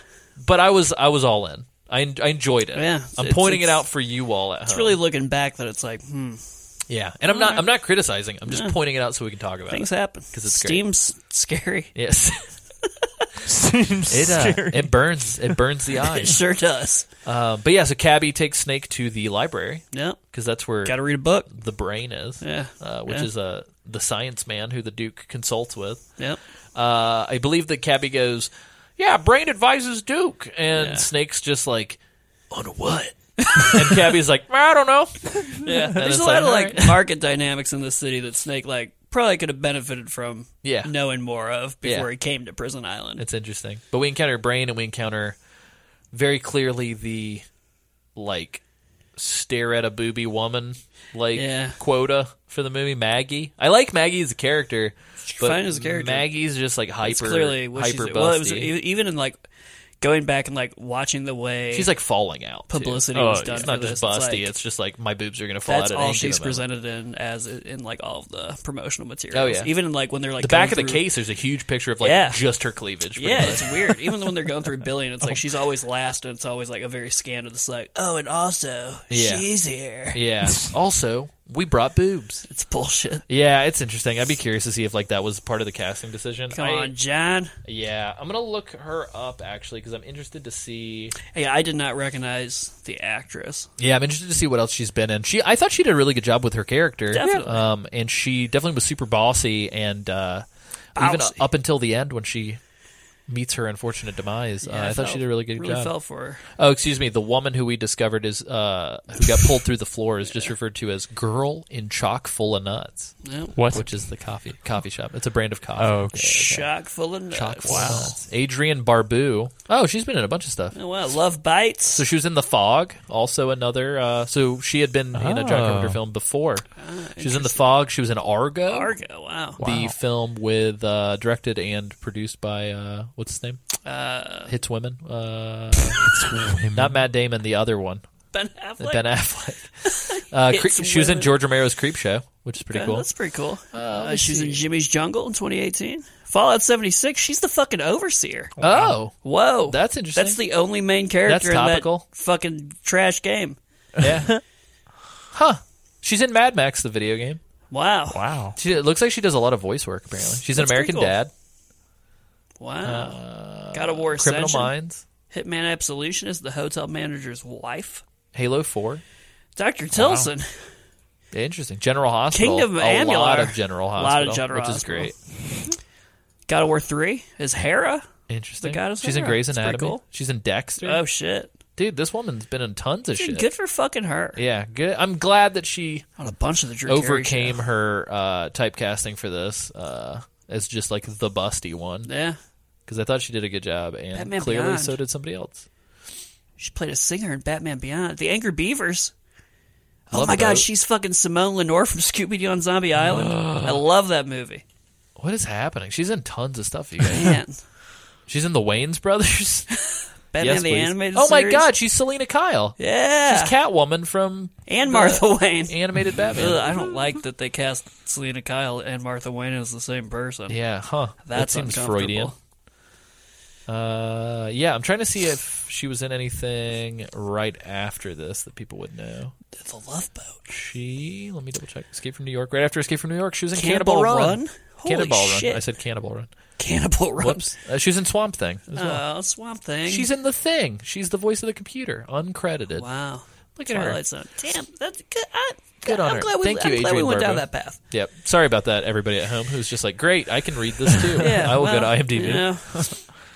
Speaker 1: but I was I was all in. I, en- I enjoyed it.
Speaker 3: Yeah,
Speaker 1: I'm
Speaker 3: it's-
Speaker 1: pointing it
Speaker 3: it's-
Speaker 1: out for you all at
Speaker 3: It's
Speaker 1: home.
Speaker 3: really looking back that it's like, hmm,
Speaker 1: yeah, and I'm not I'm not criticizing. I'm just pointing it out so we can talk about
Speaker 3: things
Speaker 1: it.
Speaker 3: happen.
Speaker 1: 'Cause it's great.
Speaker 3: Steam's scary.
Speaker 1: Yes,
Speaker 2: Seems
Speaker 1: it uh,
Speaker 2: scary.
Speaker 1: it burns it burns the
Speaker 3: It
Speaker 1: eyes.
Speaker 3: sure does.
Speaker 1: um, but yeah, so Cabby takes Snake to the library
Speaker 3: Yeah.
Speaker 1: because that's where
Speaker 3: Got to read a book.
Speaker 1: the brain is.
Speaker 3: Yeah.
Speaker 1: uh, which
Speaker 3: Yeah.
Speaker 1: is uh, the science man who the Duke consults with.
Speaker 3: Yep.
Speaker 1: Uh, I believe that Cabby goes, "Yeah, Brain advises Duke," and
Speaker 3: Yeah.
Speaker 1: Snake's just like, "On what?" and Cabby's like, "I don't know."
Speaker 3: Yeah. There's
Speaker 1: it's
Speaker 3: a lot
Speaker 1: like,
Speaker 3: of like
Speaker 1: all right.
Speaker 3: market dynamics in this city that Snake like probably could have benefited from
Speaker 1: Yeah.
Speaker 3: knowing more of before
Speaker 1: Yeah.
Speaker 3: he came to Prison Island.
Speaker 1: It's interesting. But we encounter Brain and we encounter very clearly the like stare at a booby woman like
Speaker 3: Yeah.
Speaker 1: quota for the movie Maggie. I like Maggie as a character. But
Speaker 3: fine as a character.
Speaker 1: Maggie's just like hyper
Speaker 3: It's clearly what she's
Speaker 1: hyper busty.
Speaker 3: well, it was e- even in like going back and like watching the way
Speaker 1: She's like falling out. too.
Speaker 3: publicity
Speaker 2: Oh,
Speaker 3: was
Speaker 2: yeah.
Speaker 3: done.
Speaker 1: It's
Speaker 3: for
Speaker 1: not
Speaker 3: this.
Speaker 1: just
Speaker 3: It's,
Speaker 1: busty.
Speaker 3: like,
Speaker 1: It's, just like my boobs are gonna fall
Speaker 3: that's
Speaker 1: out. at
Speaker 3: all
Speaker 1: any
Speaker 3: she's
Speaker 1: given moment.
Speaker 3: presented in as i- in like all of the promotional materials.
Speaker 1: Oh, yeah.
Speaker 3: Even in like when they're like
Speaker 1: The back of
Speaker 3: going
Speaker 1: the
Speaker 3: through-
Speaker 1: case, there's a huge picture of like
Speaker 3: Yeah.
Speaker 1: just her cleavage. pretty
Speaker 3: Yeah,
Speaker 1: much. Oh.
Speaker 3: it's weird. Even when they're going through billion, it's like she's always last, and it's always like a very scandal. It's like, oh, and also
Speaker 1: Yeah.
Speaker 3: she's here.
Speaker 1: yeah. Also, we brought boobs.
Speaker 3: It's bullshit.
Speaker 1: Yeah, it's interesting. I'd be curious to see if like that was part of the casting decision.
Speaker 3: Come
Speaker 1: I-
Speaker 3: on, John.
Speaker 1: Yeah, I'm gonna look her up actually because I'm interested to see.
Speaker 3: Hey, I did not recognize the actress.
Speaker 1: Yeah, I'm interested to see what else she's been in. She, I thought she did a really good job with her character.
Speaker 3: Definitely.
Speaker 1: Um, and she definitely was super bossy and uh, even
Speaker 3: Bossy.
Speaker 1: up until the end when she meets her unfortunate demise. uh, I, thought
Speaker 3: felt-
Speaker 1: she did a really good
Speaker 3: really
Speaker 1: job.
Speaker 3: felt for her.
Speaker 1: Oh, excuse me. The woman who we discovered is uh, who got pulled through the floor is just referred to as "girl in chock full of nuts,"
Speaker 3: Yep.
Speaker 2: What?
Speaker 1: which is the coffee coffee shop. It's a brand of coffee.
Speaker 2: Oh, okay.
Speaker 3: Shock full of nuts.
Speaker 1: chock full of nuts. Adrian Barbu. Oh, she's been in a bunch of stuff.
Speaker 3: Oh, wow. Love bites.
Speaker 1: So she was in The Fog, also another. Uh, so she had been in a John
Speaker 2: Oh.
Speaker 1: Carpenter film before. she was in The Fog. She was in Argo,
Speaker 3: Argo. Wow.
Speaker 1: the film with uh, directed and produced by uh, what's his name? Uh, Hits Women. Uh, not Matt Damon. The other one.
Speaker 3: Ben Affleck.
Speaker 1: Uh, Ben Affleck. Uh, Cre-
Speaker 3: It's
Speaker 1: she was in
Speaker 3: women.
Speaker 1: George Romero's Creep Show, which is pretty
Speaker 3: Yeah,
Speaker 1: cool.
Speaker 3: That's pretty cool. Uh, she's in Jimmy's Jungle in 2018. Fallout 76. She's the fucking overseer.
Speaker 1: Oh,
Speaker 3: Whoa,
Speaker 1: That's interesting.
Speaker 3: That's the only main character
Speaker 1: That's topical.
Speaker 3: in that fucking trash game.
Speaker 1: yeah. huh. She's in Mad Max, the video game.
Speaker 3: Wow, wow,
Speaker 2: Wow.
Speaker 1: She it looks like she does a lot of voice work. Apparently, she's an
Speaker 3: That's pretty
Speaker 1: American
Speaker 3: cool.
Speaker 1: Dad,
Speaker 3: God of War
Speaker 1: Uh, Criminal
Speaker 3: Ascension,
Speaker 1: Minds,
Speaker 3: Hitman Absolution is the hotel manager's wife.
Speaker 1: Halo Four.
Speaker 3: Doctor Tilson.
Speaker 1: Interesting. General Hospital.
Speaker 3: Kingdom of
Speaker 1: a
Speaker 3: Amular.
Speaker 1: lot of General
Speaker 3: A lot of
Speaker 1: Hospital,
Speaker 3: General
Speaker 1: which
Speaker 3: Hospital.
Speaker 1: is great.
Speaker 3: God of War Three is Hera.
Speaker 1: Interesting.
Speaker 3: The goddess
Speaker 1: She's in
Speaker 3: Sarah.
Speaker 1: Grey's
Speaker 3: That's pretty
Speaker 1: Anatomy.
Speaker 3: cool.
Speaker 1: She's in Dexter.
Speaker 3: Oh shit,
Speaker 1: Dude, this woman's been in tons of
Speaker 3: Dude,
Speaker 1: shit.
Speaker 3: good for fucking her.
Speaker 1: Yeah, good. I'm glad that she
Speaker 3: On a bunch of the Drew Carey
Speaker 1: overcame
Speaker 3: show.
Speaker 1: her uh, typecasting for this uh, as just like the busty one
Speaker 3: Yeah,
Speaker 1: because I thought she did a good job, and
Speaker 3: Batman
Speaker 1: clearly
Speaker 3: Beyond.
Speaker 1: so did somebody else.
Speaker 3: she played a singer in Batman Beyond. The Angry Beavers. oh
Speaker 1: Love
Speaker 3: my
Speaker 1: Boat.
Speaker 3: god, she's fucking Simone Lenore from Scooby Doo on Zombie Island. I love that movie.
Speaker 1: What is happening? She's in tons of stuff. You guys.
Speaker 3: Man,
Speaker 1: She's in the Wayne's Brothers.
Speaker 3: Batman
Speaker 1: yes,
Speaker 3: the
Speaker 1: please.
Speaker 3: animated.
Speaker 1: Oh my
Speaker 3: series.
Speaker 1: God, she's Selena Kyle.
Speaker 3: Yeah,
Speaker 1: She's Catwoman from
Speaker 3: and Martha Wayne.
Speaker 1: animated Batman.
Speaker 3: Ugh, I don't like that they cast Selena Kyle and Martha Wayne as the same person.
Speaker 1: Yeah, huh?
Speaker 3: That's
Speaker 1: that seems
Speaker 3: uncomfortable.
Speaker 1: Freudian. Uh, yeah, I'm trying to see if she was in anything right after this that people would know.
Speaker 3: The Love Boat.
Speaker 1: She, let me double check. Escape from New York. Right after Escape from New York, she was in Cannibal,
Speaker 3: Cannibal
Speaker 1: Run.
Speaker 3: Run? Holy
Speaker 1: Cannibal
Speaker 3: shit.
Speaker 1: Run. I said Cannibal Run.
Speaker 3: Cannibal Run.
Speaker 1: Whoops. Uh, she was in Swamp Thing. as well.
Speaker 3: Uh, Swamp Thing.
Speaker 1: She's in The Thing. She's the voice of the computer, uncredited.
Speaker 3: wow.
Speaker 1: Look at her.
Speaker 3: Twilight Zone. Damn, that's good. I,
Speaker 1: Good on
Speaker 3: I'm
Speaker 1: her.
Speaker 3: glad we,
Speaker 1: Thank
Speaker 3: I'm
Speaker 1: you,
Speaker 3: glad we
Speaker 1: Adrian
Speaker 3: went down
Speaker 1: Barbeau.
Speaker 3: that path.
Speaker 1: Yep. Sorry about that, everybody at home who's just like, great, I can read this too.
Speaker 3: Yeah,
Speaker 1: I will
Speaker 3: well,
Speaker 1: go to IMDb.
Speaker 3: You know,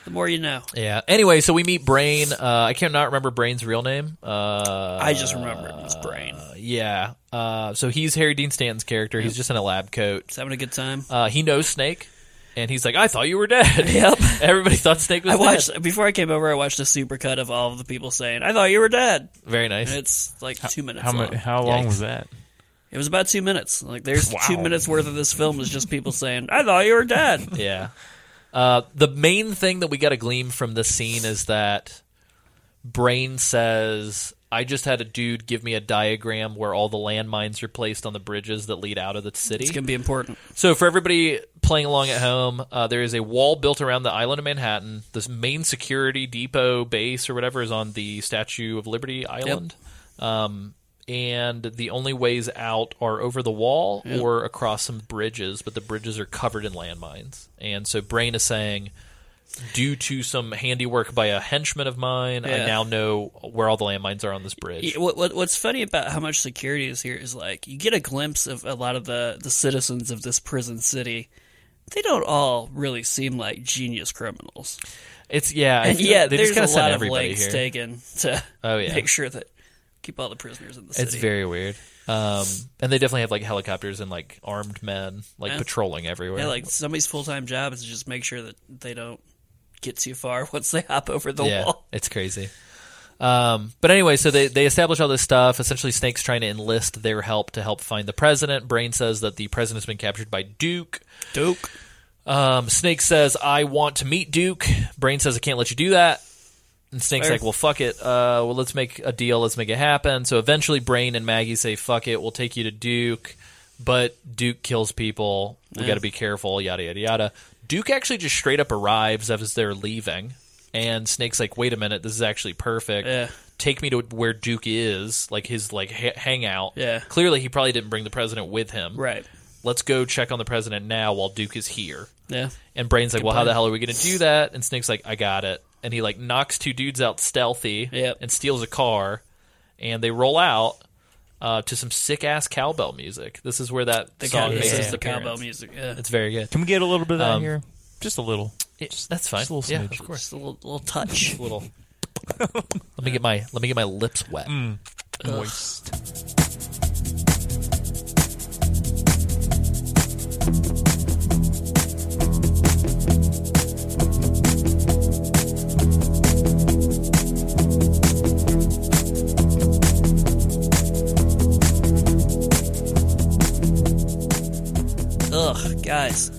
Speaker 3: the more you know.
Speaker 1: Yeah. Anyway, so we meet Brain. Uh, I cannot remember Brain's real name. Uh,
Speaker 3: I just remember it was Brain.
Speaker 1: yeah. Uh, so he's Harry Dean Stanton's character. He's just in a lab coat.
Speaker 3: He's having a good time.
Speaker 1: Uh, he knows Snake, and he's like, "I thought you were dead."
Speaker 3: Yep.
Speaker 1: Everybody thought Snake was
Speaker 3: I watched
Speaker 1: dead.
Speaker 3: before I came over. I watched a supercut of all of the people saying, "I thought you were dead,"
Speaker 1: Very nice.
Speaker 3: and it's like two minutes.
Speaker 2: How,
Speaker 3: long.
Speaker 2: mu- how long
Speaker 1: Yikes.
Speaker 2: was that?
Speaker 3: It was about two minutes. Like there's
Speaker 2: Wow.
Speaker 3: two minutes worth of this film is just people saying, "I thought you were dead."
Speaker 1: yeah. Uh, the main thing that we got to glean from this scene is that Brain says, "I just had a dude give me a diagram where all the landmines are placed on the bridges that lead out of the city."
Speaker 3: It's gonna be important.
Speaker 1: So, for everybody playing along at home, uh, there is a wall built around the island of Manhattan. This main security depot base or whatever is on the Statue of Liberty Island. Um, and the only ways out are over the wall or across some bridges, but the bridges are covered in landmines. And so, Brain is saying, due to some handiwork by a henchman of mine, I
Speaker 3: Yeah.
Speaker 1: now know where all the landmines are on this bridge.
Speaker 3: Yeah, What, what, what's funny about how much security is here is like you get a glimpse of a lot of the, the citizens of this prison city. They don't all really seem like genius criminals,
Speaker 1: It's yeah, I
Speaker 3: and
Speaker 1: feel-
Speaker 3: yeah,
Speaker 1: they
Speaker 3: there's
Speaker 1: just gotta
Speaker 3: a
Speaker 1: send
Speaker 3: lot of
Speaker 1: everybody
Speaker 3: legs
Speaker 1: here.
Speaker 3: taken to
Speaker 1: Oh, yeah.
Speaker 3: make sure that keep all the prisoners in the city.
Speaker 1: It's very weird. Um, and they definitely have like helicopters and like armed men like
Speaker 3: Yeah.
Speaker 1: patrolling everywhere.
Speaker 3: yeah, like somebody's full time job is to just make sure that they don't get too far once they hop over the
Speaker 1: yeah,
Speaker 3: wall.
Speaker 1: it's crazy. Um, but anyway, so they, they establish all this stuff. Essentially, Snake's trying to enlist their help to help find the president. Brain says that the president's been captured by Duke.
Speaker 3: Duke.
Speaker 1: Um, Snake says, I want to meet Duke. Brain says, I can't let you do that. And Snake's
Speaker 3: Fair.
Speaker 1: like, well, fuck it. Uh, well, let's make a deal. Let's make it happen. So eventually, Brain and Maggie say, fuck it. We'll take you to Duke. But Duke kills people. We got to be careful, yada, yada, yada. Duke actually just straight up arrives as they're leaving. And Snake's like, wait a minute. This is actually perfect.
Speaker 3: Yeah.
Speaker 1: Take me to where Duke is, like his like ha- hangout.
Speaker 3: Yeah.
Speaker 1: Clearly, he probably didn't bring the president with him.
Speaker 3: Right.
Speaker 1: Let's go check on the president now while Duke is here.
Speaker 3: Yeah.
Speaker 1: And Brain's like, "Well, how the hell are we going to do that?" And Snake's like, "I got it." And he like knocks two dudes out stealthy
Speaker 3: Yep.
Speaker 1: and steals a car, and they roll out uh, to some sick ass cowbell music. This is where that
Speaker 3: The
Speaker 1: song
Speaker 3: cow-
Speaker 1: makes
Speaker 3: this
Speaker 1: its
Speaker 3: is the
Speaker 1: appearance.
Speaker 3: cowbell music. Yeah.
Speaker 1: It's very good.
Speaker 2: Can we get a little bit of that
Speaker 1: Um,
Speaker 2: here? Just a little.
Speaker 1: It- that's fine.
Speaker 2: just a little
Speaker 1: yeah,
Speaker 2: smidge.
Speaker 1: of course.
Speaker 3: Just a little, little touch.
Speaker 1: Little. let me get my let me get my lips wet.
Speaker 3: Mm.
Speaker 2: Moist.
Speaker 3: Ugh, guys.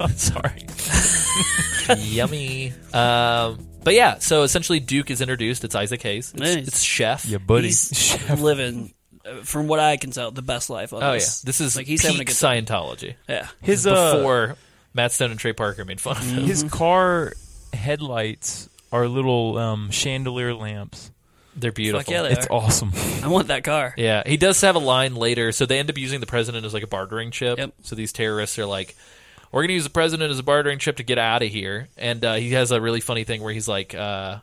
Speaker 2: I'm sorry.
Speaker 1: Yummy. Um, but yeah, so essentially Duke is introduced. It's Isaac Hayes. It's,
Speaker 3: Nice.
Speaker 1: it's Chef.
Speaker 2: Yeah, buddy.
Speaker 3: He's living, uh, from what I can tell, the best life on
Speaker 1: Oh yeah,
Speaker 3: this.
Speaker 1: this is
Speaker 3: like he's having a
Speaker 1: peak
Speaker 3: good time.
Speaker 1: Scientology.
Speaker 3: Yeah.
Speaker 2: His uh,
Speaker 1: Before Matt Stone and Trey Parker made fun of
Speaker 3: Mm.
Speaker 1: him.
Speaker 2: his car headlights are little um, chandelier lamps.
Speaker 1: They're beautiful.
Speaker 3: yeah, they
Speaker 2: It's
Speaker 3: are.
Speaker 2: awesome.
Speaker 3: I want that car.
Speaker 1: Yeah, he does have a line later. So they end up using the president as like a bartering chip.
Speaker 3: Yep.
Speaker 1: So these terrorists are like, we're going to use the president as a bartering chip to get out of here. And uh, he has a really funny thing where he's like, uh,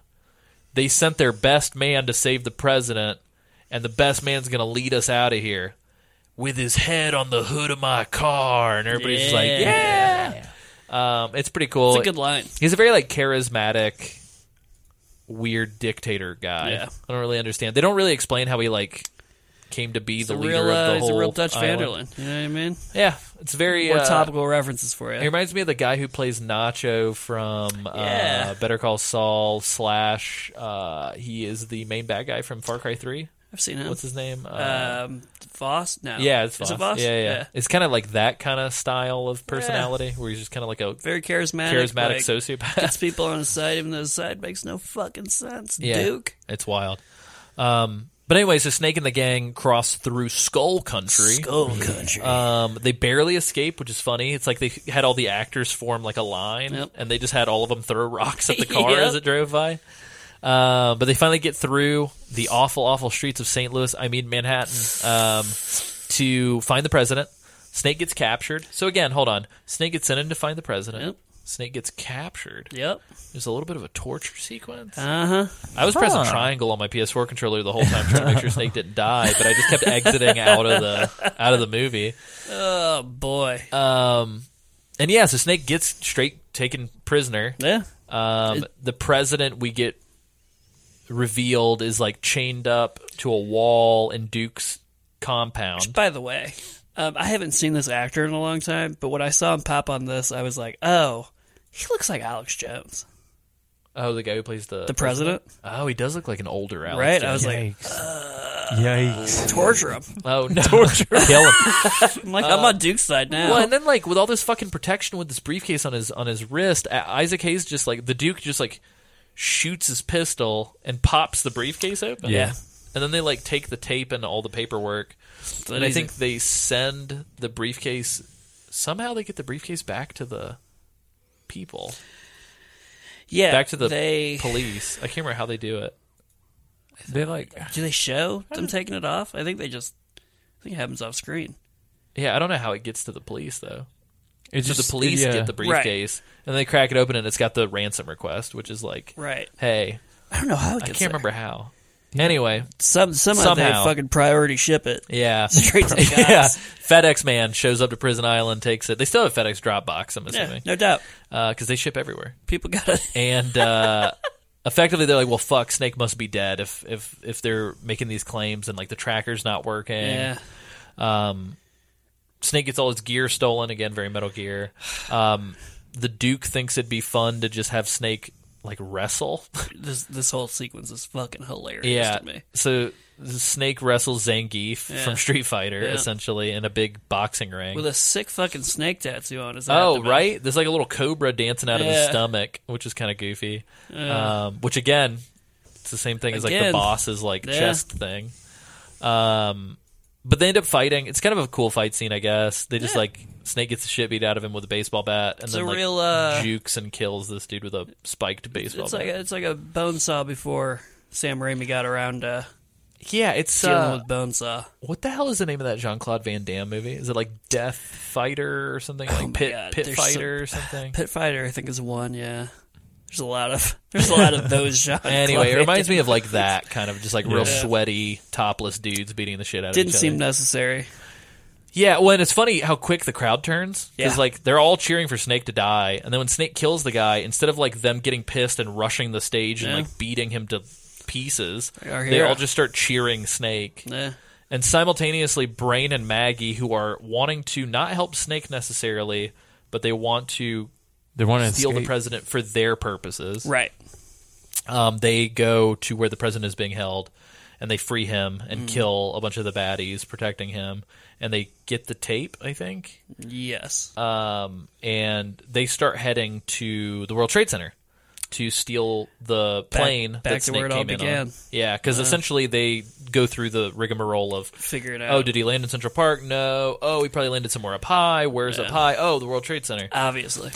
Speaker 1: they sent their best man to save the president, and the best man's going to lead us out of here with his head on the hood of my car. And everybody's just like, yeah. Um, it's pretty cool.
Speaker 3: It's a good line.
Speaker 1: He's a very like charismatic, weird dictator guy.
Speaker 3: Yeah.
Speaker 1: I don't really understand. They don't really explain how he like came to be the
Speaker 3: The
Speaker 1: leader
Speaker 3: real,
Speaker 1: of
Speaker 3: uh,
Speaker 1: the
Speaker 3: he's
Speaker 1: whole.
Speaker 3: a real Dutch
Speaker 1: island.
Speaker 3: Vanderland. You know what I mean?
Speaker 1: Yeah, it's very
Speaker 3: More
Speaker 1: uh,
Speaker 3: topical references for
Speaker 1: It
Speaker 3: you.
Speaker 1: reminds me of the guy who plays Nacho from
Speaker 3: Yeah.
Speaker 1: uh, Better Call Saul slash. Uh, he is the main bad guy from Far Cry Three.
Speaker 3: I've seen him.
Speaker 1: What's his name? Uh,
Speaker 3: um, Voss? No.
Speaker 1: yeah, it's
Speaker 3: Is
Speaker 1: Voss.
Speaker 3: it Voss?
Speaker 1: Yeah, yeah, It's kind of like that kind of style of personality where he's just kind of like a
Speaker 3: Very charismatic.
Speaker 1: charismatic
Speaker 3: like,
Speaker 1: sociopath.
Speaker 3: Gets people on his side, even though his side makes no fucking sense.
Speaker 1: Yeah,
Speaker 3: Duke.
Speaker 1: It's wild. Um, but anyway, so Snake and the gang cross through Skull Country.
Speaker 3: Skull country.
Speaker 1: Um, they barely escape, which is funny. It's like they had all the actors form like a line,
Speaker 3: Yep.
Speaker 1: and they just had all of them throw rocks at the car
Speaker 3: Yep.
Speaker 1: as it drove by. Uh, but they finally get through the awful, awful streets of St. Louis. I mean Manhattan, um, to find the president. Snake gets captured. So again, hold on. Snake gets sent in to find the president.
Speaker 3: Yep.
Speaker 1: Snake gets captured.
Speaker 3: yep.
Speaker 1: There's a little bit of a torture sequence.
Speaker 3: Uh huh.
Speaker 1: I was pressing triangle on my PS4 controller the whole time trying to make sure Snake didn't die, but I just kept exiting out of the out of the movie.
Speaker 3: Oh, boy.
Speaker 1: Um, and yeah, so Snake gets straight taken prisoner.
Speaker 3: yeah.
Speaker 1: Um, the president we get revealed is like chained up to a wall in Duke's compound.
Speaker 3: By the way, um, I haven't seen this actor in a long time, but when I saw him pop on this, I was like, oh, he looks like Alex Jones,
Speaker 1: Oh, the guy who plays the
Speaker 3: the president,
Speaker 1: Oh, he does look like an older Alex.
Speaker 3: right? I
Speaker 1: Jones.
Speaker 3: was like,
Speaker 2: Yikes! Yikes!
Speaker 3: torture him.
Speaker 1: oh no, kill him.
Speaker 3: I'm like, I'm on Duke's side now.
Speaker 1: Well, and then like with all this fucking protection with this briefcase on his on his wrist, I- Isaac Hayes just like the Duke just like shoots his pistol and pops the briefcase open.
Speaker 3: Yeah.
Speaker 1: And then they like take the tape and all the paperwork. and I
Speaker 3: easy.
Speaker 1: think they send the briefcase somehow they get the briefcase back to the people.
Speaker 3: yeah,
Speaker 1: Back to the
Speaker 3: they
Speaker 1: police. I can't remember how they do it.
Speaker 2: They like
Speaker 3: do they show them taking it off? I think they just I think it happens off screen.
Speaker 1: Yeah, I don't know how it gets to the police though.
Speaker 2: it's
Speaker 1: So
Speaker 2: just
Speaker 1: the police
Speaker 2: yeah.
Speaker 1: get the briefcase and they crack it open and it's got the ransom request, which is like
Speaker 3: Right.
Speaker 1: hey,
Speaker 3: I don't know how it
Speaker 1: I
Speaker 3: gets
Speaker 1: can't
Speaker 3: there.
Speaker 1: remember how. Anyway,
Speaker 3: Some somehow, they
Speaker 1: Somehow.
Speaker 3: fucking priority ship it
Speaker 1: yeah,
Speaker 3: straight to the cops.
Speaker 1: yeah. FedEx man shows up to Prison Island, takes it. They still have FedEx Dropbox, I'm
Speaker 3: Yeah,
Speaker 1: assuming, because
Speaker 3: no doubt.
Speaker 1: they ship everywhere.
Speaker 3: People got to
Speaker 1: And uh, effectively, they're like, "Well, fuck, Snake must be dead if if if they're making these claims and like the tracker's not working."
Speaker 3: yeah.
Speaker 1: Snake gets all his gear stolen again, very Metal Gear. Um, the Duke thinks it'd be fun to just have Snake like wrestle.
Speaker 3: This this whole sequence is fucking hilarious
Speaker 1: yeah.
Speaker 3: to me.
Speaker 1: So Snake wrestles Zangief
Speaker 3: Yeah.
Speaker 1: from Street Fighter
Speaker 3: Yeah.
Speaker 1: essentially in a big boxing ring.
Speaker 3: With a sick fucking snake tattoo on his
Speaker 1: Oh,
Speaker 3: abdomen.
Speaker 1: right. There's like a little cobra dancing out of his
Speaker 3: Yeah.
Speaker 1: stomach, which is kind of goofy. Um, which again, it's the same thing as like the
Speaker 3: Again.
Speaker 1: boss's like
Speaker 3: Yeah.
Speaker 1: chest thing. Um, but they end up fighting. It's kind of a cool fight scene, I guess. They just
Speaker 3: Yeah.
Speaker 1: like Snake gets the shit beat out of him with a baseball bat, and
Speaker 3: It's
Speaker 1: then
Speaker 3: a
Speaker 1: like
Speaker 3: real, uh,
Speaker 1: jukes and kills this dude with a spiked baseball
Speaker 3: It's
Speaker 1: bat.
Speaker 3: like a, it's like a bone saw before Sam Raimi got around to
Speaker 1: yeah, it's
Speaker 3: dealing
Speaker 1: uh,
Speaker 3: with bone saw.
Speaker 1: what the hell is the name of that Jean Claude Van Damme movie? Is it like Death Fighter or something?
Speaker 3: Oh my
Speaker 1: Like Pit
Speaker 3: God,
Speaker 1: Pit
Speaker 3: there's
Speaker 1: Fighter or something?
Speaker 3: Pit Fighter, I think, is one. Yeah, there's a lot of there's a lot of those genres.
Speaker 1: Anyway, it reminds me of like that kind of just like real
Speaker 3: Yeah.
Speaker 1: sweaty, topless dudes beating the shit out
Speaker 3: Didn't
Speaker 1: of each
Speaker 3: seem
Speaker 1: other.
Speaker 3: necessary.
Speaker 1: Yeah, well, and it's funny how quick the crowd turns because
Speaker 3: Yeah.
Speaker 1: like they're all cheering for Snake to die, and then when Snake kills the guy, instead of like them getting pissed and rushing the stage and
Speaker 3: Yeah.
Speaker 1: like beating him to pieces,
Speaker 3: Our
Speaker 1: they
Speaker 3: hero.
Speaker 1: all just start cheering Snake.
Speaker 3: Yeah.
Speaker 1: And simultaneously, Brain and Maggie, who are wanting to not help Snake necessarily, but they want to
Speaker 2: They want to
Speaker 1: steal
Speaker 2: escape.
Speaker 1: the president for their purposes,
Speaker 3: Right.
Speaker 1: um, they go to where the president is being held and they free him and kill a bunch of the baddies protecting him and they get the tape i think
Speaker 3: Yes.
Speaker 1: um, and they start heading to the world trade center to steal the plane
Speaker 3: back
Speaker 1: that
Speaker 3: to
Speaker 1: Snake
Speaker 3: where it all
Speaker 1: came in on.
Speaker 3: began.
Speaker 1: yeah because essentially they go through the rigmarole of
Speaker 3: Figure it out.
Speaker 1: oh did he land in central park no oh he probably landed somewhere up high where's up high oh the world trade center
Speaker 3: Obviously.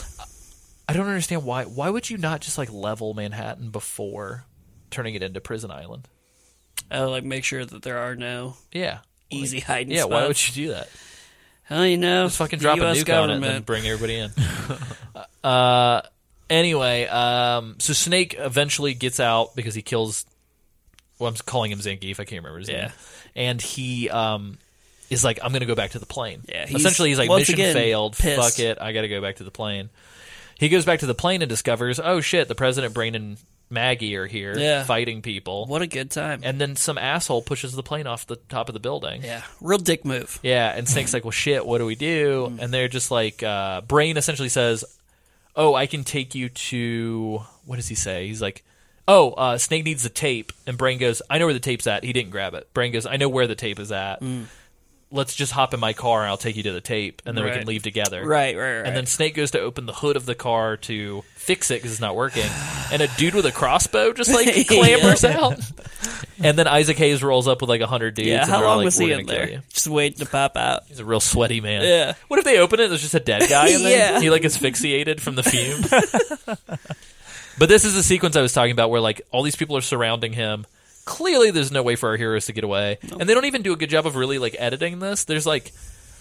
Speaker 1: I don't understand why. Why would you not just like level Manhattan before turning it into Prison Island?
Speaker 3: I would, like make sure that there are no
Speaker 1: Yeah.
Speaker 3: easy hiding
Speaker 1: Yeah,
Speaker 3: spots.
Speaker 1: why would you do that?
Speaker 3: Hell, you know,
Speaker 1: Just fucking
Speaker 3: the
Speaker 1: drop
Speaker 3: US
Speaker 1: a nuke on it and then
Speaker 3: government.
Speaker 1: bring everybody in. uh, anyway, um, so Snake eventually gets out because he kills. Well, I'm calling him Zangief. I can't remember his
Speaker 3: Yeah.
Speaker 1: name. And he um, is like, I'm going to go back to the plane.
Speaker 3: Yeah, he's-
Speaker 1: Essentially, he's like,
Speaker 3: once
Speaker 1: mission
Speaker 3: again,
Speaker 1: failed.
Speaker 3: pissed.
Speaker 1: Fuck it. I got to go back to the plane. He goes back to the plane and discovers, oh shit, the president, Brain, and Maggie are here
Speaker 3: Yeah.
Speaker 1: fighting people.
Speaker 3: What a good time.
Speaker 1: And then some asshole pushes the plane off the top of the building.
Speaker 3: yeah, real dick move.
Speaker 1: Yeah, and Snake's like, "Well, shit, what do we do?"
Speaker 3: Mm-hmm.
Speaker 1: And they're just like, uh, Brain essentially says, "Oh, I can take you to what does he say?" He's like, "Oh, uh, Snake needs the tape," and Brain goes, "I know where the tape's at." He didn't grab it. Brain goes, "I know where the tape is at.
Speaker 3: Mm.
Speaker 1: Let's just hop in my car and I'll take you to the tape, and then we
Speaker 3: Right.
Speaker 1: can leave together."
Speaker 3: Right, right, right.
Speaker 1: And then Snake goes to open the hood of the car to fix it because it's not working, and a dude with a crossbow just like clambers out. And then Isaac Hayes rolls up with like a hundred dudes.
Speaker 3: yeah,
Speaker 1: and
Speaker 3: how
Speaker 1: they're all like,
Speaker 3: long was
Speaker 1: "We're
Speaker 3: he
Speaker 1: gonna
Speaker 3: in
Speaker 1: kill
Speaker 3: there?
Speaker 1: you."
Speaker 3: Just waiting to pop out.
Speaker 1: He's a real sweaty man.
Speaker 3: Yeah.
Speaker 1: What if they open it? and There's just a dead guy in there.
Speaker 3: Yeah.
Speaker 1: He like asphyxiated from the fume. but this is the sequence I was talking about, where like all these people are surrounding him. Clearly, there's no way for our heroes to get away, and they don't even do a good job of really like editing this. There's like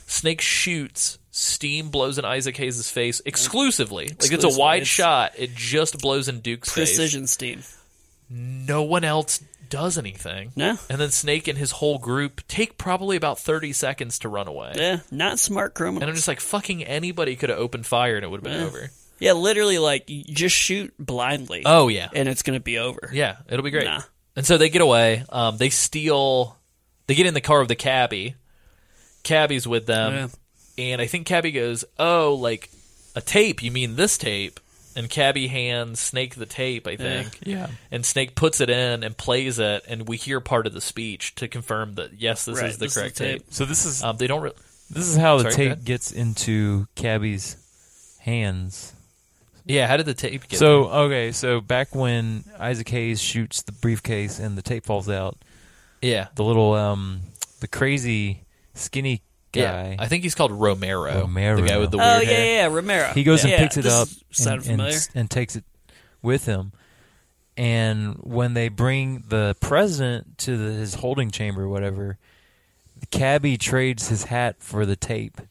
Speaker 1: Snake shoots, steam blows in Isaac Hayes' face exclusively. Like it's a
Speaker 3: Exclusively.
Speaker 1: wide
Speaker 3: It's-
Speaker 1: shot. It just blows in Duke's face.
Speaker 3: Precision steam.
Speaker 1: No one else does anything.
Speaker 3: No.
Speaker 1: And then Snake and his whole group take probably about 30 seconds to run away.
Speaker 3: Yeah, not smart criminals.
Speaker 1: And I'm just like, fucking anybody could have opened fire and it would have been
Speaker 3: Yeah.
Speaker 1: over.
Speaker 3: yeah, literally, like you just shoot blindly.
Speaker 1: Oh yeah,
Speaker 3: and it's gonna be over.
Speaker 1: yeah, it'll be great.
Speaker 3: Nah.
Speaker 1: And so they get away. Um, they steal. They get in the car of the cabbie. Cabbie's with them,
Speaker 3: Oh, Yeah.
Speaker 1: and I think cabbie goes, "Oh, like a tape? You mean this tape?" And cabbie hands Snake the tape, I think.
Speaker 2: Yeah.
Speaker 1: And Snake puts it in and plays it, and we hear part of the speech to confirm that yes, this
Speaker 3: Right,
Speaker 1: is the
Speaker 3: this is
Speaker 1: correct
Speaker 3: the tape.
Speaker 1: tape.
Speaker 2: So this is
Speaker 1: Um, they don't. Re-
Speaker 2: this is how the
Speaker 1: sorry, go
Speaker 2: tape
Speaker 1: ahead.
Speaker 2: gets into Cabby's hands.
Speaker 1: yeah, how did the tape get?
Speaker 2: So okay, so back when Isaac Hayes shoots the briefcase and the tape falls out,
Speaker 1: yeah,
Speaker 2: the little um the crazy skinny guy
Speaker 1: yeah. I think he's called Romero.
Speaker 2: Romero.
Speaker 1: the guy with the weird
Speaker 3: Oh yeah,
Speaker 1: hair.
Speaker 3: yeah, yeah, Romero.
Speaker 2: he goes
Speaker 3: yeah,
Speaker 2: and picks it
Speaker 3: this
Speaker 2: up
Speaker 3: Sound
Speaker 2: and, and,
Speaker 3: familiar?
Speaker 2: s- and takes it with him. And when they bring the president to the, his holding chamber, or whatever, the cabbie trades his hat for the tape,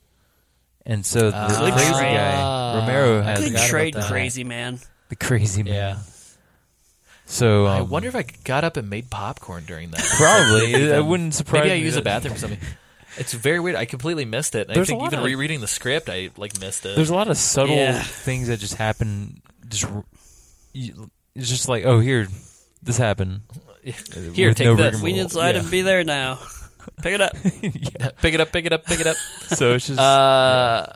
Speaker 2: and so the
Speaker 1: Ah.
Speaker 2: crazy
Speaker 3: Good
Speaker 2: guy
Speaker 1: trade.
Speaker 2: Romero has
Speaker 1: I
Speaker 3: Good
Speaker 1: forgot about
Speaker 3: trade,
Speaker 1: that.
Speaker 3: crazy man.
Speaker 2: the crazy man.
Speaker 1: Yeah.
Speaker 2: So um,
Speaker 1: I wonder if I got up and made popcorn during that.
Speaker 2: Probably. It- it wouldn't surprise
Speaker 1: Maybe I
Speaker 2: me
Speaker 1: use a
Speaker 2: that-
Speaker 1: bathroom or something. It's very weird. I completely missed it. And I
Speaker 2: There's a
Speaker 1: think
Speaker 2: lot
Speaker 1: even
Speaker 2: of-
Speaker 1: rereading the script, I like missed it.
Speaker 2: There's a lot of subtle
Speaker 3: Yeah.
Speaker 2: things that just happen. Just r- you- it's just like, oh, here, this happened.
Speaker 1: Here,
Speaker 2: with
Speaker 1: take
Speaker 2: no
Speaker 1: this.
Speaker 3: We
Speaker 2: Well,
Speaker 3: need to let
Speaker 2: yeah.
Speaker 3: him be there now. Pick it up.
Speaker 1: Pick it up. Pick it up. Pick it up.
Speaker 2: So it's just
Speaker 1: Uh, yeah.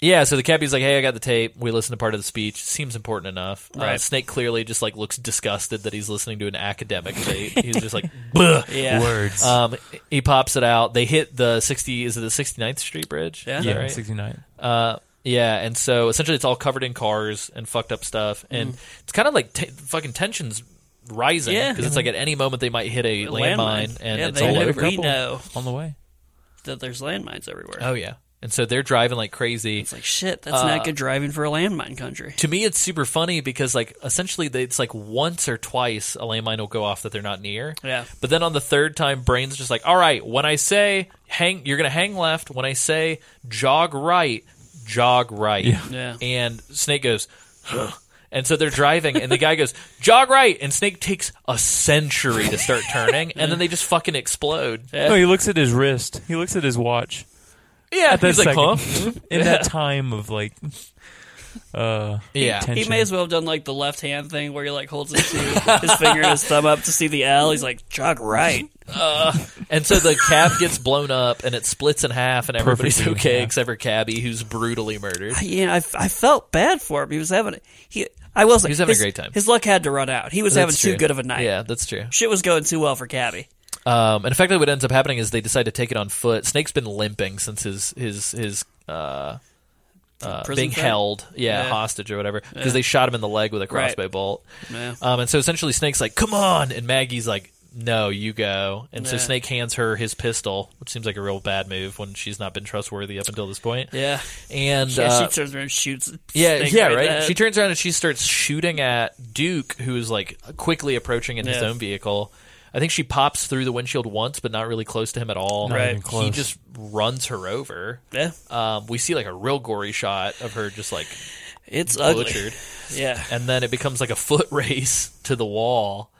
Speaker 1: Yeah, so the cabbie's like, "Hey, I got the tape. We listened to part of the speech. Seems important enough." Uh,
Speaker 3: Right.
Speaker 1: Snake clearly just like looks disgusted that he's listening to an academic debate. He's just like, "Bleh."
Speaker 3: Yeah.
Speaker 2: Words.
Speaker 1: Um, he pops it out. They hit the sixty. Is it the 69th Street Bridge?
Speaker 3: Yeah.
Speaker 1: Is that
Speaker 2: yeah,
Speaker 1: right?
Speaker 2: 69.
Speaker 1: Uh, yeah, and so essentially it's all covered in cars and fucked up stuff, and it's kind of like t- fucking tensions rising
Speaker 3: Mm. Yeah.
Speaker 1: because it's like at any moment they might hit a landmine, and
Speaker 3: yeah,
Speaker 1: it's
Speaker 3: they
Speaker 1: all
Speaker 3: know,
Speaker 1: over.
Speaker 3: We know
Speaker 2: On the way.
Speaker 3: that there's landmines everywhere.
Speaker 1: Oh Uh, yeah, and so they're driving like crazy.
Speaker 3: It's like shit. That's not good driving for a landmine country.
Speaker 1: to me, it's super funny because like essentially they, it's like once or twice a landmine will go off that they're not near.
Speaker 3: Yeah.
Speaker 1: But then on the third time, brain's just like, all right, when I say hang, you're gonna hang left. When I say jog right, jog right.
Speaker 3: Yeah.
Speaker 1: And Snake goes, huh. and so they're driving, and the guy goes jog right, and Snake takes a century to start turning, and then they just fucking explode. Yeah.
Speaker 2: No, he looks at his wrist. He looks at his watch.
Speaker 1: Yeah,
Speaker 2: that
Speaker 1: he's like,
Speaker 2: second.
Speaker 1: huh?
Speaker 2: In that time of like, uh,
Speaker 1: Yeah. He
Speaker 3: He
Speaker 2: tension.
Speaker 3: may as well have done like the left hand thing where he like holds his, his finger and his thumb up to see the L. He's like, jog right.
Speaker 1: And so the cab gets blown up and it splits in half, and everybody's
Speaker 2: Perfectly,
Speaker 1: okay
Speaker 2: yeah.
Speaker 1: except for Cabby, who's brutally murdered.
Speaker 3: Yeah, I, I felt bad for him. He was having he. I was.
Speaker 1: He was having a great time.
Speaker 3: His luck had to run out. He was having
Speaker 1: That's
Speaker 3: too
Speaker 1: true.
Speaker 3: good of a night.
Speaker 1: Yeah, that's true.
Speaker 3: Shit was going too well for Cabby.
Speaker 1: Um, and effectively, what ends up happening is they decide to take it on foot. Snake's been limping since his his his uh, uh,
Speaker 3: Prison
Speaker 1: being
Speaker 3: thing?
Speaker 1: held, yeah,
Speaker 3: Yeah.
Speaker 1: hostage or whatever, because they shot him in the leg with a
Speaker 3: Right.
Speaker 1: crossbow bolt.
Speaker 3: Yeah.
Speaker 1: Um, and so essentially, Snake's like, "Come on!" and Maggie's like, "No, you go." And so
Speaker 3: Yeah.
Speaker 1: Snake hands her his pistol, which seems like a real bad move when she's not been trustworthy up until this point.
Speaker 3: Yeah.
Speaker 1: And
Speaker 3: Yeah,
Speaker 1: uh,
Speaker 3: she turns around and shoots.
Speaker 1: Yeah,
Speaker 3: Snake
Speaker 1: yeah,
Speaker 3: in the
Speaker 1: right.
Speaker 3: head.
Speaker 1: She turns around and she starts shooting at Duke, who is like quickly approaching in his
Speaker 3: Yeah.
Speaker 1: own vehicle. I think she pops through the windshield once, but not really close to him at all.
Speaker 2: Not
Speaker 3: Right.
Speaker 2: even
Speaker 1: He
Speaker 2: close.
Speaker 1: just runs her over.
Speaker 3: yeah,
Speaker 1: Um, we see like a real gory shot of her just like
Speaker 3: it's ugly.
Speaker 1: butchered,
Speaker 3: Yeah.
Speaker 1: and then it becomes like a foot race to the wall.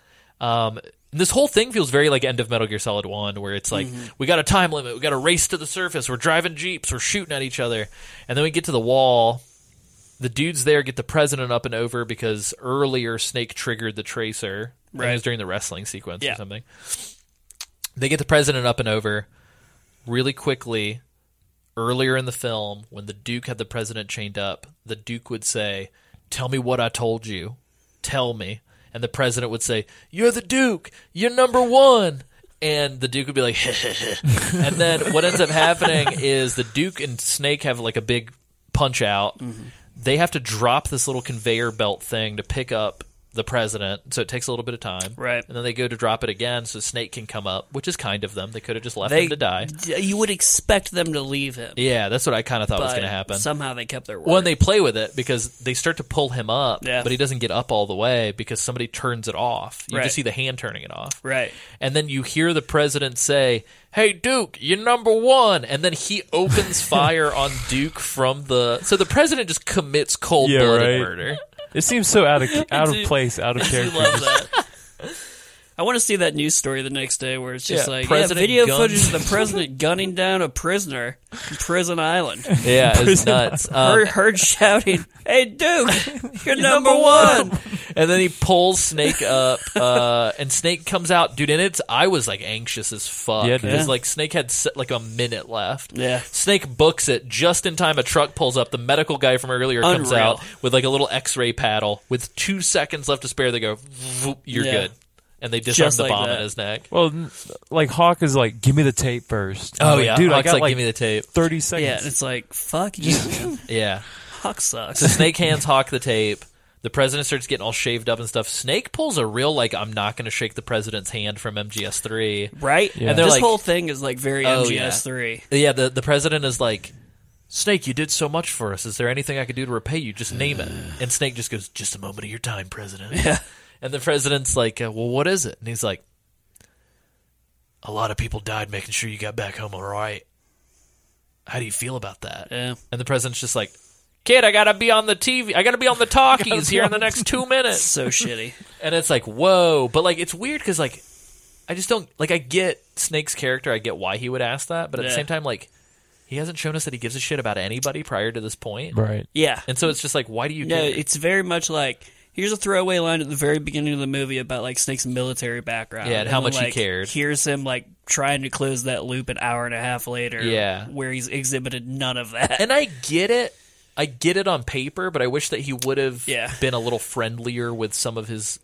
Speaker 1: Um, and this whole thing feels very like end of Metal Gear Solid One, where it's like
Speaker 3: Mm-hmm.
Speaker 1: we got a time limit, we got to race to the surface, we're driving jeeps, we're shooting at each other, and then we get to the wall. The dudes there get the president up and over because earlier Snake triggered the tracer. I think It was
Speaker 3: Right.
Speaker 1: during the wrestling sequence or
Speaker 3: Yeah.
Speaker 1: something. They get the president up and over really quickly. Earlier in the film, when the Duke had the president chained up, the Duke would say, Tell me what I told you. Tell me. And the president would say, You're the Duke. You're number one. And the Duke would be like, and then what ends up happening is the Duke and Snake have like a big punch out.
Speaker 3: Mm-hmm.
Speaker 1: They have to drop this little conveyor belt thing to pick up the president, so it takes a little bit of time.
Speaker 3: Right.
Speaker 1: And then they go to drop it again so Snake can come up, which is kind of them. They could have just left
Speaker 3: They
Speaker 1: him to die.
Speaker 3: d- You would expect them to leave him.
Speaker 1: Yeah, that's what I kind of thought was
Speaker 3: but
Speaker 1: going to happen.
Speaker 3: Somehow they kept their word.
Speaker 1: Well, and they play with it because they start to pull him up,
Speaker 3: Yeah.
Speaker 1: but he doesn't get up all the way because somebody turns it off. You
Speaker 3: Right.
Speaker 1: just see the hand turning it off.
Speaker 3: Right.
Speaker 1: And then you hear the president say, Hey, Duke, you're number one. And then he opens fire on Duke from the. So the president just commits cold blooded
Speaker 2: right.
Speaker 1: murder.
Speaker 2: It seems so out of out of
Speaker 3: do-
Speaker 2: place, out of
Speaker 3: I
Speaker 2: character.
Speaker 3: love that. I want to see that news story the next day where it's just
Speaker 1: Yeah,
Speaker 3: like yeah,
Speaker 1: president
Speaker 3: video
Speaker 1: guns-
Speaker 3: footage of the president gunning down a prisoner in Prison Island.
Speaker 1: Yeah, it's nuts. Um,
Speaker 3: heard, heard shouting, "Hey, Duke, you're number one!"
Speaker 1: and then he pulls Snake up, uh, and Snake comes out, dude. And it's I was like anxious as fuck
Speaker 2: Yeah, dude.
Speaker 1: because
Speaker 2: Yeah.
Speaker 1: like Snake had se- like a minute left.
Speaker 3: Yeah.
Speaker 1: Snake books it just in time. A truck pulls up. The medical guy from earlier comes
Speaker 3: Unreal.
Speaker 1: out with like a little X-ray paddle with two seconds left to spare. They go, "Vroom, "You're
Speaker 3: Yeah.
Speaker 1: good," and they disarm
Speaker 3: Just
Speaker 1: the
Speaker 3: like
Speaker 1: bomb
Speaker 3: that.
Speaker 1: in his neck.
Speaker 2: Well, n- like Hawk is like, give me the tape first. I'm
Speaker 1: Oh
Speaker 2: like,
Speaker 1: yeah,
Speaker 2: dude,
Speaker 1: Hawk's
Speaker 2: I got
Speaker 1: like,
Speaker 2: like,
Speaker 1: give me the tape.
Speaker 2: thirty
Speaker 3: Yeah, and
Speaker 2: seconds.
Speaker 3: it's like, "Fuck you, man.
Speaker 1: Yeah.
Speaker 3: Huck
Speaker 1: So
Speaker 3: sucks."
Speaker 1: Snake hands Hawk the tape. The president starts getting all shaved up and stuff. Snake pulls a real like I'm not going to shake the president's hand from MGS3.
Speaker 3: Right?
Speaker 1: And they're
Speaker 3: this
Speaker 1: like-
Speaker 3: whole thing is like very
Speaker 1: Oh,
Speaker 3: MGS3.
Speaker 1: Yeah, the the president is like, Snake, you did so much for us. Is there anything I could do to repay you? Just name it. And Snake just goes, just a moment of your time, President. Yeah. And the president's like, uh, well, what is it? And he's like, a lot of people died making sure you got back home all right. How do you feel about that?
Speaker 3: Yeah.
Speaker 1: And the president's just like, kid, I gotta be on the TV. I gotta be on the talkies here in the next two minutes.
Speaker 3: So shitty.
Speaker 1: And it's like, whoa. But like, it's weird because like, I just don't like. I get Snake's character. I get why he would ask that, but at the
Speaker 3: Yeah.
Speaker 1: same time, like, he hasn't shown us that he gives a shit about anybody prior to this point.
Speaker 2: right.
Speaker 3: Yeah.
Speaker 1: And so it's just like, why do you?
Speaker 3: No,
Speaker 1: care?
Speaker 3: it's very much like here's a throwaway line at the very beginning of the movie about like Snake's military background.
Speaker 1: Yeah, and how
Speaker 3: then,
Speaker 1: much he
Speaker 3: like,
Speaker 1: cared.
Speaker 3: Here's him like trying to close that loop an hour and a half later.
Speaker 1: Yeah.
Speaker 3: where he's exhibited none of that.
Speaker 1: and I get it, I get it on paper, but I wish that he would have
Speaker 3: Yeah.
Speaker 1: been a little friendlier with some of his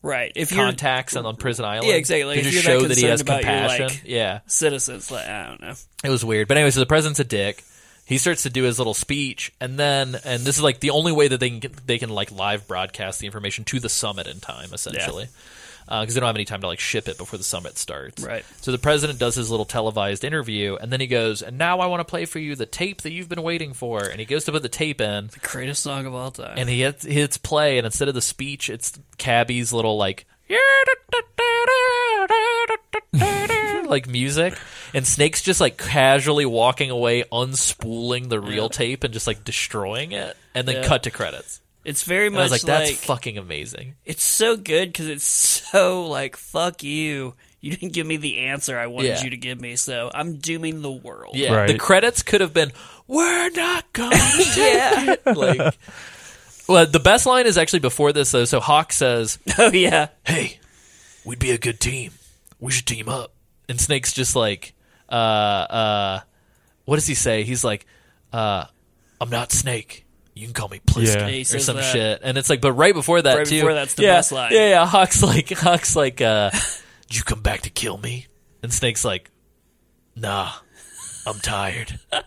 Speaker 3: right. If you're
Speaker 1: contacts on, on Prison Island.
Speaker 3: Yeah, exactly.
Speaker 1: To
Speaker 3: If
Speaker 1: just
Speaker 3: you're that
Speaker 1: show that, he has
Speaker 3: concerned about your,
Speaker 1: compassion.
Speaker 3: like-
Speaker 1: yeah.
Speaker 3: citizens, like I don't know.
Speaker 1: It was weird. But anyway, so the president's a dick. He starts to do his little speech, and then, and this is like the only way that they can get, they can like live broadcast the information to the summit in time, essentially, because they don't have any time to like ship it before the summit starts.
Speaker 3: Right.
Speaker 1: So the president does his little televised interview, and then he goes, "And now I want to play for you the tape that you've been waiting for." And he goes to put the tape in,
Speaker 3: Greatest song of all time.
Speaker 1: and he hits, hits play, and instead of the speech, it's Cabby's little like like music, and Snake's just like casually walking away, unspooling the real tape and just like destroying it, and then
Speaker 3: Yeah.
Speaker 1: cut to credits.
Speaker 3: it's very
Speaker 1: And I
Speaker 3: much
Speaker 1: was like, that's
Speaker 3: like
Speaker 1: fucking amazing.
Speaker 3: it's so good because it's so like fuck you. You didn't give me the answer I wanted
Speaker 1: Yeah.
Speaker 3: you to give me, so I'm dooming the world.
Speaker 1: Yeah,
Speaker 2: Right.
Speaker 1: the credits could have been, "We're not going to
Speaker 3: yeah.
Speaker 1: like." Well, the best line is actually before this though. So Hawk says,
Speaker 3: oh yeah.
Speaker 1: hey, we'd be a good team. We should team up. And Snake's just like, uh, uh, what does he say? He's like, uh, I'm not Snake. You can call me Pliska
Speaker 2: Yeah.
Speaker 3: He
Speaker 1: or
Speaker 3: says
Speaker 1: some
Speaker 3: that.
Speaker 1: shit. And it's like, but right before that,
Speaker 3: Right
Speaker 1: too.
Speaker 3: before that's the
Speaker 1: yeah,
Speaker 3: best line.
Speaker 1: Yeah, yeah. Hawk's like, Hawk's like, uh, did you come back to kill me? And Snake's like, nah, I'm tired.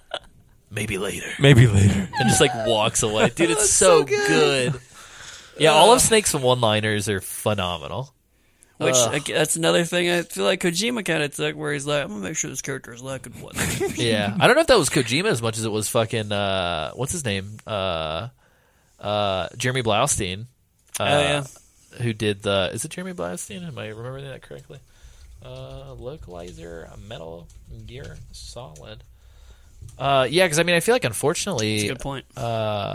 Speaker 1: Maybe later
Speaker 2: Maybe later.
Speaker 1: and just like walks away. Dude, it's so, good. Ah. Yeah, all of Snake's one-liners are phenomenal.
Speaker 3: Which like, that's another thing I feel like Kojima kind of took, where he's like, I'm gonna make sure this character is like what.
Speaker 1: Yeah, I don't know if that was Kojima as much as it was fucking uh, what's his name, uh, uh, Jeremy Blaustein, uh,
Speaker 3: oh yeah.
Speaker 1: who did the is it Jeremy Blaustein? Am I remembering that correctly? Uh, localizer, Metal Gear Solid. Uh, yeah, because I mean, I feel like
Speaker 3: That's a
Speaker 1: unfortunately,
Speaker 3: good point.
Speaker 1: Uh,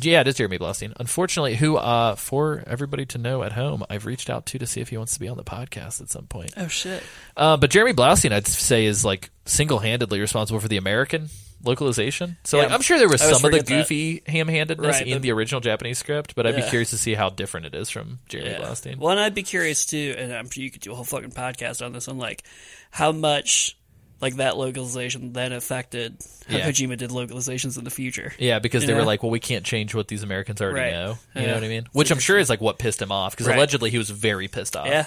Speaker 1: Yeah, it is Jeremy Blaustein. Unfortunately, who uh, for everybody to know at home, I've reached out to to see if he wants to be on the podcast at some point.
Speaker 3: oh shit.
Speaker 1: Uh, but Jeremy Blaustein, I'd say, is like single-handedly responsible for the American localization. So
Speaker 3: Yeah.
Speaker 1: like, I'm sure there was
Speaker 3: I always
Speaker 1: some of the
Speaker 3: forget that.
Speaker 1: goofy ham-handedness
Speaker 3: Right,
Speaker 1: in
Speaker 3: but-
Speaker 1: the original Japanese script, but I'd be
Speaker 3: Yeah.
Speaker 1: curious to see how different it is from Jeremy
Speaker 3: Yeah.
Speaker 1: Blaustein.
Speaker 3: Well, and I'd be curious too, and I'm sure you could do a whole fucking podcast on this on like how much like that localization then affected how
Speaker 1: Yeah.
Speaker 3: Kojima did localizations in the future.
Speaker 1: yeah, because they
Speaker 3: Yeah.
Speaker 1: were like, well, we can't change what these Americans already
Speaker 3: Right.
Speaker 1: know. You
Speaker 3: Yeah.
Speaker 1: know what I mean? Which I'm sure is like what pissed him off, because
Speaker 3: Right.
Speaker 1: allegedly he was very pissed off.
Speaker 3: Yeah,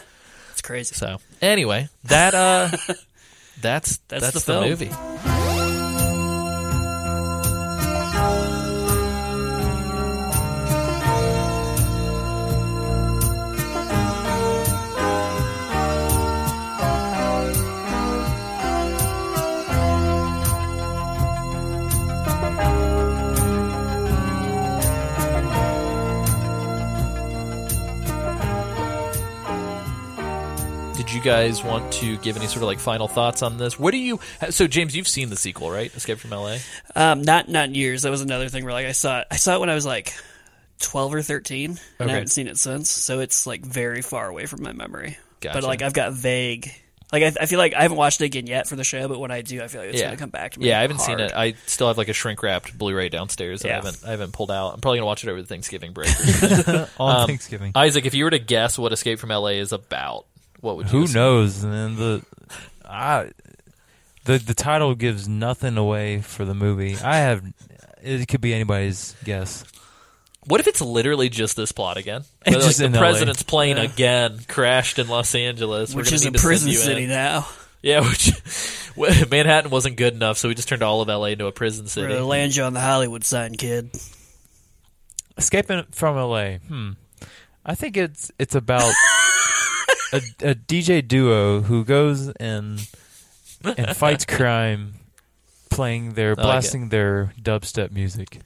Speaker 3: it's crazy.
Speaker 1: So anyway, Uh, that uh, that's that's,
Speaker 3: That's the
Speaker 1: the
Speaker 3: film.
Speaker 1: movie. Did you guys want to give any sort of like final thoughts on this? What do you? So James, you've seen the sequel, right? Escape from L.A.
Speaker 3: Um, not not in years. That was another thing where like I saw it. I saw it when I was like twelve or thirteen, and
Speaker 1: Okay.
Speaker 3: I haven't seen it since. So it's like very far away from my memory. But
Speaker 1: Gotcha.
Speaker 3: like I've got vague. Like I, I feel like I haven't watched it again yet for the show, but when I do, I feel like it's gonna come back to me.
Speaker 1: Yeah, I haven't seen
Speaker 3: hard.
Speaker 1: it. I still have like a shrink wrapped Blu-ray downstairs that I
Speaker 3: Yeah.
Speaker 1: haven't I haven't pulled out. I'm probably gonna watch it over the Thanksgiving break.
Speaker 2: On Thanksgiving.
Speaker 1: Isaac, if you were to guess what Escape from L.A. is about, what would you
Speaker 2: Who
Speaker 1: say?
Speaker 2: knows? man? the I the the title gives nothing away for the movie. I have it could be anybody's guess.
Speaker 1: What if it's literally just this plot again?
Speaker 2: It's
Speaker 1: Where,
Speaker 2: just
Speaker 1: like,
Speaker 2: in
Speaker 1: the
Speaker 2: LA.
Speaker 1: president's plane again crashed in Los Angeles, We're
Speaker 3: which
Speaker 1: gonna
Speaker 3: is
Speaker 1: need
Speaker 3: a
Speaker 1: to send
Speaker 3: prison
Speaker 1: you in.
Speaker 3: city now.
Speaker 1: Yeah, which Manhattan wasn't good enough, so we just turned all of L.A. into a prison
Speaker 3: We're
Speaker 1: city.
Speaker 3: gonna land you on the Hollywood sign, kid.
Speaker 2: Escaping from L.A. Hmm. I think it's it's about a, a DJ duo who goes and and fights crime, playing their
Speaker 1: it.
Speaker 2: blasting their dubstep music.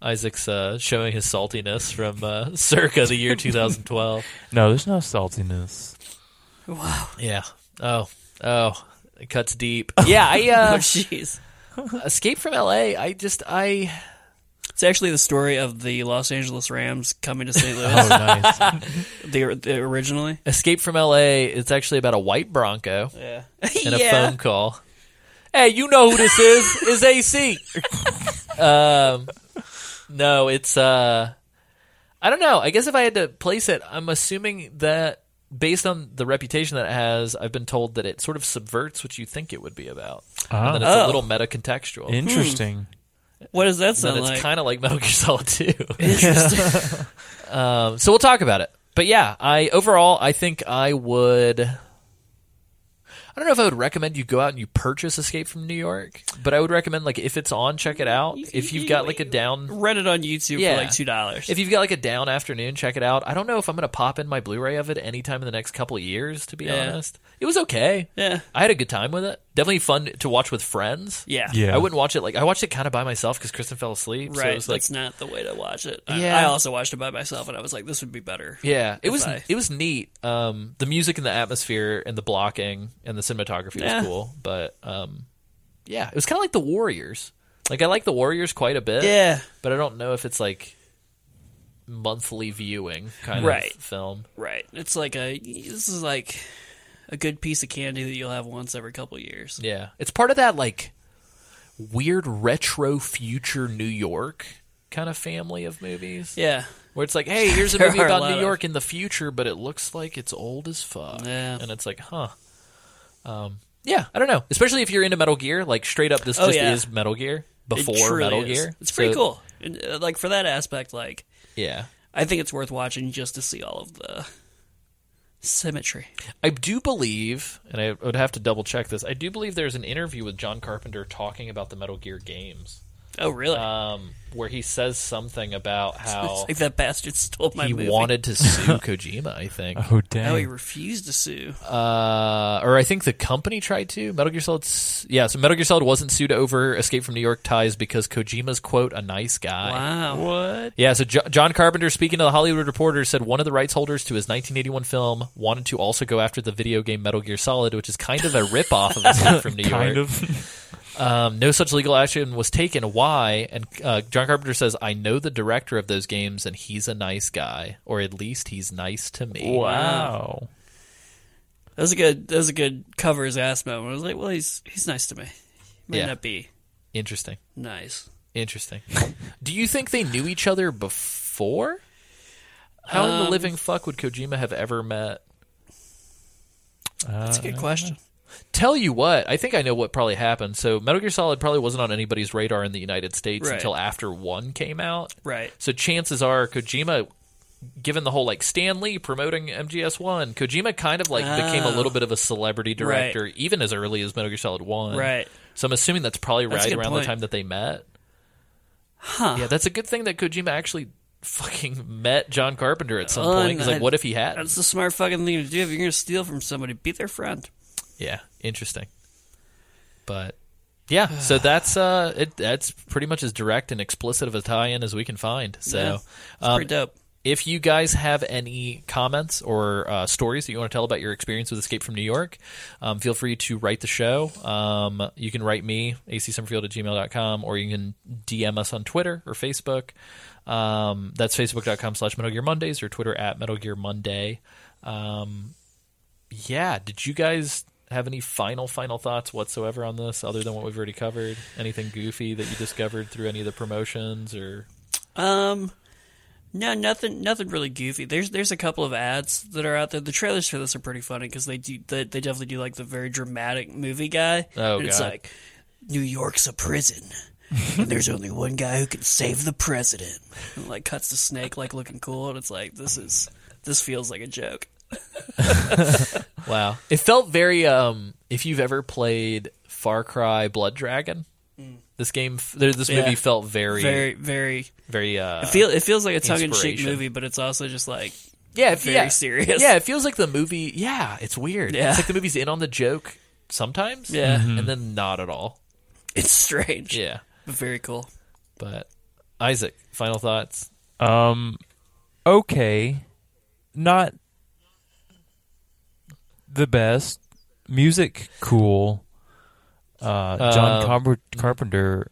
Speaker 1: Isaac's uh, showing his saltiness from uh, circa the year 2012.
Speaker 2: No, there's no saltiness.
Speaker 1: yeah. Oh. Oh. It cuts deep. Yeah. I
Speaker 3: Oh,
Speaker 1: uh,
Speaker 3: jeez.
Speaker 1: escape from L.A. I just I
Speaker 3: It's actually the story of the Los Angeles Rams coming to St. Louis.
Speaker 2: Oh, nice.
Speaker 3: the, the originally.
Speaker 1: escape from L.A. It's actually about a white Bronco
Speaker 3: Yeah.
Speaker 1: and a phone call. Hey, you know who this is? It's AC. um, no, it's uh, I don't know. I guess if I had to place it, I'm assuming that based on the reputation that it has, I've been told that it sort of subverts what you think it would be about, and that it's
Speaker 2: Ah.
Speaker 1: a little meta contextual.
Speaker 2: Interesting.
Speaker 3: What does that
Speaker 1: So
Speaker 3: sound
Speaker 1: that's
Speaker 3: like?
Speaker 1: kind of like Metal Gear Solid 2. um, so we'll talk about it. But yeah, I overall I think I would I don't know if I would recommend you go out and you purchase Escape from New York, but I would recommend like if it's on, check it out. If you've got like a down
Speaker 3: Rent it on YouTube
Speaker 1: Yeah.
Speaker 3: for like two dollars.
Speaker 1: if you've got like a down afternoon, check it out. I don't know if I'm going to pop in my Blu-ray of it anytime in the next couple of years to be
Speaker 3: Yeah.
Speaker 1: honest. It was okay.
Speaker 3: Yeah.
Speaker 1: I had a good time with it. Definitely fun to watch with friends.
Speaker 3: Yeah.
Speaker 2: Yeah.
Speaker 1: I wouldn't watch it like I watched it kind of by myself cuz Kristen fell asleep, so it
Speaker 3: Right.
Speaker 1: was like
Speaker 3: that's not the way to watch it. I-
Speaker 1: Yeah.
Speaker 3: I also watched it by myself and I was like, this would be better.
Speaker 1: Yeah, it
Speaker 3: if
Speaker 1: was
Speaker 3: I-
Speaker 1: it was neat. Um, the music and the atmosphere and the blocking and the cinematography
Speaker 3: Yeah.
Speaker 1: was cool. But um, yeah, it was kind of like the Warriors. Like I like the Warriors quite a bit.
Speaker 3: Yeah.
Speaker 1: but I don't know if it's like monthly viewing kind
Speaker 3: Right.
Speaker 1: of film.
Speaker 3: Right. It's like a this is like a good piece of candy that you'll have once every couple years.
Speaker 1: Yeah, it's part of that like weird retro future New York kind of family of movies.
Speaker 3: Yeah.
Speaker 1: Where it's like, hey, here's a
Speaker 3: There
Speaker 1: movie
Speaker 3: are a
Speaker 1: about
Speaker 3: lot
Speaker 1: New
Speaker 3: of-
Speaker 1: York in the future, but it looks like it's old as fuck.
Speaker 3: Yeah.
Speaker 1: And it's like, huh. Um, yeah, I don't know. Especially if you're into Metal Gear, like straight up, this
Speaker 3: Oh,
Speaker 1: just
Speaker 3: yeah.
Speaker 1: is Metal Gear
Speaker 3: It
Speaker 1: before
Speaker 3: truly
Speaker 1: Metal
Speaker 3: is.
Speaker 1: Gear.
Speaker 3: It's pretty
Speaker 1: So,
Speaker 3: cool. And, uh, like for that aspect, like
Speaker 1: Yeah.
Speaker 3: I think it's worth watching just to see all of the symmetry.
Speaker 1: I do believe, and I would have to double check this, I do believe there's an interview with John Carpenter talking about the Metal Gear games
Speaker 3: Oh, really?
Speaker 1: um, where he says something about how
Speaker 3: It's like that bastard stole my
Speaker 1: he
Speaker 3: movie.
Speaker 1: wanted to sue Kojima, I think.
Speaker 2: Oh
Speaker 3: Now he
Speaker 2: dang!
Speaker 3: refused to sue.
Speaker 1: uh, or I think the company tried to. Metal Gear Solid, s- yeah. So Metal Gear Solid wasn't sued over Escape from New York ties because Kojima's quote a nice guy.
Speaker 3: Wow.
Speaker 2: What?
Speaker 1: Yeah, so jo- John Carpenter, speaking to the Hollywood Reporter, said one of the rights holders to his 1981 film wanted to also go after the video game Metal Gear Solid, which is kind of a ripoff of Escape from New York.
Speaker 2: Kind of.
Speaker 1: Um, no such legal action was taken. Why? And uh, John Carpenter says, "I know the director of those games, and he's a nice guy, or at least he's nice to me."
Speaker 2: Wow.
Speaker 3: That was a good. That was a good cover his ass moment. I was like, well, he's he's nice to me. May
Speaker 1: Yeah.
Speaker 3: not be
Speaker 1: Interesting.
Speaker 3: nice.
Speaker 1: Interesting. Do you think they knew each other before? How in
Speaker 3: Um,
Speaker 1: the living fuck would Kojima have ever met?
Speaker 3: That's a good question.
Speaker 1: Tell you what, I think I know what probably happened. So Metal Gear Solid probably wasn't on anybody's radar in the United States
Speaker 3: Right.
Speaker 1: until after 1 came out.
Speaker 3: Right.
Speaker 1: So chances are Kojima given the whole like Stan Lee promoting MGS1, Kojima kind of like became a
Speaker 3: Ah.
Speaker 1: little bit of a celebrity director even as early as Metal Gear Solid 1.
Speaker 3: Right.
Speaker 1: So I'm assuming that's probably
Speaker 3: That's a
Speaker 1: right
Speaker 3: good
Speaker 1: around
Speaker 3: point.
Speaker 1: the time that they met. Huh. Yeah, that's a good thing that Kojima actually fucking met John Carpenter at some point. 'cause, like,
Speaker 3: Un-
Speaker 1: what if he had?
Speaker 3: That's the smart fucking thing to do. If you're gonna steal from somebody, be their friend.
Speaker 1: Yeah, interesting. But yeah, so that's uh, it, that's pretty much as direct and explicit of a tie-in as we can find.
Speaker 3: Yeah.
Speaker 1: So,
Speaker 3: It's
Speaker 1: um,
Speaker 3: pretty dope.
Speaker 1: if you guys have any comments or uh, stories that you want to tell about your experience with Escape from New York, um, feel free to write the show. Um, you can write me, acsummerfield at gmail.com, or you can DM us on Twitter or Facebook. Um, that's facebook.com slash Metal Gear Mondays or Twitter at Metal Gear Monday. Um, yeah, did you guys have any final, final thoughts whatsoever on this other than what we've already covered? Anything goofy that you discovered through any of the promotions or.
Speaker 3: Um, no, nothing, nothing really goofy. There's there's a couple of ads that are out there. The trailers for this are pretty funny because they do they, they definitely do like the very dramatic movie guy.
Speaker 1: Oh,
Speaker 3: and it's
Speaker 1: God.
Speaker 3: like New York's a prison. and there's only one guy who can save the president. And like cuts the snake like looking cool, and it's like this is this feels like a joke.
Speaker 1: Wow. It felt very um if you've ever played Far Cry Blood Dragon, this game f- there- this
Speaker 3: Yeah.
Speaker 1: movie felt very very,
Speaker 3: Very very
Speaker 1: uh
Speaker 3: feel it feels like a tongue in cheek
Speaker 1: inspiration.
Speaker 3: movie, but it's also just like
Speaker 1: yeah, it-
Speaker 3: very
Speaker 1: yeah.
Speaker 3: serious.
Speaker 1: Yeah, it feels like the movie, yeah, it's weird.
Speaker 3: Yeah.
Speaker 1: It's like the movie's in on the joke sometimes
Speaker 3: Yeah.
Speaker 1: and then not at all.
Speaker 3: it's strange.
Speaker 1: Yeah.
Speaker 3: but very cool.
Speaker 1: But Isaac, final thoughts?
Speaker 2: Um. Okay. Not the best. Music cool. Uh, John
Speaker 1: Um,
Speaker 2: Carp- Carpenter,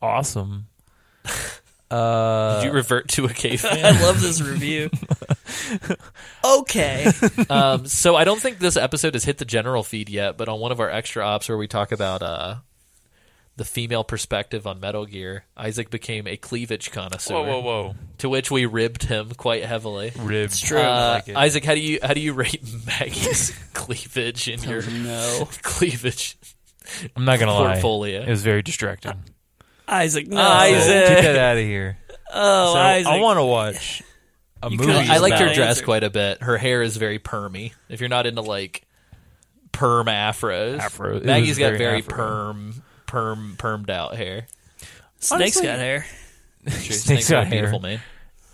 Speaker 2: awesome.
Speaker 3: Uh,
Speaker 1: Did you revert to a caveman?
Speaker 3: I love this review. okay.
Speaker 1: um, so I don't think this episode has hit the general feed yet, but on one of our extra ops where we talk about uh, the female perspective on Metal Gear, Isaac became a cleavage connoisseur.
Speaker 2: whoa!
Speaker 1: To which we ribbed him quite heavily.
Speaker 2: Ribs. It's
Speaker 3: true.
Speaker 1: Uh,
Speaker 2: like it.
Speaker 1: Isaac, how do you how do you rate Maggie's cleavage in your
Speaker 3: no.
Speaker 1: cleavage?
Speaker 2: I'm not gonna lie.
Speaker 1: Portfolio.
Speaker 2: It was very distracting.
Speaker 3: Isaac, no,
Speaker 2: Get that
Speaker 3: Isaac.
Speaker 2: out of here.
Speaker 3: Oh,
Speaker 2: so
Speaker 3: Isaac.
Speaker 2: I want to watch a movie.
Speaker 3: could've-
Speaker 1: I like her
Speaker 3: Answer.
Speaker 1: dress quite a bit. Her hair is very permy. If you're not into like perm afros,
Speaker 2: Afro- it
Speaker 1: Maggie's
Speaker 2: was
Speaker 1: got
Speaker 2: very
Speaker 1: very
Speaker 2: afro.
Speaker 1: perm, perm, permed out hair.
Speaker 3: Snake's
Speaker 2: Honestly-
Speaker 3: got hair.
Speaker 1: Sure,
Speaker 2: Snake's got hair.
Speaker 1: beautiful man.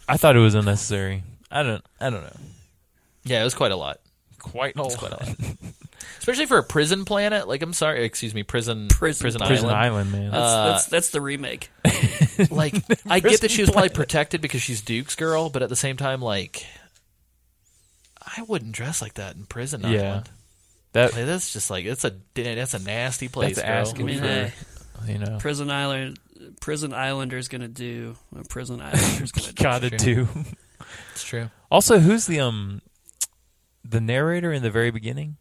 Speaker 2: I thought it was unnecessary. I don't. I don't know.
Speaker 1: Yeah, it was quite a lot.
Speaker 2: Quite.
Speaker 1: It's quite a lot. Especially for a prison planet. Like, I'm sorry, excuse me, prison,
Speaker 3: Prison-
Speaker 1: prison,
Speaker 2: Prison
Speaker 1: island.
Speaker 2: Island, man. Uh,
Speaker 3: That's, that's that's the remake.
Speaker 1: Like, I get that she was probably protected because she's Duke's girl, but at the same time, like, I wouldn't dress like that in prison
Speaker 2: Yeah.
Speaker 1: island.
Speaker 2: that
Speaker 1: Like, that's just like it's a that's a nasty place.
Speaker 2: that's
Speaker 1: bro.
Speaker 3: I
Speaker 2: asking
Speaker 3: mean,
Speaker 2: for
Speaker 3: hey,
Speaker 2: you know.
Speaker 3: Prison Island, Prison Islander's gonna do. what Prison Islander's gonna do.
Speaker 2: Gotta do.
Speaker 1: It's true.
Speaker 2: Also, who's the um the narrator in the very beginning?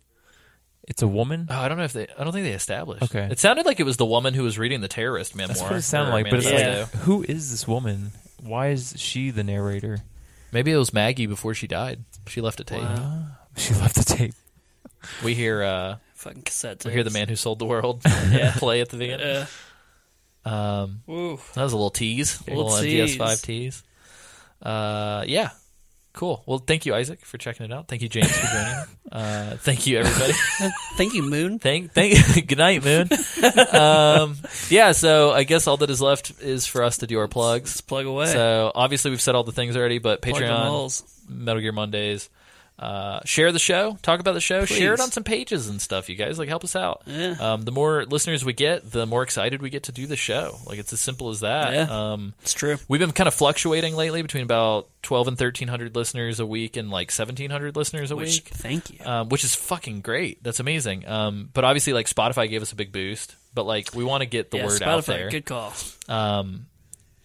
Speaker 2: It's a woman.
Speaker 1: Oh, I don't know if they. I don't think they established.
Speaker 2: Okay.
Speaker 1: It sounded like it was the woman who was reading the terrorist memoir.
Speaker 2: That's what it sounded
Speaker 1: or
Speaker 2: like. But it's
Speaker 1: manifesto.
Speaker 2: like, who is this woman? Why is she the narrator?
Speaker 1: maybe it was Maggie before she died. She left a tape.
Speaker 3: Wow.
Speaker 2: She left the tape.
Speaker 1: We hear. uh
Speaker 3: Fucking cassette.
Speaker 1: We hear the
Speaker 3: tapes.
Speaker 1: man who sold the world play at the beginning.
Speaker 3: Yeah.
Speaker 1: Um,
Speaker 3: Uh, Ooh.
Speaker 1: that was a little tease, a
Speaker 3: Little
Speaker 1: little
Speaker 3: tease.
Speaker 1: MGS5 tease. Uh, yeah, cool. Well, thank you, Isaac, for checking it out. Thank you, James, for joining. Uh, thank you, everybody.
Speaker 3: Thank you, Moon.
Speaker 1: Thank, thank. good night, Moon. um, yeah, so I guess all that is left is for us to do our plugs.
Speaker 3: Let's plug away.
Speaker 1: So obviously we've said all the things already, but
Speaker 3: plug the
Speaker 1: Patreon,
Speaker 3: holes.
Speaker 1: Metal Gear Mondays, uh, share the show, talk about the show, share it
Speaker 3: Please.
Speaker 1: on some pages and stuff. You guys like help us out.
Speaker 3: Yeah.
Speaker 1: Um, the more listeners we get, the more excited we get to do the show. Like it's as simple as that.
Speaker 3: Yeah.
Speaker 1: Um,
Speaker 3: It's true.
Speaker 1: we've been kind of fluctuating lately between about twelve and thirteen hundred listeners a week and like seventeen hundred listeners a
Speaker 3: Which,
Speaker 1: week
Speaker 3: thank you.
Speaker 1: um, which is fucking great. That's amazing. Um, but obviously, like Spotify gave us a big boost. But like, we want to get the
Speaker 3: yeah,
Speaker 1: word
Speaker 3: Spotify,
Speaker 1: out there.
Speaker 3: good call.
Speaker 1: Um,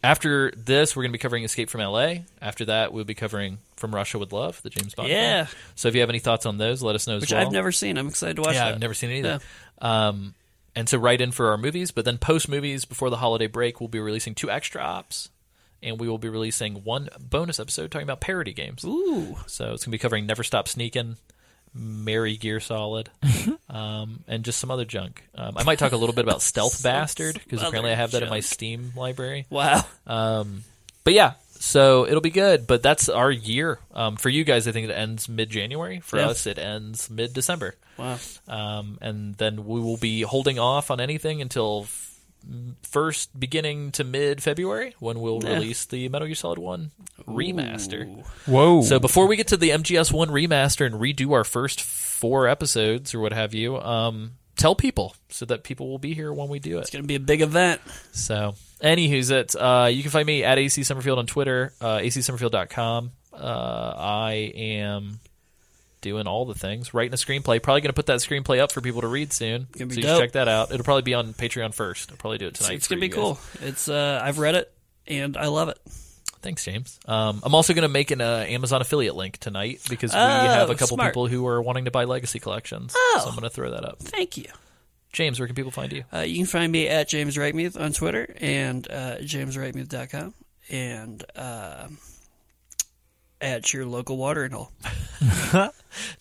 Speaker 1: after this, we're going to be covering Escape from LA. After that, we'll be covering From Russia with Love, the James Bond. film.
Speaker 3: Yeah.
Speaker 1: So if you have any thoughts on those, let us know as
Speaker 3: Which
Speaker 1: well.
Speaker 3: I've never seen. I'm excited to watch
Speaker 1: yeah,
Speaker 3: that.
Speaker 1: I've never seen it either. Um, and so write in for our movies, but then post movies before the holiday break, we'll be releasing two extra ops, and we will be releasing one bonus episode talking about parody games.
Speaker 3: Ooh.
Speaker 1: So it's gonna be covering Never Stop Sneaking, Mary Gear Solid, um, and just some other junk. Um, I might talk a little bit about Stealth Bastard because
Speaker 3: other
Speaker 1: apparently I have that in my
Speaker 3: junk.
Speaker 1: Steam library.
Speaker 3: Wow.
Speaker 1: But yeah, so it'll be good. But that's our year. Um, for you guys, I think it ends mid January. For
Speaker 3: Yeah.
Speaker 1: us, it ends mid December.
Speaker 3: Wow.
Speaker 1: Um, and then we will be holding off on anything until f- first beginning to mid February when we'll
Speaker 3: Yeah.
Speaker 1: release the Metal Gear Solid 1 remaster.
Speaker 3: Ooh.
Speaker 2: Whoa.
Speaker 1: So before we get to the MGS1 remaster and redo our first four episodes or what have you, um, tell people so that people will be here when we do
Speaker 3: It's
Speaker 1: it.
Speaker 3: going to be a big event.
Speaker 1: So, anywho's it. Uh, you can find me at AC Summerfield on Twitter, uh, acsummerfield.com. Uh, I am doing all the things, writing a screenplay. Probably going to put that screenplay up for people to read soon. So
Speaker 3: Gonna be
Speaker 1: you should
Speaker 3: dope.
Speaker 1: check that out. It'll probably be on Patreon first. I'll probably do it tonight.
Speaker 3: it's
Speaker 1: for
Speaker 3: going to
Speaker 1: you
Speaker 3: be
Speaker 1: guys.
Speaker 3: cool. It's uh, I've read it and I love it.
Speaker 1: Thanks, James. Um, I'm also going to make an uh, Amazon affiliate link tonight because we
Speaker 3: Oh,
Speaker 1: have a couple
Speaker 3: smart. Oh.
Speaker 1: people who are wanting to buy legacy collections. So I'm going to throw that up.
Speaker 3: Thank you.
Speaker 1: James, where can people find you?
Speaker 3: Uh, you can find me at James Rightmuth on Twitter and uh, jamesrightmuth.com and uh, at your local water and all.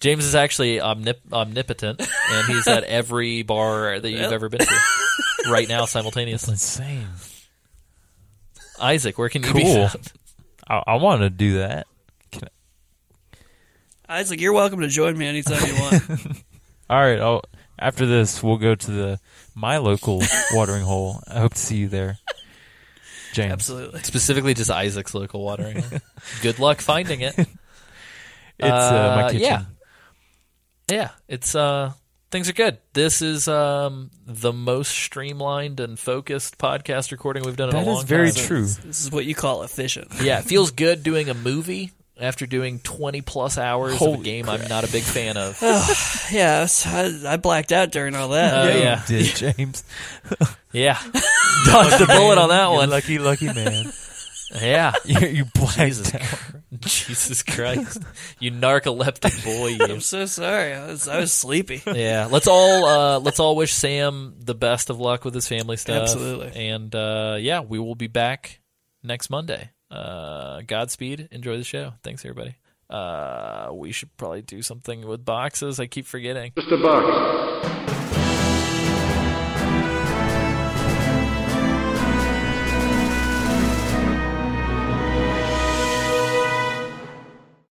Speaker 1: James is actually omnip- omnipotent, and he's at every bar that you've
Speaker 3: Yep.
Speaker 1: ever been to right now simultaneously.
Speaker 2: insane.
Speaker 1: Isaac, where can you be
Speaker 2: Cool.
Speaker 1: found?
Speaker 2: I, I want to do that. Can I-
Speaker 3: Isaac, you're welcome to join me anytime you want.
Speaker 2: all right. I'll, after this, we'll go to the my local watering hole. I hope to see you there, James.
Speaker 3: Absolutely.
Speaker 1: Specifically, just Isaac's local watering. hole. Good luck finding it.
Speaker 2: It's uh,
Speaker 1: Uh,
Speaker 2: my kitchen.
Speaker 1: yeah. Yeah, it's uh, things are good. This is um, the most streamlined and focused podcast recording we've done in
Speaker 2: That
Speaker 1: a long
Speaker 2: is very
Speaker 1: time.
Speaker 2: true.
Speaker 3: This is what you call efficient.
Speaker 1: yeah, it feels good doing a movie after doing 20 plus hours of
Speaker 2: Holy
Speaker 1: a game I'm not a big fan of.
Speaker 3: Yeah, I was- I, I blacked out during all that.
Speaker 1: Uh,
Speaker 2: You
Speaker 1: yeah.
Speaker 2: did, James.
Speaker 1: yeah. Dodged a bullet on that
Speaker 2: You
Speaker 1: one.
Speaker 2: Lucky, lucky man.
Speaker 1: Yeah.
Speaker 2: you, you
Speaker 1: Jesus,
Speaker 2: blacked out.
Speaker 1: Christ. Jesus Christ. You narcoleptic boy,
Speaker 3: I'm
Speaker 1: you.
Speaker 3: so sorry. I was, I was sleepy.
Speaker 1: Yeah, let's all uh, let's all wish Sam the best of luck with his family stuff.
Speaker 3: Absolutely.
Speaker 1: and uh, yeah, we will be back next Monday. Uh, Godspeed, enjoy the show. Thanks everybody. Uh, we should probably do something with boxes. I keep forgetting.
Speaker 5: Mr. Box.